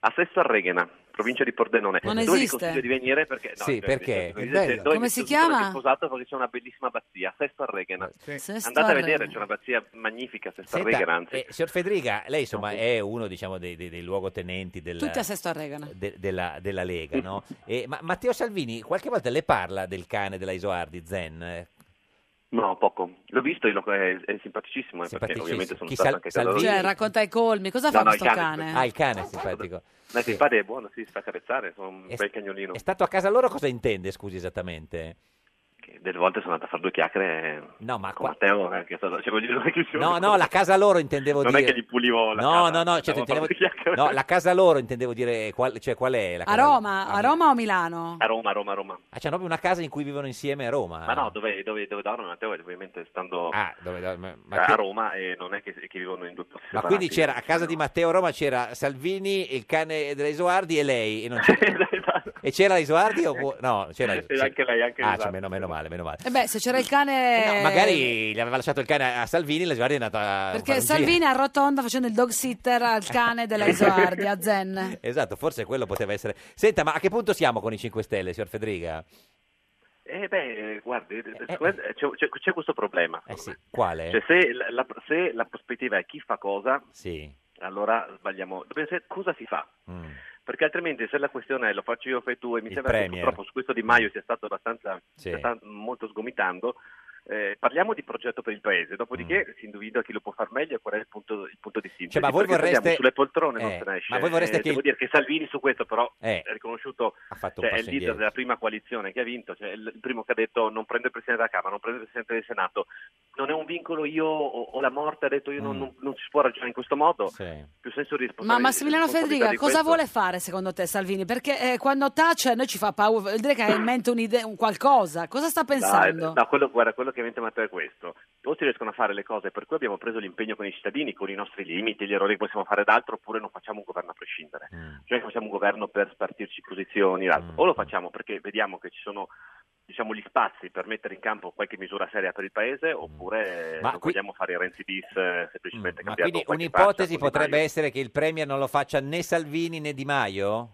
Speaker 18: A Sesto Arreghena, provincia di Pordenone.
Speaker 1: Non
Speaker 18: Dove vi
Speaker 1: esiste.
Speaker 18: consiglio di venire perché... no, cioè,
Speaker 2: Sì,
Speaker 18: dove-
Speaker 2: perché?
Speaker 18: dove-
Speaker 2: È
Speaker 18: dove-
Speaker 2: bello.
Speaker 18: dove-
Speaker 1: Come si
Speaker 18: dove-
Speaker 1: chiama?
Speaker 18: sono sposato perché c'è una bellissima abbazia, Sesto Arreghena.
Speaker 1: Sesto
Speaker 18: Andate a vedere,
Speaker 1: Arreghena.
Speaker 18: c'è un'abbazia magnifica, Sesto
Speaker 2: Senta,
Speaker 18: Arreghena, anzi.
Speaker 2: eh, signor Federica, lei insomma è uno diciamo, dei, dei- dei luogotenenti del-
Speaker 1: Tutti a Sesto Arregana.
Speaker 2: de- della, della Lega, no? Eh, ma Matteo Salvini qualche volta le parla del cane della Isoardi, Zen? eh?
Speaker 18: No, poco. L'ho visto, io lo- è, è simpaticissimo, eh, perché
Speaker 2: Simpaticissimo.
Speaker 18: ovviamente sono
Speaker 2: Chi
Speaker 18: stato
Speaker 2: sal-
Speaker 18: anche a casa
Speaker 2: Salvini?
Speaker 18: loro.
Speaker 1: Cioè, racconta i colmi, cosa fa
Speaker 18: No, no,
Speaker 1: questo
Speaker 18: il cane.
Speaker 1: cane?
Speaker 2: Ah, il cane è simpatico.
Speaker 18: Ma il padre è buono, si sta carezzare, sono un
Speaker 2: È-
Speaker 18: bel cagnolino.
Speaker 2: È stato a casa loro, cosa intende, scusi esattamente?
Speaker 18: Che delle volte sono andato a fare due chiacchiere
Speaker 2: No, ma
Speaker 18: con
Speaker 2: qua-
Speaker 18: Matteo, eh, che è stato- cioè, voglio dire, non è che ci
Speaker 2: No,
Speaker 18: sono-
Speaker 2: no, la casa loro intendevo
Speaker 18: Non
Speaker 2: dire.
Speaker 18: è che gli pulivo la
Speaker 2: no, no,
Speaker 18: casa.
Speaker 2: no, certo,
Speaker 18: Stavo
Speaker 2: intendevo-
Speaker 18: facendo chiacchiere.
Speaker 2: no, la casa loro intendevo dire qual, cioè, qual è la
Speaker 1: A
Speaker 2: casa
Speaker 1: Roma, a Roma o Milano?
Speaker 18: A Roma, a Roma, a Roma.
Speaker 2: Ah, c'è proprio una casa in cui vivono insieme a Roma.
Speaker 18: Ma no, dove, dove, dove Dario e Matteo, ovviamente, stando
Speaker 2: Ah, dove- dove- ma, ma
Speaker 18: a
Speaker 2: qui-
Speaker 18: Roma, e non è che, che vivono in due posti
Speaker 2: ma
Speaker 18: separati.
Speaker 2: quindi c'era a casa di Matteo Roma c'era Salvini, il cane della Isoardi e lei. E, non c'era... e c'era la Isoardi? O... No, c'era
Speaker 18: E Esatto. Ecco. anche lei, esatto, anche
Speaker 2: Ah,
Speaker 18: Isoardi.
Speaker 2: cioè, meno, meno male, meno male.
Speaker 1: E Eh beh, se c'era il cane...
Speaker 2: Eh, No, magari gli aveva lasciato il cane a Salvini, la Isoardi è andata a fare
Speaker 1: eh, Perché
Speaker 2: un giro.
Speaker 1: Salvini arrotonda facendo il dog sitter al cane della Isoardi, a Zen.
Speaker 2: Esatto, forse quello poteva essere. Senta, ma a che punto siamo con i 5 Stelle, signor Federica?
Speaker 18: Eh beh, guardi, c'è, c'è- c'è questo problema.
Speaker 2: Quale?
Speaker 18: Cioè, se la, la- se la prospettiva è chi fa cosa,
Speaker 2: Sì.
Speaker 18: allora sbagliamo. Dobbiamo sapere cosa si fa.
Speaker 2: Mm.
Speaker 18: perché altrimenti se la questione è lo faccio io, fai tu e mi sembra che
Speaker 2: Premier.
Speaker 18: purtroppo su questo Di Maio sia stato abbastanza,
Speaker 2: Sì.
Speaker 18: sia stato molto sgomitando, eh, parliamo di progetto per il paese, dopodiché si individua chi lo può far meglio e qual è il punto, il punto di sintesi.
Speaker 2: Mm. Cioè, ma voi
Speaker 18: perché
Speaker 2: vorreste-
Speaker 18: andiamo sulle poltrone non
Speaker 2: Eh,
Speaker 18: se ne esce.
Speaker 2: ma voi vorreste
Speaker 18: Eh,
Speaker 2: che
Speaker 18: Devo
Speaker 2: il-
Speaker 18: dire che Salvini su questo però
Speaker 2: Eh.
Speaker 18: è riconosciuto,
Speaker 2: fatto un
Speaker 18: cioè, è il
Speaker 2: passo
Speaker 18: leader
Speaker 2: indietro.
Speaker 18: della prima coalizione che ha vinto, cioè, il il primo che ha detto non prendo il Presidente della Camera, non prendo il Presidente del Senato, non è un vincolo io o, o la morte, ha detto io
Speaker 2: Mm.
Speaker 18: non, non- non si può ragionare in questo modo, più senso di
Speaker 1: Ma
Speaker 18: responsabilità.
Speaker 1: Massimiliano
Speaker 18: responsabilità
Speaker 1: Federica,
Speaker 18: di
Speaker 1: cosa
Speaker 18: questo.
Speaker 1: vuole fare secondo te Salvini? Perché eh, quando tace a noi ci fa paura, vuol dire che ha in mente un'idea, un qualcosa. Cosa sta pensando?
Speaker 18: No, no, quello, guarda, quello che mi Matteo è questo. O si riescono a fare le cose per cui abbiamo preso l'impegno con i cittadini, con i nostri limiti, gli errori che possiamo fare d'altro, oppure non facciamo un governo a prescindere.
Speaker 2: Mm.
Speaker 18: Cioè facciamo un governo per spartirci posizioni. l'altro. O lo facciamo perché vediamo che ci sono diciamo, gli spazi per mettere in campo qualche misura seria per il Paese, oppure
Speaker 2: Ma
Speaker 18: non
Speaker 2: qui- Mm.
Speaker 18: vogliamo fare i Renzi bis eh, semplicemente
Speaker 2: Ma quindi
Speaker 18: cambiando qualche
Speaker 2: un'ipotesi
Speaker 18: faccia con Di
Speaker 2: potrebbe
Speaker 18: Maio.
Speaker 2: essere che il Premier non lo faccia né Salvini né Di Maio?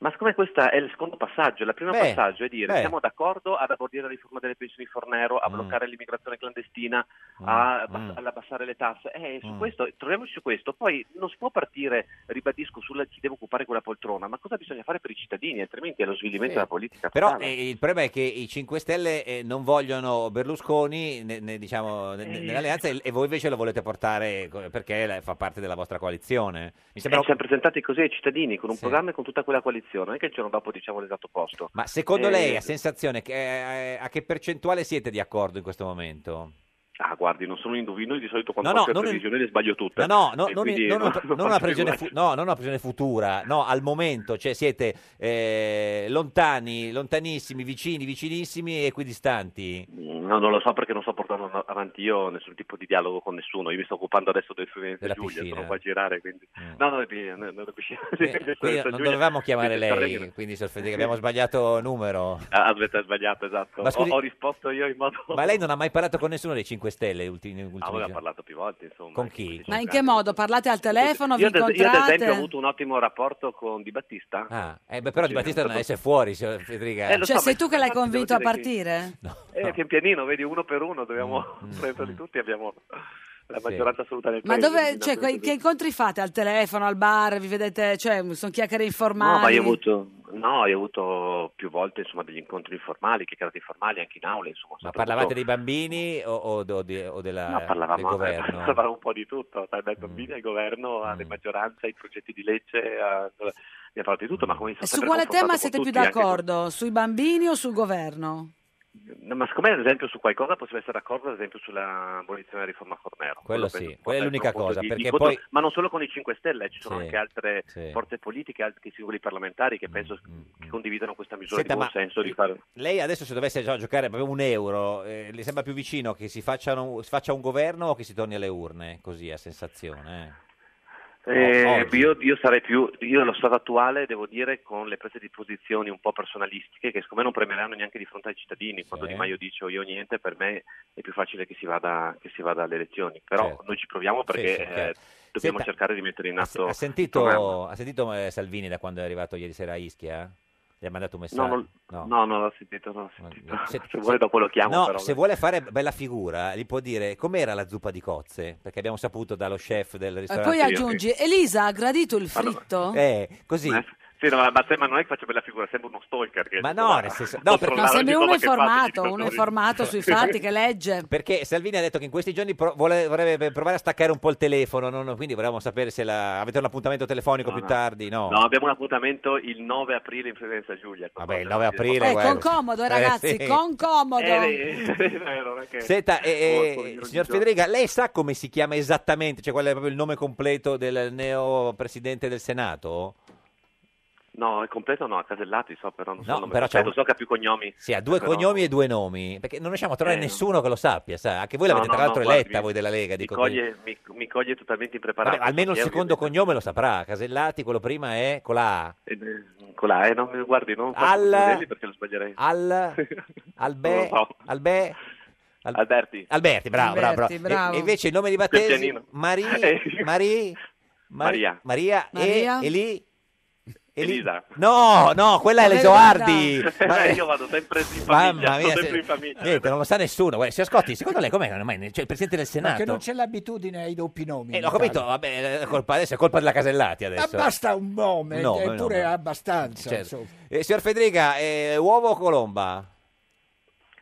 Speaker 18: Ma siccome questo è il secondo passaggio, il primo
Speaker 2: Beh,
Speaker 18: passaggio è dire
Speaker 2: beh.
Speaker 18: siamo d'accordo ad abolire la riforma delle pensioni Fornero, a
Speaker 2: Mm.
Speaker 18: bloccare l'immigrazione clandestina,
Speaker 2: Mm,
Speaker 19: Ah,
Speaker 18: a abbas-
Speaker 2: mm.
Speaker 18: ad abbassare le tasse. Eh, su
Speaker 2: Mm.
Speaker 18: questo, troviamoci su questo. Poi non si può partire, ribadisco, sulla chi deve occupare quella poltrona, ma cosa bisogna fare per i cittadini, altrimenti è lo svilimento
Speaker 2: Sì.
Speaker 18: della politica.
Speaker 2: Però
Speaker 18: totale.
Speaker 2: eh, il problema è che i 5 Stelle eh, non vogliono Berlusconi ne- ne- diciamo, ne-
Speaker 18: Eh.
Speaker 2: nell'alleanza e, e voi invece lo volete portare co- perché la- fa parte della vostra coalizione. Mi sembra...
Speaker 18: Eh, ci siamo presentati così ai cittadini, con un programma e con tutta quella coalizione, non è che il giorno dopo diciamo l'esatto opposto.
Speaker 2: Ma secondo
Speaker 18: Eh,
Speaker 2: lei, a sensazione, che- eh, a che percentuale siete di accordo in questo momento?
Speaker 18: Ah, guardi, non sono un indovino, io di solito quando
Speaker 2: No, no,
Speaker 18: faccio le
Speaker 2: non-
Speaker 18: previsioni le sbaglio tutte.
Speaker 2: No, no, no,
Speaker 18: E
Speaker 2: non,
Speaker 18: quindi
Speaker 2: non-
Speaker 18: non-
Speaker 2: non
Speaker 18: non
Speaker 2: una
Speaker 18: faccio
Speaker 2: prigione
Speaker 18: figurati.
Speaker 2: fu- no, non una prigione futura, no, al momento, cioè siete eh, lontani, lontanissimi, vicini, vicinissimi e equidistanti.
Speaker 18: Mm, No, non lo so perché non sto portando av- avanti io nessun tipo di dialogo con nessuno. Io mi sto occupando adesso del Fluminense
Speaker 2: Della
Speaker 18: Giulia,
Speaker 2: piscina.
Speaker 18: sono qua a girare, quindi... No, no, del pi-
Speaker 2: Eh,
Speaker 18: no, no, del piscina. del
Speaker 2: Quindi
Speaker 18: Fluminense
Speaker 2: non
Speaker 18: Giulia.
Speaker 2: dovevamo chiamare
Speaker 18: Quindi,
Speaker 2: lei,
Speaker 18: Ferreira.
Speaker 2: quindi signor Federica, abbiamo sbagliato numero.
Speaker 18: Ah, Aspetta, hai sbagliato, esatto.
Speaker 2: Ma scusi-
Speaker 18: Ho, ho risposto io in modo...
Speaker 2: Ma lei non ha mai parlato con nessuno dei 5 Stelle ultimi, ultimi
Speaker 18: Ah, voi
Speaker 2: giorni?
Speaker 18: abbiamo parlato più volte, insomma.
Speaker 2: Con chi?
Speaker 1: Ma in che modo? Parlate al telefono, vi
Speaker 18: Io ad, es- io ad esempio ho
Speaker 1: incontrate?
Speaker 18: avuto un ottimo rapporto con Di Battista.
Speaker 2: Ah, eh, beh, però Di Battista non esce fuori, signor Federica.
Speaker 18: Eh, lo
Speaker 1: Cioè
Speaker 18: so,
Speaker 1: sei
Speaker 18: ma-
Speaker 1: tu che l'hai
Speaker 18: infatti devo
Speaker 1: convinto a
Speaker 18: dire che-
Speaker 1: partire?
Speaker 18: Eh, pian pianino, vedi, uno per uno dobbiamo
Speaker 2: Mm,
Speaker 18: prenderli tutti, abbiamo la maggioranza assoluta del
Speaker 1: Ma
Speaker 18: paese,
Speaker 1: dove,
Speaker 18: quindi
Speaker 1: cioè,
Speaker 18: naturalmente-
Speaker 1: que- che incontri fate? Al telefono, al bar, vi vedete, cioè, sono chiacchiere informali? Eh,
Speaker 18: No, ma io ho avuto, no, io ho avuto più volte insomma, degli incontri informali, chiacchierate informali anche in aula. Insomma,
Speaker 2: Ma
Speaker 18: soprattutto-
Speaker 2: parlavate dei bambini o, o- o di- o della-
Speaker 18: No,
Speaker 2: del
Speaker 18: parlavamo,
Speaker 2: governo? Mm.
Speaker 18: parlavamo un po' di tutto, dai dai bambini al governo, alle maggioranze, ai progetti di legge, a- abbiamo parlato di tutto. Ma come mi
Speaker 1: E
Speaker 18: sono
Speaker 1: Eh, su
Speaker 18: sempre
Speaker 1: quale
Speaker 18: confrontato
Speaker 1: tema
Speaker 18: con
Speaker 1: siete più
Speaker 18: tutti, anche con-
Speaker 1: d'accordo? Sui bambini o sul governo?
Speaker 18: No, ma siccome ad esempio su qualcosa possiamo essere d'accordo, ad esempio sulla abolizione della riforma Fornero.
Speaker 2: Quello
Speaker 18: penso
Speaker 2: sì,
Speaker 18: che
Speaker 2: quella è
Speaker 18: possa essere un
Speaker 2: l'unica
Speaker 18: punto
Speaker 2: cosa,
Speaker 18: di-
Speaker 2: perché
Speaker 18: di contro-
Speaker 2: poi-
Speaker 18: Ma non solo con i 5 Stelle, ci sono
Speaker 2: Sì,
Speaker 18: anche altre
Speaker 2: sì. Mm,
Speaker 18: forze politiche, altri singoli parlamentari che penso che condividano questa misura
Speaker 2: Senta,
Speaker 18: di buon
Speaker 2: ma-
Speaker 18: senso di fare...
Speaker 2: Lei adesso se dovesse già giocare proprio un euro, eh, le sembra più vicino che si, facciano, si faccia un governo o che si torni alle urne? Così a sensazione. eh?
Speaker 18: Eh,
Speaker 2: O- oggi.
Speaker 18: io, io sarei più, io lo stato attuale devo dire con le prese di posizioni un po' personalistiche che secondo me non premeranno neanche di fronte ai cittadini, quando Di Maio dice o io niente, per me è più facile che si vada, che si vada alle elezioni, però
Speaker 2: Certo.
Speaker 18: noi ci proviamo perché
Speaker 2: Sì, sì,
Speaker 18: eh,
Speaker 2: chiaro.
Speaker 18: dobbiamo
Speaker 2: Senta,
Speaker 18: cercare di mettere in
Speaker 2: ha, se-
Speaker 18: atto...
Speaker 2: ha
Speaker 18: il programma.
Speaker 2: sentito, ha sentito, eh, Salvini da quando è arrivato ieri sera a Ischia? Gli ha mandato un messaggio?
Speaker 18: No, non, no. non l'ho sentito, non l'ho sentito. Se, vuole dopo lo chiamo
Speaker 2: No,
Speaker 18: però.
Speaker 2: se vuole fare bella figura, gli può dire com'era la zuppa di cozze, perché abbiamo saputo dallo chef del
Speaker 1: E
Speaker 2: ristorante.
Speaker 1: Eh, poi aggiungi, Elisa ha gradito il fritto?
Speaker 2: Eh, così.
Speaker 18: Sì, no, ma, se- ma non è che faccio bella figura, sembra uno stalker. Che
Speaker 2: Ma no, nel senso- no, perché-
Speaker 1: No, sembri uno informato, uno informato sui fatti che legge.
Speaker 2: Perché Salvini ha detto che in questi giorni pro- vuole- vorrebbe provare a staccare un po' il telefono, non- quindi volevamo sapere se la- avete un appuntamento telefonico più
Speaker 18: no.
Speaker 2: tardi, no?
Speaker 18: No, abbiamo un appuntamento il 9 aprile in Fiorenza Giulia.
Speaker 2: Vabbè, il 9 aprile,
Speaker 1: Eh,
Speaker 2: guarda.
Speaker 1: con comodo, eh,
Speaker 2: Eh,
Speaker 1: ragazzi,
Speaker 2: sì.
Speaker 1: con comodo.
Speaker 18: Eh, è vero, non è che-
Speaker 2: Senta, eh,
Speaker 18: Oh,
Speaker 2: eh,
Speaker 18: ogni
Speaker 2: signor
Speaker 18: giorno.
Speaker 2: Federica, lei sa come si chiama esattamente, cioè qual è proprio il nome completo del neo presidente del Senato?
Speaker 18: No, è completo no, a Casellati so, però non so
Speaker 2: No,
Speaker 18: il nome
Speaker 2: però c'è
Speaker 18: completo,
Speaker 2: un-
Speaker 18: so che ha più cognomi.
Speaker 2: Sì, ha due
Speaker 18: Però-
Speaker 2: cognomi e due nomi, perché non riusciamo a trovare
Speaker 18: Eh, no.
Speaker 2: nessuno che lo sappia, sa? Anche voi l'avete
Speaker 18: No, no,
Speaker 2: tra l'altro
Speaker 18: no,
Speaker 2: eletta
Speaker 18: guardi, mi-
Speaker 2: voi della Lega,
Speaker 18: Mi
Speaker 2: dico così.
Speaker 18: coglie, mi, mi coglie totalmente
Speaker 2: Vabbè,
Speaker 18: impreparato.
Speaker 2: almeno il
Speaker 18: Sì,
Speaker 2: secondo cognome lo saprà, Casellati, quello prima è con la A.
Speaker 18: eh, eh, Con la E, non mi guardi, non faccio
Speaker 2: Al-
Speaker 18: Puglielli perché lo sbaglierei.
Speaker 2: Al,
Speaker 18: Non
Speaker 2: Albe,
Speaker 18: lo so.
Speaker 2: Albe, Al-
Speaker 18: Alberti.
Speaker 2: Alberti, bravo, Ah, bravo, bravo.
Speaker 18: Alberti,
Speaker 2: E-
Speaker 18: bravo.
Speaker 2: E, invece il nome di
Speaker 18: Quel
Speaker 2: battesimo
Speaker 18: pianino.
Speaker 2: Marie,
Speaker 18: Eh.
Speaker 2: Marie, Mar-
Speaker 18: Maria.
Speaker 2: Maria, e-
Speaker 18: Maria.
Speaker 2: E, lì
Speaker 18: Elisa.
Speaker 2: No, no, quella è
Speaker 18: La
Speaker 2: Lesoardi.
Speaker 18: verità. Eh, io vado sempre in famiglia,
Speaker 2: Mamma mia,
Speaker 18: sono
Speaker 2: se-
Speaker 18: sempre in famiglia.
Speaker 2: niente, non lo sa nessuno. Guarda, signor Scotti, secondo lei com'è? che non è mai- Cioè, il presidente del
Speaker 11: Ma che
Speaker 2: Senato.
Speaker 11: non c'è l'abitudine ai doppi nomi.
Speaker 2: Eh,
Speaker 11: in
Speaker 2: l'ho capito,
Speaker 11: Italia.
Speaker 2: vabbè, è colpa, adesso è colpa della Casellati
Speaker 11: Ma
Speaker 2: adesso.
Speaker 11: Ah, basta un nome,
Speaker 2: No, no,
Speaker 11: eppure
Speaker 2: no.
Speaker 11: abbastanza.
Speaker 2: Certo.
Speaker 11: insomma.
Speaker 2: Eh, signor Federica, eh, uovo o colomba?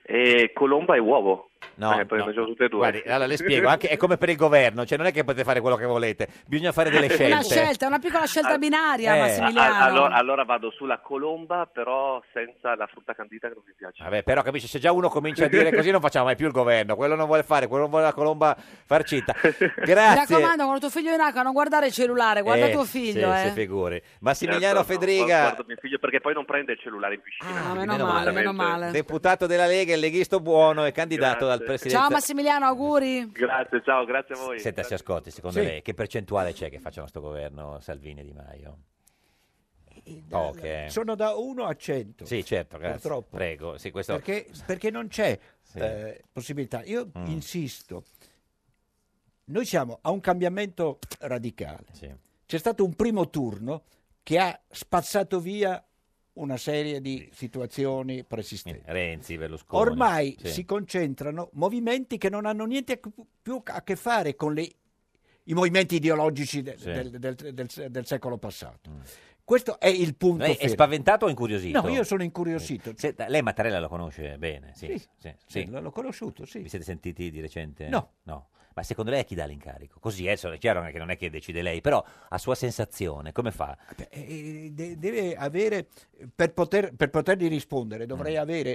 Speaker 18: E Eh, Colomba e uovo.
Speaker 2: No,
Speaker 18: Eh, poi
Speaker 2: no.
Speaker 18: mangio tutte e due.
Speaker 2: Guardi, allora le spiego, anche, è come per il governo, cioè non è che potete fare quello che volete, bisogna fare delle scelte.
Speaker 1: Una scelta, una piccola scelta binaria,
Speaker 2: eh.
Speaker 1: Massimiliano.
Speaker 18: A- allora, allora vado sulla colomba, però senza la frutta candita che non mi piace.
Speaker 2: Vabbè, però capisci, se già uno comincia a dire così non facciamo mai più il governo, quello non vuole fare, quello non vuole la colomba farcita.
Speaker 1: Mi
Speaker 2: Grazie.
Speaker 1: raccomando, quando tuo figlio è in acqua, non guardare il cellulare, guarda
Speaker 2: Eh,
Speaker 1: tuo figlio.
Speaker 2: sì,
Speaker 1: eh.
Speaker 2: si figuri. Massimiliano
Speaker 18: Certo, no,
Speaker 2: Federica,
Speaker 18: Guardo mio figlio perché poi non prende il cellulare in piscina.
Speaker 1: Ah, meno male, meno male.
Speaker 2: deputato della Lega, il leghisto buono e candidato dal presidente.
Speaker 1: Ciao Massimiliano, auguri.
Speaker 18: Grazie, ciao, grazie a voi.
Speaker 2: Senta, si ascolti, secondo
Speaker 18: Sì.
Speaker 2: lei che percentuale c'è che facciano sto governo Salvini e Di Maio? Poche.
Speaker 11: Sono da 1 a 100.
Speaker 2: Sì, certo, grazie.
Speaker 11: Purtroppo.
Speaker 2: Prego, sì, questo...
Speaker 11: Perché, perché non c'è
Speaker 2: Sì. Mm.
Speaker 11: eh, possibilità. Io insisto, noi siamo a un cambiamento radicale. C'è stato un primo turno che ha spazzato via una serie di situazioni preesistenti.
Speaker 2: Renzi, Berlusconi.
Speaker 11: Ormai
Speaker 2: sì.
Speaker 11: si concentrano movimenti che non hanno niente a- più a che fare con le- i movimenti ideologici de-
Speaker 2: Sì. Mm.
Speaker 11: del, del- del- del secolo passato. Questo è il punto.
Speaker 2: Lei è
Speaker 11: fermo.
Speaker 2: spaventato o incuriosito?
Speaker 11: No, io sono incuriosito.
Speaker 2: Senta, lei Mattarella lo conosce bene? Sì,
Speaker 11: Sì,
Speaker 2: sì,
Speaker 11: sì, l'ho conosciuto, sì.
Speaker 2: Vi siete sentiti di recente?
Speaker 11: No.
Speaker 2: Ma secondo lei a chi dà l'incarico? Così, eh, so- è chiaro che non è che decide lei, però a sua sensazione, come fa?
Speaker 11: Eh, de- deve avere, eh, per, poter, per potergli rispondere, dovrei
Speaker 2: Mm.
Speaker 11: avere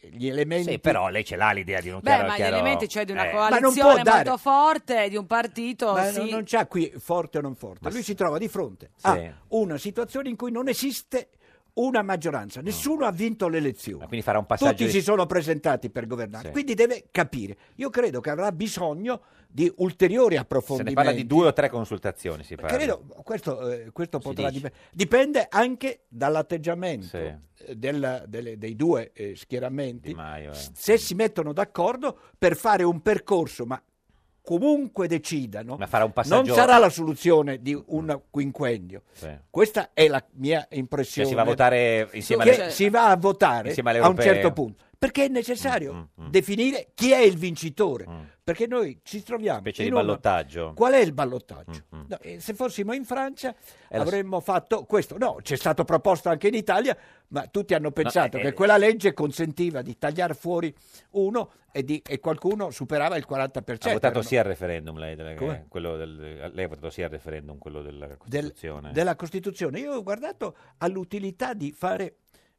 Speaker 11: eh, gli elementi.
Speaker 2: Sì, però lei ce l'ha l'idea di un
Speaker 1: Beh,
Speaker 2: chiaro...
Speaker 1: ma
Speaker 2: chiaro-
Speaker 1: gli elementi c'è di una
Speaker 2: Eh.
Speaker 11: Ma non
Speaker 1: coalizione
Speaker 11: può dare-
Speaker 1: molto forte, di un
Speaker 2: Oh,
Speaker 1: partito.
Speaker 11: Ma
Speaker 1: sì.
Speaker 11: non, non c'ha qui forte o non forte. Lui si trova di fronte
Speaker 2: Sì.
Speaker 11: a una situazione in cui non esiste una maggioranza, nessuno ha vinto le elezioni.
Speaker 2: Quindi farà un Eh, passaggio...
Speaker 11: Tutti
Speaker 2: di-
Speaker 11: si sono presentati per governare,
Speaker 2: Sì.
Speaker 11: quindi deve capire. Io credo che avrà bisogno di ulteriori
Speaker 2: Se ne
Speaker 11: approfondimenti.
Speaker 2: parla di due o tre consultazioni, si parla.
Speaker 11: Credo, questo, eh, questo
Speaker 2: Si
Speaker 11: potrà
Speaker 2: dice.
Speaker 11: dipendere. Dipende anche dall'atteggiamento
Speaker 2: Sì.
Speaker 11: eh, della- delle- dei due eh, schieramenti.
Speaker 2: Maio, eh.
Speaker 11: S- Se si mettono d'accordo per fare un percorso, ma comunque decidano,
Speaker 2: Ma farà un
Speaker 11: non
Speaker 2: passaggio...
Speaker 11: sarà la soluzione di un quinquennio.
Speaker 2: Sì.
Speaker 11: Questa è la mia
Speaker 2: Cioè,
Speaker 11: impressione.
Speaker 2: si va a votare insieme
Speaker 11: Che
Speaker 2: alle...
Speaker 11: si va a votare
Speaker 2: Insieme alle
Speaker 11: a un
Speaker 2: europee.
Speaker 11: certo punto. Perché è
Speaker 2: Mm,
Speaker 11: necessario definire chi è il vincitore. Perché noi ci troviamo
Speaker 2: Specie
Speaker 11: in
Speaker 2: di
Speaker 11: una-
Speaker 2: ballottaggio. Mm,
Speaker 11: Qual è il ballottaggio? No, eh, se fossimo in Francia
Speaker 2: Eh, lo so.
Speaker 11: avremmo fatto questo. No, c'è stato proposto anche in Italia, ma tutti hanno pensato
Speaker 2: eh,
Speaker 11: che
Speaker 2: eh.
Speaker 11: quella legge consentiva di tagliare fuori uno e, di- e qualcuno superava il 40%.
Speaker 2: Ha votato
Speaker 11: Erano-
Speaker 2: sì al referendum lei, della-
Speaker 11: certo, Come?
Speaker 2: quello del- lei ha votato sì al referendum, quello della
Speaker 11: del-
Speaker 2: Costituzione.
Speaker 11: della Costituzione. Io ho guardato all'utilità di fare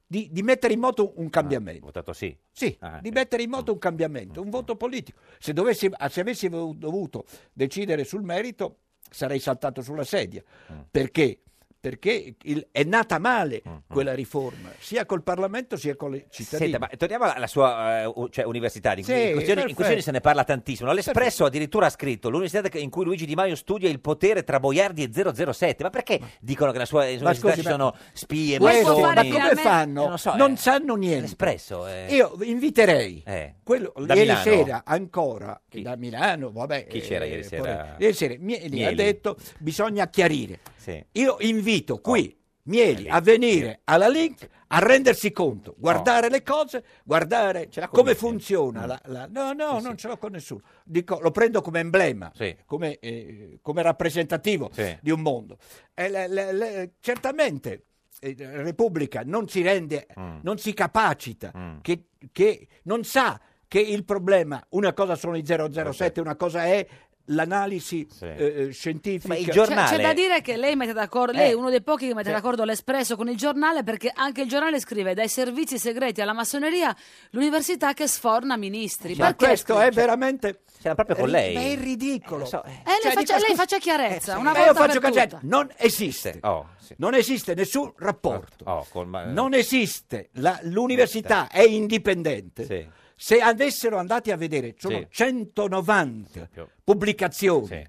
Speaker 11: di, di mettere in moto un cambiamento.
Speaker 2: Ha votato sì.
Speaker 11: Sì,
Speaker 2: Ah, Mm,
Speaker 11: di mettere in moto un cambiamento, un voto politico. Se, dovessi, se avessi dovuto decidere sul merito, sarei saltato sulla sedia.
Speaker 2: Mm.
Speaker 11: Perché? Perché il- è nata male quella riforma, sia col Parlamento sia con i cittadini.
Speaker 2: Senta, ma torniamo alla, alla sua eh, u- cioè, università, di,
Speaker 11: Sì,
Speaker 2: in, questioni, in
Speaker 11: perfetto.
Speaker 2: questioni se ne parla tantissimo. No? L'Espresso addirittura ha scritto l'università che- in cui Luigi Di Maio studia il potere tra Boiardi e 007. Ma perché dicono che nella sua università
Speaker 11: scusi,
Speaker 2: ci
Speaker 11: ma-
Speaker 2: sono spie,
Speaker 11: Questo-
Speaker 2: massoni?
Speaker 11: ma come fanno?
Speaker 2: Non lo so,
Speaker 11: non
Speaker 2: eh,
Speaker 11: sanno niente.
Speaker 2: L'Espresso, eh.
Speaker 11: Io inviterei
Speaker 2: Eh,
Speaker 11: quello
Speaker 2: da
Speaker 11: ieri
Speaker 2: Milano.
Speaker 11: sera ancora da Milano, vabbè.
Speaker 2: Chi c'era
Speaker 11: eh,
Speaker 2: ieri sera?
Speaker 11: poi- ieri sera Mieli, ha
Speaker 2: Mieli.
Speaker 11: detto bisogna chiarire.
Speaker 2: Sì.
Speaker 11: Io
Speaker 2: Oh.
Speaker 11: invito qui Mieli a venire alla Link a rendersi conto,
Speaker 2: Oh.
Speaker 11: guardare le cose, guardare come funziona.
Speaker 2: Mm.
Speaker 11: la- la- no, no, non ce l'ho con nessuno. Dico, lo prendo come emblema,
Speaker 2: Sì.
Speaker 11: come, eh, come rappresentativo
Speaker 2: Sì.
Speaker 11: di un mondo. Eh, le- le- le- certamente eh, la Repubblica non si rende,
Speaker 2: Mm.
Speaker 11: non si capacita, che, che non sa che il problema, una cosa sono i 007, una cosa è l'analisi eh, scientifica.
Speaker 2: Ma il
Speaker 1: Cioè, c'è da dire che lei mette d'accordo, lei
Speaker 11: Eh.
Speaker 1: è uno dei pochi che mette
Speaker 11: Sì.
Speaker 1: d'accordo l'Espresso con il giornale perché anche il giornale scrive dai servizi segreti alla massoneria l'università che sforna ministri.
Speaker 11: Ma
Speaker 1: Perché?
Speaker 11: questo è cioè, veramente...
Speaker 2: C'era proprio con
Speaker 11: Ma è
Speaker 2: lei.
Speaker 11: ridicolo. Cioè,
Speaker 1: Eh, lei, faccia, lei faccia chiarezza, una
Speaker 11: Ma eh, io
Speaker 1: volta
Speaker 11: faccio
Speaker 1: per
Speaker 11: cancellare.
Speaker 1: tutta.
Speaker 11: Non esiste. Non esiste nessun rapporto.
Speaker 2: Oh, col ma-
Speaker 11: Non esiste. La- l'università è indipendente.
Speaker 2: Sì.
Speaker 11: Se avessero andati a vedere, sono
Speaker 2: Sì.
Speaker 11: 190 pubblicazioni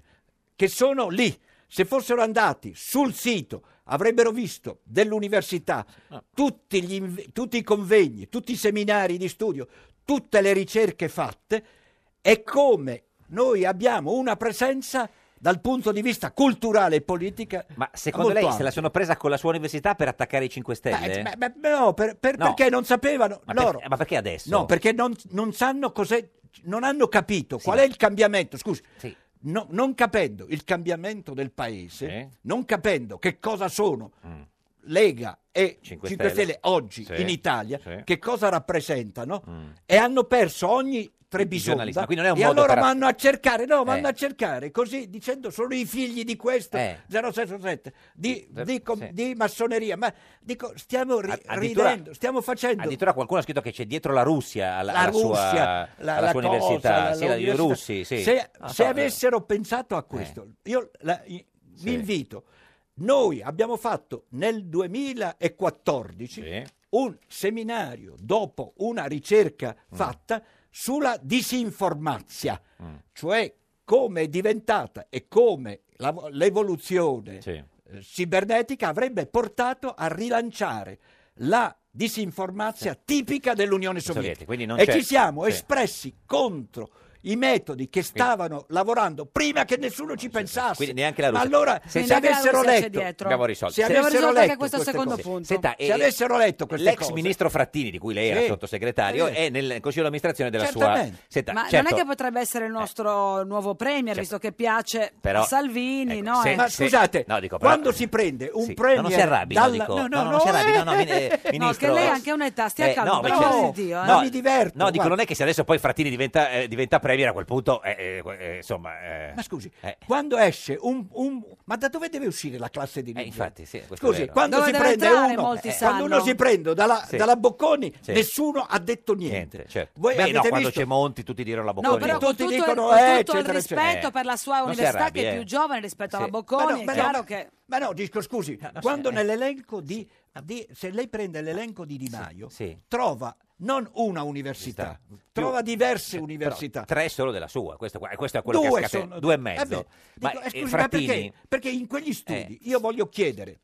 Speaker 11: che sono lì. Se fossero andati sul sito avrebbero visto dell'università tutti, gli inve- tutti i convegni, tutti i seminari di studio, tutte le ricerche fatte e come noi abbiamo una presenza dal punto di vista culturale e politica. Ma
Speaker 2: Secondo lei se la sono presa con la sua università per attaccare i 5 Stelle?
Speaker 11: Beh, beh, beh, no, per- per-
Speaker 2: No.
Speaker 11: perché non sapevano
Speaker 2: ma, per-
Speaker 11: loro.
Speaker 2: ma perché adesso?
Speaker 11: No, perché non, non sanno cos'è, non hanno capito qual è il cambiamento. Scusi, no- non capendo il cambiamento del paese, non capendo che cosa sono
Speaker 2: Mm.
Speaker 11: Lega e 5 Stelle,
Speaker 2: Stelle
Speaker 11: oggi
Speaker 2: Sì,
Speaker 11: in Italia,
Speaker 2: sì. Mm.
Speaker 11: che cosa rappresentano, e hanno perso ogni
Speaker 2: Giornalista,
Speaker 11: trebisonda.
Speaker 2: quindi non è un
Speaker 11: E
Speaker 2: modo
Speaker 11: allora
Speaker 2: per-
Speaker 11: vanno a cercare, no, vanno
Speaker 2: Eh.
Speaker 11: a cercare così dicendo sono i figli di questo
Speaker 2: Eh.
Speaker 11: 067 di,
Speaker 2: Sì,
Speaker 11: di com-
Speaker 2: sì.
Speaker 11: di massoneria. Ma dico, stiamo ri-
Speaker 2: addirittura-
Speaker 11: ridendo, stiamo facendo
Speaker 2: Addirittura qualcuno ha scritto che c'è dietro la Russia alla,
Speaker 11: la
Speaker 2: alla
Speaker 11: Russia,
Speaker 2: sua,
Speaker 11: la,
Speaker 2: alla
Speaker 11: la
Speaker 2: sua
Speaker 11: cosa,
Speaker 2: università,
Speaker 11: la-
Speaker 2: sì, la- i
Speaker 11: l'università.
Speaker 2: russi. Sì. Ah, Eh.
Speaker 11: Se,
Speaker 2: Non
Speaker 11: se
Speaker 2: so,
Speaker 11: avessero pensato a questo, io la- i- vi invito, noi abbiamo fatto nel 2014 un seminario dopo una ricerca
Speaker 2: Mm.
Speaker 11: fatta sulla disinformazia,
Speaker 2: Mm.
Speaker 11: cioè come è diventata e come la- l'evoluzione eh, cibernetica avrebbe portato a rilanciare la disinformazia tipica dell'Unione Sovietica.
Speaker 2: Sovietica, quindi non
Speaker 11: e
Speaker 2: c'è-
Speaker 11: ci siamo
Speaker 2: sì.
Speaker 11: espressi contro i metodi che stavano lavorando prima che nessuno ci pensasse.
Speaker 2: Quindi neanche la Russia.
Speaker 11: Ma allora,
Speaker 2: Sì,
Speaker 11: se,
Speaker 2: sì.
Speaker 11: se avessero letto,
Speaker 2: Abbiamo risolto.
Speaker 11: se avessero letto queste cose-
Speaker 2: Senta,
Speaker 11: se
Speaker 2: eh,
Speaker 11: avessero letto queste
Speaker 2: L'ex
Speaker 11: cose,
Speaker 2: ministro Frattini, di cui lei era
Speaker 11: Sì.
Speaker 2: sottosegretario,
Speaker 11: Eh.
Speaker 2: è nel consiglio di amministrazione della sua...
Speaker 11: Certamente.
Speaker 2: Senta,
Speaker 1: Ma
Speaker 2: certo,
Speaker 1: non è che potrebbe essere il nostro nuovo premier,
Speaker 2: Certo.
Speaker 1: visto che piace
Speaker 2: Però-
Speaker 1: a Salvini,
Speaker 2: ecco,
Speaker 1: no?
Speaker 2: se-
Speaker 1: Eh.
Speaker 11: Ma
Speaker 2: se-
Speaker 11: scusate,
Speaker 2: no, dico, però-
Speaker 11: quando si prende un
Speaker 2: Sì. No,
Speaker 11: premio
Speaker 2: non si arrabbi, no, dico- no, no, non si arrabbi, no, no, mi- eh,
Speaker 1: No,
Speaker 2: ministro,
Speaker 1: che lei
Speaker 2: eh,
Speaker 1: ha anche un'età, stia
Speaker 2: eh,
Speaker 1: calmo,
Speaker 2: no,
Speaker 1: per
Speaker 2: perché-
Speaker 11: Oh,
Speaker 1: amor di Dio. eh.
Speaker 2: no,
Speaker 11: diverto,
Speaker 2: No, dico,
Speaker 11: guarda.
Speaker 2: non è che se adesso poi Frattini diventa, eh, diventa premier a quel punto, eh, eh, eh, insomma... eh,
Speaker 11: Ma scusi,
Speaker 2: eh,
Speaker 11: quando esce un, un- Ma da dove deve uscire la classe di dirigente?
Speaker 2: infatti, sì, questo è
Speaker 11: Scusi,
Speaker 2: vero.
Speaker 11: quando
Speaker 2: Dove
Speaker 11: si
Speaker 2: deve
Speaker 11: prende
Speaker 2: entrare,
Speaker 11: uno,
Speaker 2: molti
Speaker 11: eh,
Speaker 2: sanno.
Speaker 11: quando uno si prende dalla,
Speaker 2: Sì.
Speaker 11: dalla Bocconi,
Speaker 2: Sì.
Speaker 11: nessuno ha detto niente.
Speaker 2: certo.
Speaker 11: Voi
Speaker 2: Beh, no,
Speaker 11: avete
Speaker 2: quando
Speaker 11: visto-
Speaker 2: c'è Monti tutti dicono la Bocconi.
Speaker 1: No, però con
Speaker 11: Tutti
Speaker 1: tutto,
Speaker 11: dicono,
Speaker 1: il, con
Speaker 11: eh,
Speaker 1: tutto il
Speaker 11: eccetera, eccetera.
Speaker 1: rispetto
Speaker 11: Eh,
Speaker 1: per la sua
Speaker 11: non si
Speaker 1: università
Speaker 11: arrabbi,
Speaker 1: che è
Speaker 11: eh.
Speaker 1: più giovane rispetto alla
Speaker 11: Sì.
Speaker 1: Bocconi,
Speaker 11: Ma no,
Speaker 1: è
Speaker 11: ma no.
Speaker 1: chiaro che...
Speaker 11: Ma no, dico scusi, quando
Speaker 2: eh.
Speaker 11: nell'elenco di, di- se lei prende l'elenco di Di Maio, trova non una università, trova
Speaker 2: Cioè,
Speaker 11: diverse università.
Speaker 2: Tre solo della sua, questo, qua- questo è quello che
Speaker 11: Due
Speaker 2: ha scatenato.
Speaker 11: sono-
Speaker 2: Due e
Speaker 11: Eh
Speaker 2: mezzo.
Speaker 11: beh,
Speaker 2: ma,
Speaker 11: dico, eh,
Speaker 2: eh,
Speaker 11: scusi, ma
Speaker 2: Frattini, Eh.
Speaker 11: perché? Perché in quegli studi io voglio chiedere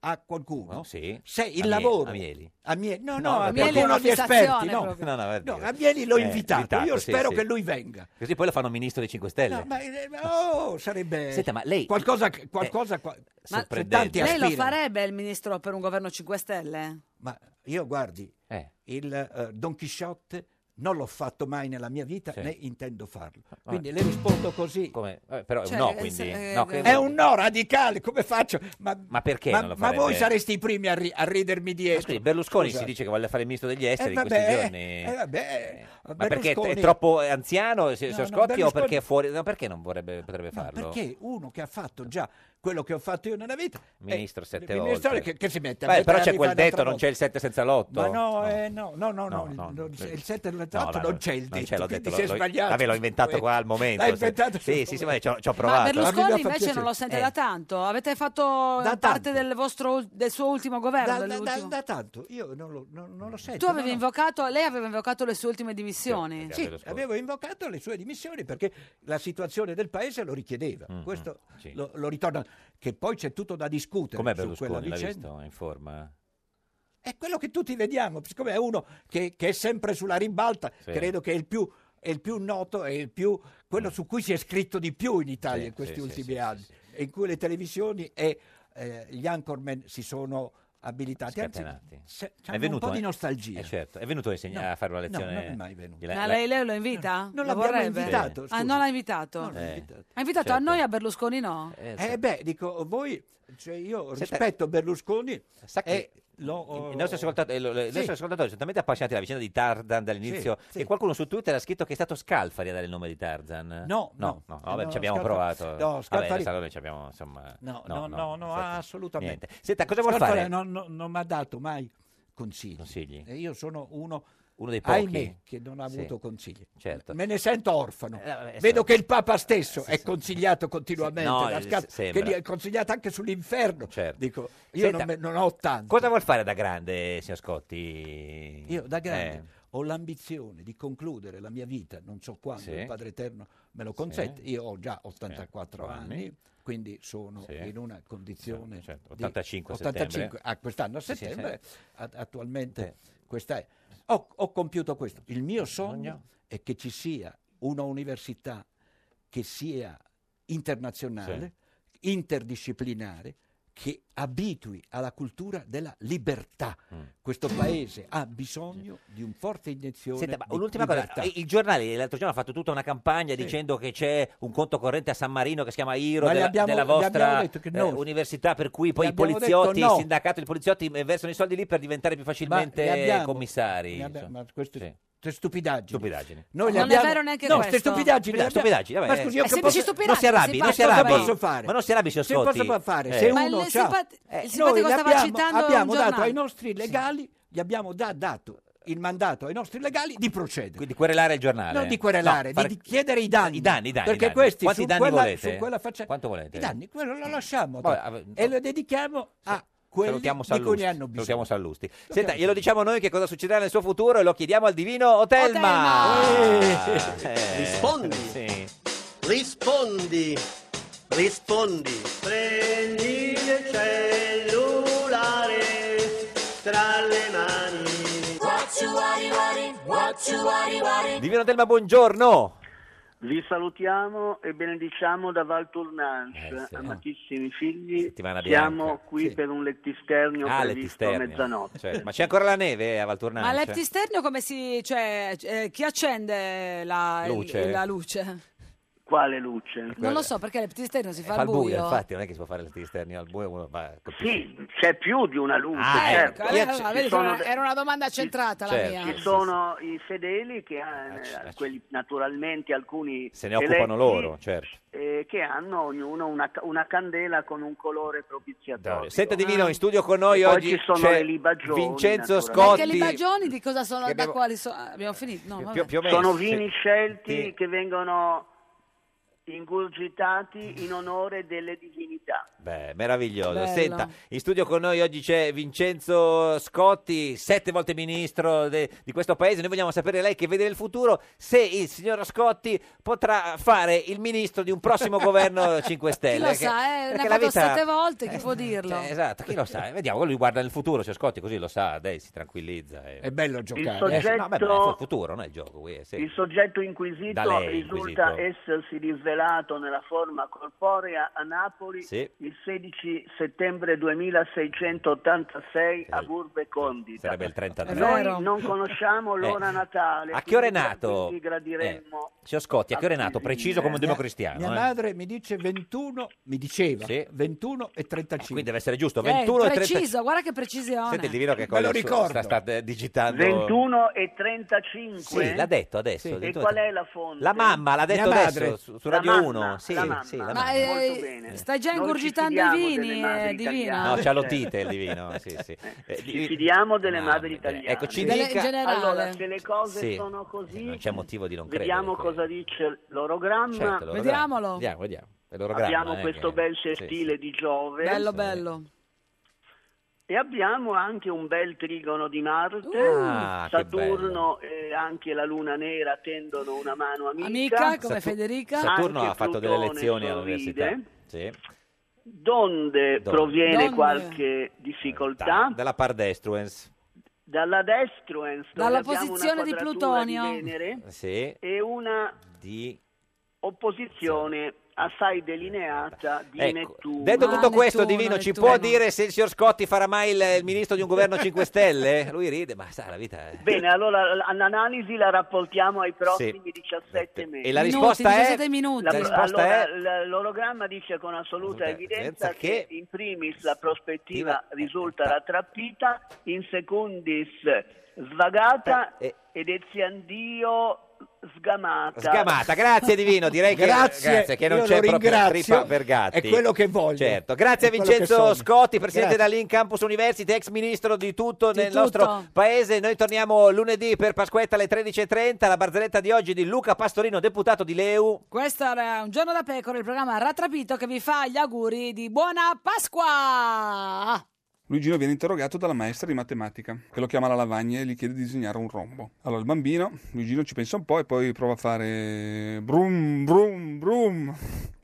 Speaker 11: a qualcuno
Speaker 2: Oh, sì.
Speaker 11: se il
Speaker 2: Amieli-
Speaker 11: lavoro
Speaker 2: Amieli.
Speaker 11: a Mie- no,
Speaker 2: No,
Speaker 11: no, a
Speaker 2: vabbè,
Speaker 11: Mieli
Speaker 2: qualcuno
Speaker 11: uno di
Speaker 2: fissazione
Speaker 11: esperti, no.
Speaker 2: proprio. No, no, per dire.
Speaker 11: a Mieli l'ho
Speaker 2: Eh,
Speaker 11: invitato, io
Speaker 2: invitato, sì,
Speaker 11: spero
Speaker 2: sì.
Speaker 11: che lui venga.
Speaker 2: Così poi lo fanno ministro dei 5 Stelle.
Speaker 11: No, ma eh, oh, sarebbe
Speaker 2: Senta, ma lei- eh,
Speaker 11: qualcosa, qualcosa qua-
Speaker 1: Ma
Speaker 11: tanti
Speaker 1: lei lo
Speaker 11: aspirano.
Speaker 1: farebbe il ministro per un governo 5 Stelle?
Speaker 11: Ma io guardi, il eh, Don Chisciotte non l'ho fatto mai nella mia vita né intendo farlo.
Speaker 2: Ah,
Speaker 11: Quindi le rispondo così.
Speaker 2: Vabbè, però è
Speaker 11: Cioè,
Speaker 2: un no,
Speaker 11: eh,
Speaker 2: quindi.
Speaker 11: se-
Speaker 2: no, che-
Speaker 11: È un no radicale, come faccio? Ma,
Speaker 2: Ma perché
Speaker 11: ma-
Speaker 2: non lo
Speaker 11: ma
Speaker 2: farebbe?
Speaker 11: voi sareste i primi a, ri- a ridermi dietro.
Speaker 2: Scusi, Berlusconi
Speaker 11: Scusa.
Speaker 2: si dice che vuole fare il ministro degli
Speaker 11: Eh,
Speaker 2: esteri in questi
Speaker 11: vabbè,
Speaker 2: giorni.
Speaker 11: eh, vabbè,
Speaker 2: ma perché è- è
Speaker 11: Berlusconi-
Speaker 2: troppo anziano, se,
Speaker 11: No,
Speaker 2: se
Speaker 11: no,
Speaker 2: Scotti, o
Speaker 11: Berlusconi-
Speaker 2: perché è fuori? No, perché non vorrebbe, potrebbe farlo?
Speaker 11: Perché uno che ha fatto già quello che ho fatto io nella vita...
Speaker 2: Ministro sette
Speaker 11: il ministro
Speaker 2: volte.
Speaker 11: Che, che si mette a
Speaker 2: Beh,
Speaker 11: mettere
Speaker 2: però
Speaker 11: a
Speaker 2: c'è quel
Speaker 11: rifare
Speaker 2: detto,
Speaker 11: un'altra
Speaker 2: non c'è il 7 senza l'8.
Speaker 11: volta. Ma no, eh, no, no, no, no,
Speaker 2: no,
Speaker 11: il-
Speaker 2: no.
Speaker 11: il, il sette del
Speaker 2: No,
Speaker 11: tratto
Speaker 2: no,
Speaker 11: non c'è il
Speaker 2: non
Speaker 11: detto,
Speaker 2: c'è, l'ho
Speaker 11: quindi
Speaker 2: detto,
Speaker 11: si è
Speaker 2: l'ho- l'ho-
Speaker 11: sbagliato.
Speaker 2: vabbè, l'ho inventato qua al momento.
Speaker 11: L'ha inventato
Speaker 2: sì, sì, sì, ma ci ho, ci ho provato.
Speaker 1: Ma Berlusconi invece non lo sente
Speaker 11: Eh,
Speaker 1: da tanto. Avete fatto parte del, vostro, ul- del suo ultimo governo?
Speaker 11: Da, da- da-
Speaker 1: dell'ultimo?
Speaker 11: da tanto, io non lo, non- non lo
Speaker 1: tu
Speaker 11: sento.
Speaker 1: avevi
Speaker 11: no, no.
Speaker 1: invocato, lei aveva invocato le sue ultime dimissioni.
Speaker 11: Sì, avevo invocato le sue dimissioni perché la situazione del paese lo richiedeva.
Speaker 2: Mm-hmm,
Speaker 11: Questo lo, lo ritorna. Che poi c'è tutto da discutere
Speaker 2: Com'è
Speaker 11: su quella
Speaker 2: Berlusconi? L'ha
Speaker 11: vicenda.
Speaker 2: visto in forma?
Speaker 11: È quello che tutti vediamo, siccome è uno che, che è sempre sulla ribalta,
Speaker 2: Sì.
Speaker 11: credo che è il più, è il più noto, è il più, quello su cui si è scritto di più in Italia
Speaker 2: Mm. Sì,
Speaker 11: in questi
Speaker 2: sì, sì,
Speaker 11: ultimi
Speaker 2: sì, sì,
Speaker 11: anni, in cui le televisioni e eh, gli anchorman si sono abilitati. Anzi,
Speaker 2: Scatenati.
Speaker 11: se- hanno un po' di nostalgia.
Speaker 2: Eh, certo, è venuto a, insegna-
Speaker 11: No,
Speaker 2: a fare una
Speaker 11: no,
Speaker 2: lezione.
Speaker 11: non è mai venuto.
Speaker 2: Gliela-
Speaker 1: Ma
Speaker 2: la-
Speaker 1: lei, lei lo invita?
Speaker 11: non
Speaker 1: Lo
Speaker 11: l'abbiamo
Speaker 1: vorrebbe?
Speaker 11: invitato,
Speaker 1: Ah,
Speaker 11: scusi.
Speaker 1: non l'ha invitato.
Speaker 11: Non l'ha
Speaker 1: Eh.
Speaker 11: invitato.
Speaker 1: Ha invitato a noi e a Berlusconi no?
Speaker 11: certo. Eh beh, dico, voi, cioè io
Speaker 2: Senta-
Speaker 11: rispetto Berlusconi
Speaker 2: Sa che
Speaker 11: e lo...
Speaker 2: I nostri ascoltato- eh, lo- le- i nostri ascoltatori, sono talmente appassionati alla vicenda di Tarzan dall'inizio
Speaker 11: Sì,
Speaker 2: che qualcuno su Twitter ha scritto che è stato Scalfari a dare il nome di Tarzan.
Speaker 11: No,
Speaker 2: no,
Speaker 11: no.
Speaker 2: vabbè,
Speaker 11: No,
Speaker 2: ci abbiamo
Speaker 11: Scalfari-
Speaker 2: provato.
Speaker 11: no,
Speaker 2: Vabbè,
Speaker 11: Scalfari-
Speaker 2: adesso allora ci abbiamo, insomma...
Speaker 11: No, no, no, no, assolutamente.
Speaker 2: Niente. Senta, cosa vuol
Speaker 11: Scarpare
Speaker 2: fare?
Speaker 11: Non, non- non mi ha dato mai consigli. E io sono uno,
Speaker 2: Uno dei pochi.
Speaker 11: ahimè, che non ha avuto
Speaker 2: Sì.
Speaker 11: consigli.
Speaker 2: Certo. Eh,
Speaker 11: Me ne sento orfano.
Speaker 2: vabbè, Eh,
Speaker 11: Vedo
Speaker 2: so-
Speaker 11: che il Papa stesso è consigliato continuamente,
Speaker 2: No,
Speaker 11: da
Speaker 2: eh,
Speaker 11: Scar-
Speaker 2: se- sembra.
Speaker 11: che gli è consigliato anche sull'inferno.
Speaker 2: Certo.
Speaker 11: Dico, io
Speaker 2: Senta,
Speaker 11: non, me- non ho tanto.
Speaker 2: Cosa vuol fare da grande, signor Scotti?
Speaker 11: Io da grande
Speaker 2: Eh,
Speaker 11: ho l'ambizione di concludere la mia vita, non so quando
Speaker 2: Sì. Eh,
Speaker 11: il Padre Eterno me lo consente. Io ho già 84 anni, quindi sono in una condizione
Speaker 2: Certo, certo.
Speaker 11: di-
Speaker 2: 85 a
Speaker 11: 85
Speaker 2: settembre.
Speaker 11: a quest'anno a
Speaker 2: Sì, sì,
Speaker 11: settembre, a- attualmente questa è. Ho, ho compiuto questo. Il mio sogno è che ci sia una università che sia internazionale, interdisciplinare, che abitui alla cultura della libertà.
Speaker 2: Mm.
Speaker 11: Questo paese ha bisogno di un forte iniezione
Speaker 2: Senta, ma
Speaker 11: di
Speaker 2: un'ultima
Speaker 11: libertà.
Speaker 2: cosa, il giornale l'altro giorno ha fatto tutta una campagna
Speaker 11: Sì.
Speaker 2: dicendo che c'è un conto corrente a San Marino che si chiama IRO
Speaker 11: Ma le
Speaker 2: della,
Speaker 11: abbiamo-
Speaker 2: della
Speaker 11: le abbiamo
Speaker 2: vostra
Speaker 11: detto che
Speaker 2: eh,
Speaker 11: no.
Speaker 2: università per cui poi
Speaker 11: Le
Speaker 2: i
Speaker 11: abbiamo
Speaker 2: poliziotti,
Speaker 11: detto no.
Speaker 2: il sindacato, i poliziotti eh, versano i soldi lì per diventare più facilmente
Speaker 11: Ma le abbiamo-
Speaker 2: commissari.
Speaker 11: Ne abbiamo-
Speaker 2: insomma.
Speaker 11: ma queste
Speaker 2: Sì.
Speaker 11: queste stupidaggini.
Speaker 2: Stupidaggini.
Speaker 11: Noi le
Speaker 1: Non è
Speaker 11: abbiamo-
Speaker 1: vero neanche
Speaker 11: no,
Speaker 1: questo.
Speaker 11: queste stupidaggini. le
Speaker 2: Stupidaggini,
Speaker 11: abbiamo-
Speaker 2: stupidaggini, vabbè,
Speaker 11: Ma scusi,
Speaker 1: eh,
Speaker 11: io che
Speaker 1: semplici
Speaker 11: posso-
Speaker 1: stupidaggini,
Speaker 2: Non si arrabbi,
Speaker 1: si
Speaker 2: non si
Speaker 1: parla-
Speaker 2: arrabbi.
Speaker 1: Cosa posso
Speaker 11: fare?
Speaker 2: Ma non si arrabbi, signor
Speaker 11: Se cosa
Speaker 2: Scotti.
Speaker 11: può fare?
Speaker 2: Eh.
Speaker 11: Se
Speaker 1: Ma
Speaker 11: uno
Speaker 1: il
Speaker 11: c'ha- eh,
Speaker 1: simpat- il
Speaker 11: noi
Speaker 1: simpatico
Speaker 11: le
Speaker 1: stava
Speaker 11: abbiamo-
Speaker 1: citando
Speaker 11: abbiamo
Speaker 1: un
Speaker 11: dato
Speaker 1: giornale.
Speaker 11: ai nostri legali, gli abbiamo già dato il mandato ai nostri legali di procedere.
Speaker 2: Di querelare il giornale.
Speaker 11: Non di querelare,
Speaker 2: No,
Speaker 11: di-
Speaker 2: fare-
Speaker 11: di, chiedere i danni.
Speaker 2: I danni, i danni, i
Speaker 11: Perché
Speaker 2: danni.
Speaker 11: questi
Speaker 2: Quanti
Speaker 11: su
Speaker 2: danni
Speaker 11: quella,
Speaker 2: volete?
Speaker 11: su quella faccia-
Speaker 2: Quanto volete?
Speaker 11: I danni, quello lo lasciamo.
Speaker 2: Vabbè, vabbè,
Speaker 11: e lo dedichiamo a quelli di
Speaker 2: Salutiamo
Speaker 11: cui
Speaker 2: Sallusti.
Speaker 11: ne hanno bisogno.
Speaker 2: Salutiamo Sallusti. Senta, glielo diciamo noi che cosa succederà nel suo futuro e lo chiediamo al divino Otelma.
Speaker 20: Otelma!
Speaker 18: Ah,
Speaker 2: Eh.
Speaker 20: Rispondi.
Speaker 2: Sì.
Speaker 20: Rispondi, rispondi. Prendi il cellulare tra le mani.
Speaker 4: What you worry, worry, what you worry, worry.
Speaker 2: Divino Otelma, buongiorno.
Speaker 19: Vi salutiamo e benediciamo da Val Tournance, amatissimi figli.
Speaker 2: Eh, Settimana
Speaker 19: Siamo
Speaker 2: bianca,
Speaker 19: qui per un lettisternio
Speaker 2: Ah,
Speaker 19: previsto a
Speaker 2: Lettisternio.
Speaker 19: mezzanotte.
Speaker 2: Cioè, ma c'è ancora la neve a Valturnanza?
Speaker 1: Ma l'eptisternio come si... cioè, eh, chi accende la il-
Speaker 2: Luce.
Speaker 1: La luce?
Speaker 19: Quale luce?
Speaker 1: Non lo so perché l'eptisternio si fa,
Speaker 2: Eh, Fa
Speaker 1: al
Speaker 2: il buio,
Speaker 1: buio.
Speaker 2: infatti, non è che si può fare l'esternio al buio. Uno va
Speaker 19: Sì, c'è più di una luce,
Speaker 2: Ah,
Speaker 19: certo.
Speaker 2: ecco. Io
Speaker 1: Allora,
Speaker 19: Ci
Speaker 1: vedi,
Speaker 19: sono
Speaker 1: era-
Speaker 19: de-
Speaker 1: era una domanda centrata
Speaker 2: Certo. Ah,
Speaker 1: la mia.
Speaker 19: Ci sono i fedeli che, eh, quelli naturalmente alcuni
Speaker 2: Se ne occupano
Speaker 19: eletti,
Speaker 2: loro, certo.
Speaker 19: eh, che hanno ognuno una, ca- una candela con un colore propiziatorio.
Speaker 2: Senta Divino, in studio con noi
Speaker 19: Ah. E poi
Speaker 2: oggi
Speaker 19: ci sono
Speaker 2: c'è
Speaker 19: le libagioni,
Speaker 2: Vincenzo
Speaker 19: naturalmente.
Speaker 2: Scotti.
Speaker 1: Perché i bagioni di cosa sono?
Speaker 2: Che
Speaker 1: Da
Speaker 2: abbiamo-
Speaker 1: quali sono? Abbiamo finito? No, vabbè.
Speaker 2: più- più o meno.
Speaker 19: Sono
Speaker 2: Sì.
Speaker 19: vini scelti
Speaker 2: Sì.
Speaker 19: che vengono ingurgitati in onore delle divinità.
Speaker 2: Beh, meraviglioso.
Speaker 19: Bello.
Speaker 2: Senta, in studio con noi oggi c'è Vincenzo Scotti, sette volte ministro de- di questo paese. Noi vogliamo sapere lei che vede nel futuro se il signor Scotti potrà fare il ministro di un prossimo governo 5
Speaker 1: Chi
Speaker 2: Stelle.
Speaker 1: lo
Speaker 2: perché-
Speaker 1: sa, eh, ne
Speaker 2: perché
Speaker 1: ha
Speaker 2: la
Speaker 1: fatto
Speaker 2: vita-
Speaker 1: sette volte, chi può dirlo?
Speaker 2: Eh, esatto, chi lo sa? Eh, Vediamo, lui guarda nel futuro, signor Scotti, così lo sa, dai, si tranquillizza. eh.
Speaker 11: È bello giocare.
Speaker 19: Il soggetto-
Speaker 2: Eh, no, beh, ma è il futuro, non è il gioco. qui, eh, sì.
Speaker 19: Il soggetto
Speaker 2: Da
Speaker 19: inquisito
Speaker 2: lei,
Speaker 19: risulta
Speaker 2: inquisito.
Speaker 19: essersi rivelato nella forma corporea a Napoli
Speaker 2: Sì.
Speaker 19: il 16 settembre 2686 a Burbe Condita.
Speaker 2: Sarebbe il 33.
Speaker 19: Noi non conosciamo
Speaker 2: Eh.
Speaker 19: l'ora natale.
Speaker 2: A che ora è
Speaker 19: quindi-
Speaker 2: nato?
Speaker 19: quindi gradiremmo
Speaker 2: Signor Scotti, a che ora è nato? Preciso come un democristiano.
Speaker 11: Mia
Speaker 2: eh.
Speaker 11: madre mi dice 21, mi diceva, 21 e 35.
Speaker 2: Ah, Quindi deve essere giusto,
Speaker 1: Eh,
Speaker 2: 21 e 30.
Speaker 1: preciso, guarda che precisione.
Speaker 2: Senti il divino che
Speaker 11: Me lo
Speaker 2: cosa su-
Speaker 11: ricordo.
Speaker 2: sta, sta eh, digitando.
Speaker 19: 21 e 35.
Speaker 2: Sì, l'ha detto adesso.
Speaker 19: E
Speaker 2: 21.
Speaker 19: qual è la fonte?
Speaker 2: La mamma l'ha detto
Speaker 11: Mia
Speaker 2: adesso
Speaker 11: madre.
Speaker 2: su, su
Speaker 11: La
Speaker 2: Radio
Speaker 11: mamma,
Speaker 2: 1. Sì,
Speaker 11: la mamma.
Speaker 2: sì, la
Speaker 11: Ma,
Speaker 2: mamma.
Speaker 1: Eh,
Speaker 19: Molto bene.
Speaker 1: stai già
Speaker 19: Noi ci
Speaker 1: ingurgitando i
Speaker 19: fidiamo delle
Speaker 1: vini,
Speaker 19: madri
Speaker 1: eh, divino.
Speaker 19: italiane.
Speaker 2: No, c'ha
Speaker 19: certo.
Speaker 2: l'otite il divino. Sì, sì. Eh,
Speaker 19: Ci
Speaker 2: di-
Speaker 19: fidiamo delle
Speaker 2: Mamma
Speaker 19: madri
Speaker 2: mia.
Speaker 19: italiane.
Speaker 2: Ecco, ci
Speaker 1: Delle- in
Speaker 2: dica...
Speaker 1: generale.
Speaker 19: Allora, se le cose
Speaker 2: Sì. Eh,
Speaker 19: sono così,
Speaker 2: Non c'è motivo di non
Speaker 19: vediamo
Speaker 2: credere.
Speaker 19: cosa dice l'orogramma.
Speaker 2: Certo, l'orogramma.
Speaker 1: Vediamolo.
Speaker 2: Vediamo, vediamo. È l'orogramma,
Speaker 19: Abbiamo
Speaker 2: eh,
Speaker 19: questo
Speaker 2: che-
Speaker 19: bel
Speaker 2: sì, sì.
Speaker 19: sestile di Giove
Speaker 1: Bello, bello.
Speaker 19: e abbiamo anche un bel trigono di Marte.
Speaker 1: Uh,
Speaker 2: Ah, che
Speaker 19: Saturno e anche la Luna Nera tendono una mano amica.
Speaker 1: Amica, come Federica.
Speaker 2: Saturno
Speaker 19: Anche
Speaker 2: ha fatto delle
Speaker 19: Plutone
Speaker 2: lezioni
Speaker 19: sorride.
Speaker 2: all'università. Sì.
Speaker 19: Donde,
Speaker 2: Donde. Eh,
Speaker 19: proviene
Speaker 1: Donde.
Speaker 19: qualche difficoltà?
Speaker 2: Dalla Pardestruens.
Speaker 19: Dalla destruens, dove
Speaker 1: Dalla
Speaker 19: abbiamo una
Speaker 1: posizione di
Speaker 19: quadratura di
Speaker 1: Plutonio.
Speaker 19: Venere
Speaker 2: Sì.
Speaker 19: e una
Speaker 2: Di...
Speaker 19: opposizione assai delineata di
Speaker 2: Ecco,
Speaker 19: Nettuno.
Speaker 2: detto
Speaker 11: Ah,
Speaker 1: Ah,
Speaker 2: tutto questo, Divino, ci può dire se il signor Scotti farà mai il, il ministro di un governo 5 Stelle? Lui ride, ma sa, la vita è...
Speaker 19: Bene, allora l- l'analisi la rapportiamo ai prossimi
Speaker 2: Eh. Sì.
Speaker 19: 17 mesi.
Speaker 2: E la Minuti, risposta è- 17 minuti. la risposta
Speaker 19: allora,
Speaker 2: è-
Speaker 19: l- l'orogramma dice con assoluta
Speaker 2: Assoluta
Speaker 19: evidenza
Speaker 2: evidenza
Speaker 19: che... in primis la prospettiva
Speaker 2: Eh,
Speaker 19: risulta rattrappita, in secundis svagata
Speaker 2: Eh,
Speaker 19: ed eziandio sgamata.
Speaker 2: Sgamata, grazie Divino, direi che,
Speaker 11: Grazie,
Speaker 2: che non
Speaker 11: io
Speaker 2: c'è
Speaker 11: lo
Speaker 2: proprio
Speaker 11: ringrazio,
Speaker 2: tripa per gatti.
Speaker 11: è quello che voglio.
Speaker 2: Certo, grazie
Speaker 11: È
Speaker 2: a
Speaker 11: quello che sono.
Speaker 2: Vincenzo Scotti, presidente
Speaker 11: Grazie.
Speaker 2: da Link Campus University, ex ministro di tutto
Speaker 11: Di
Speaker 2: nel
Speaker 11: tutto.
Speaker 2: nostro paese. Noi torniamo lunedì per Pasquetta alle 13.30, la barzelletta di oggi di Luca Pastorino, deputato di Leu.
Speaker 1: Questo era un giorno da pecora, il programma Rattrapito che vi fa gli auguri di buona Pasqua!
Speaker 21: Luigino viene interrogato dalla maestra di matematica, che lo chiama alla lavagna e gli chiede di disegnare un rombo. Allora il bambino, Luigino ci pensa un po' e poi prova a fare brum brum brum.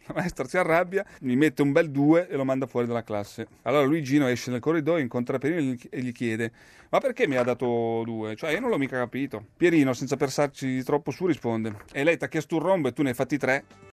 Speaker 21: La maestra si arrabbia, gli mette un bel 2 e lo manda fuori dalla classe. Allora Luigino esce nel corridoio, incontra Pierino e gli chiede: Ma perché mi ha dato 2? Cioè, io non l'ho mica capito. Pierino, senza pensarci troppo su, risponde: E lei ti ha chiesto un rombo e tu ne hai fatti tre.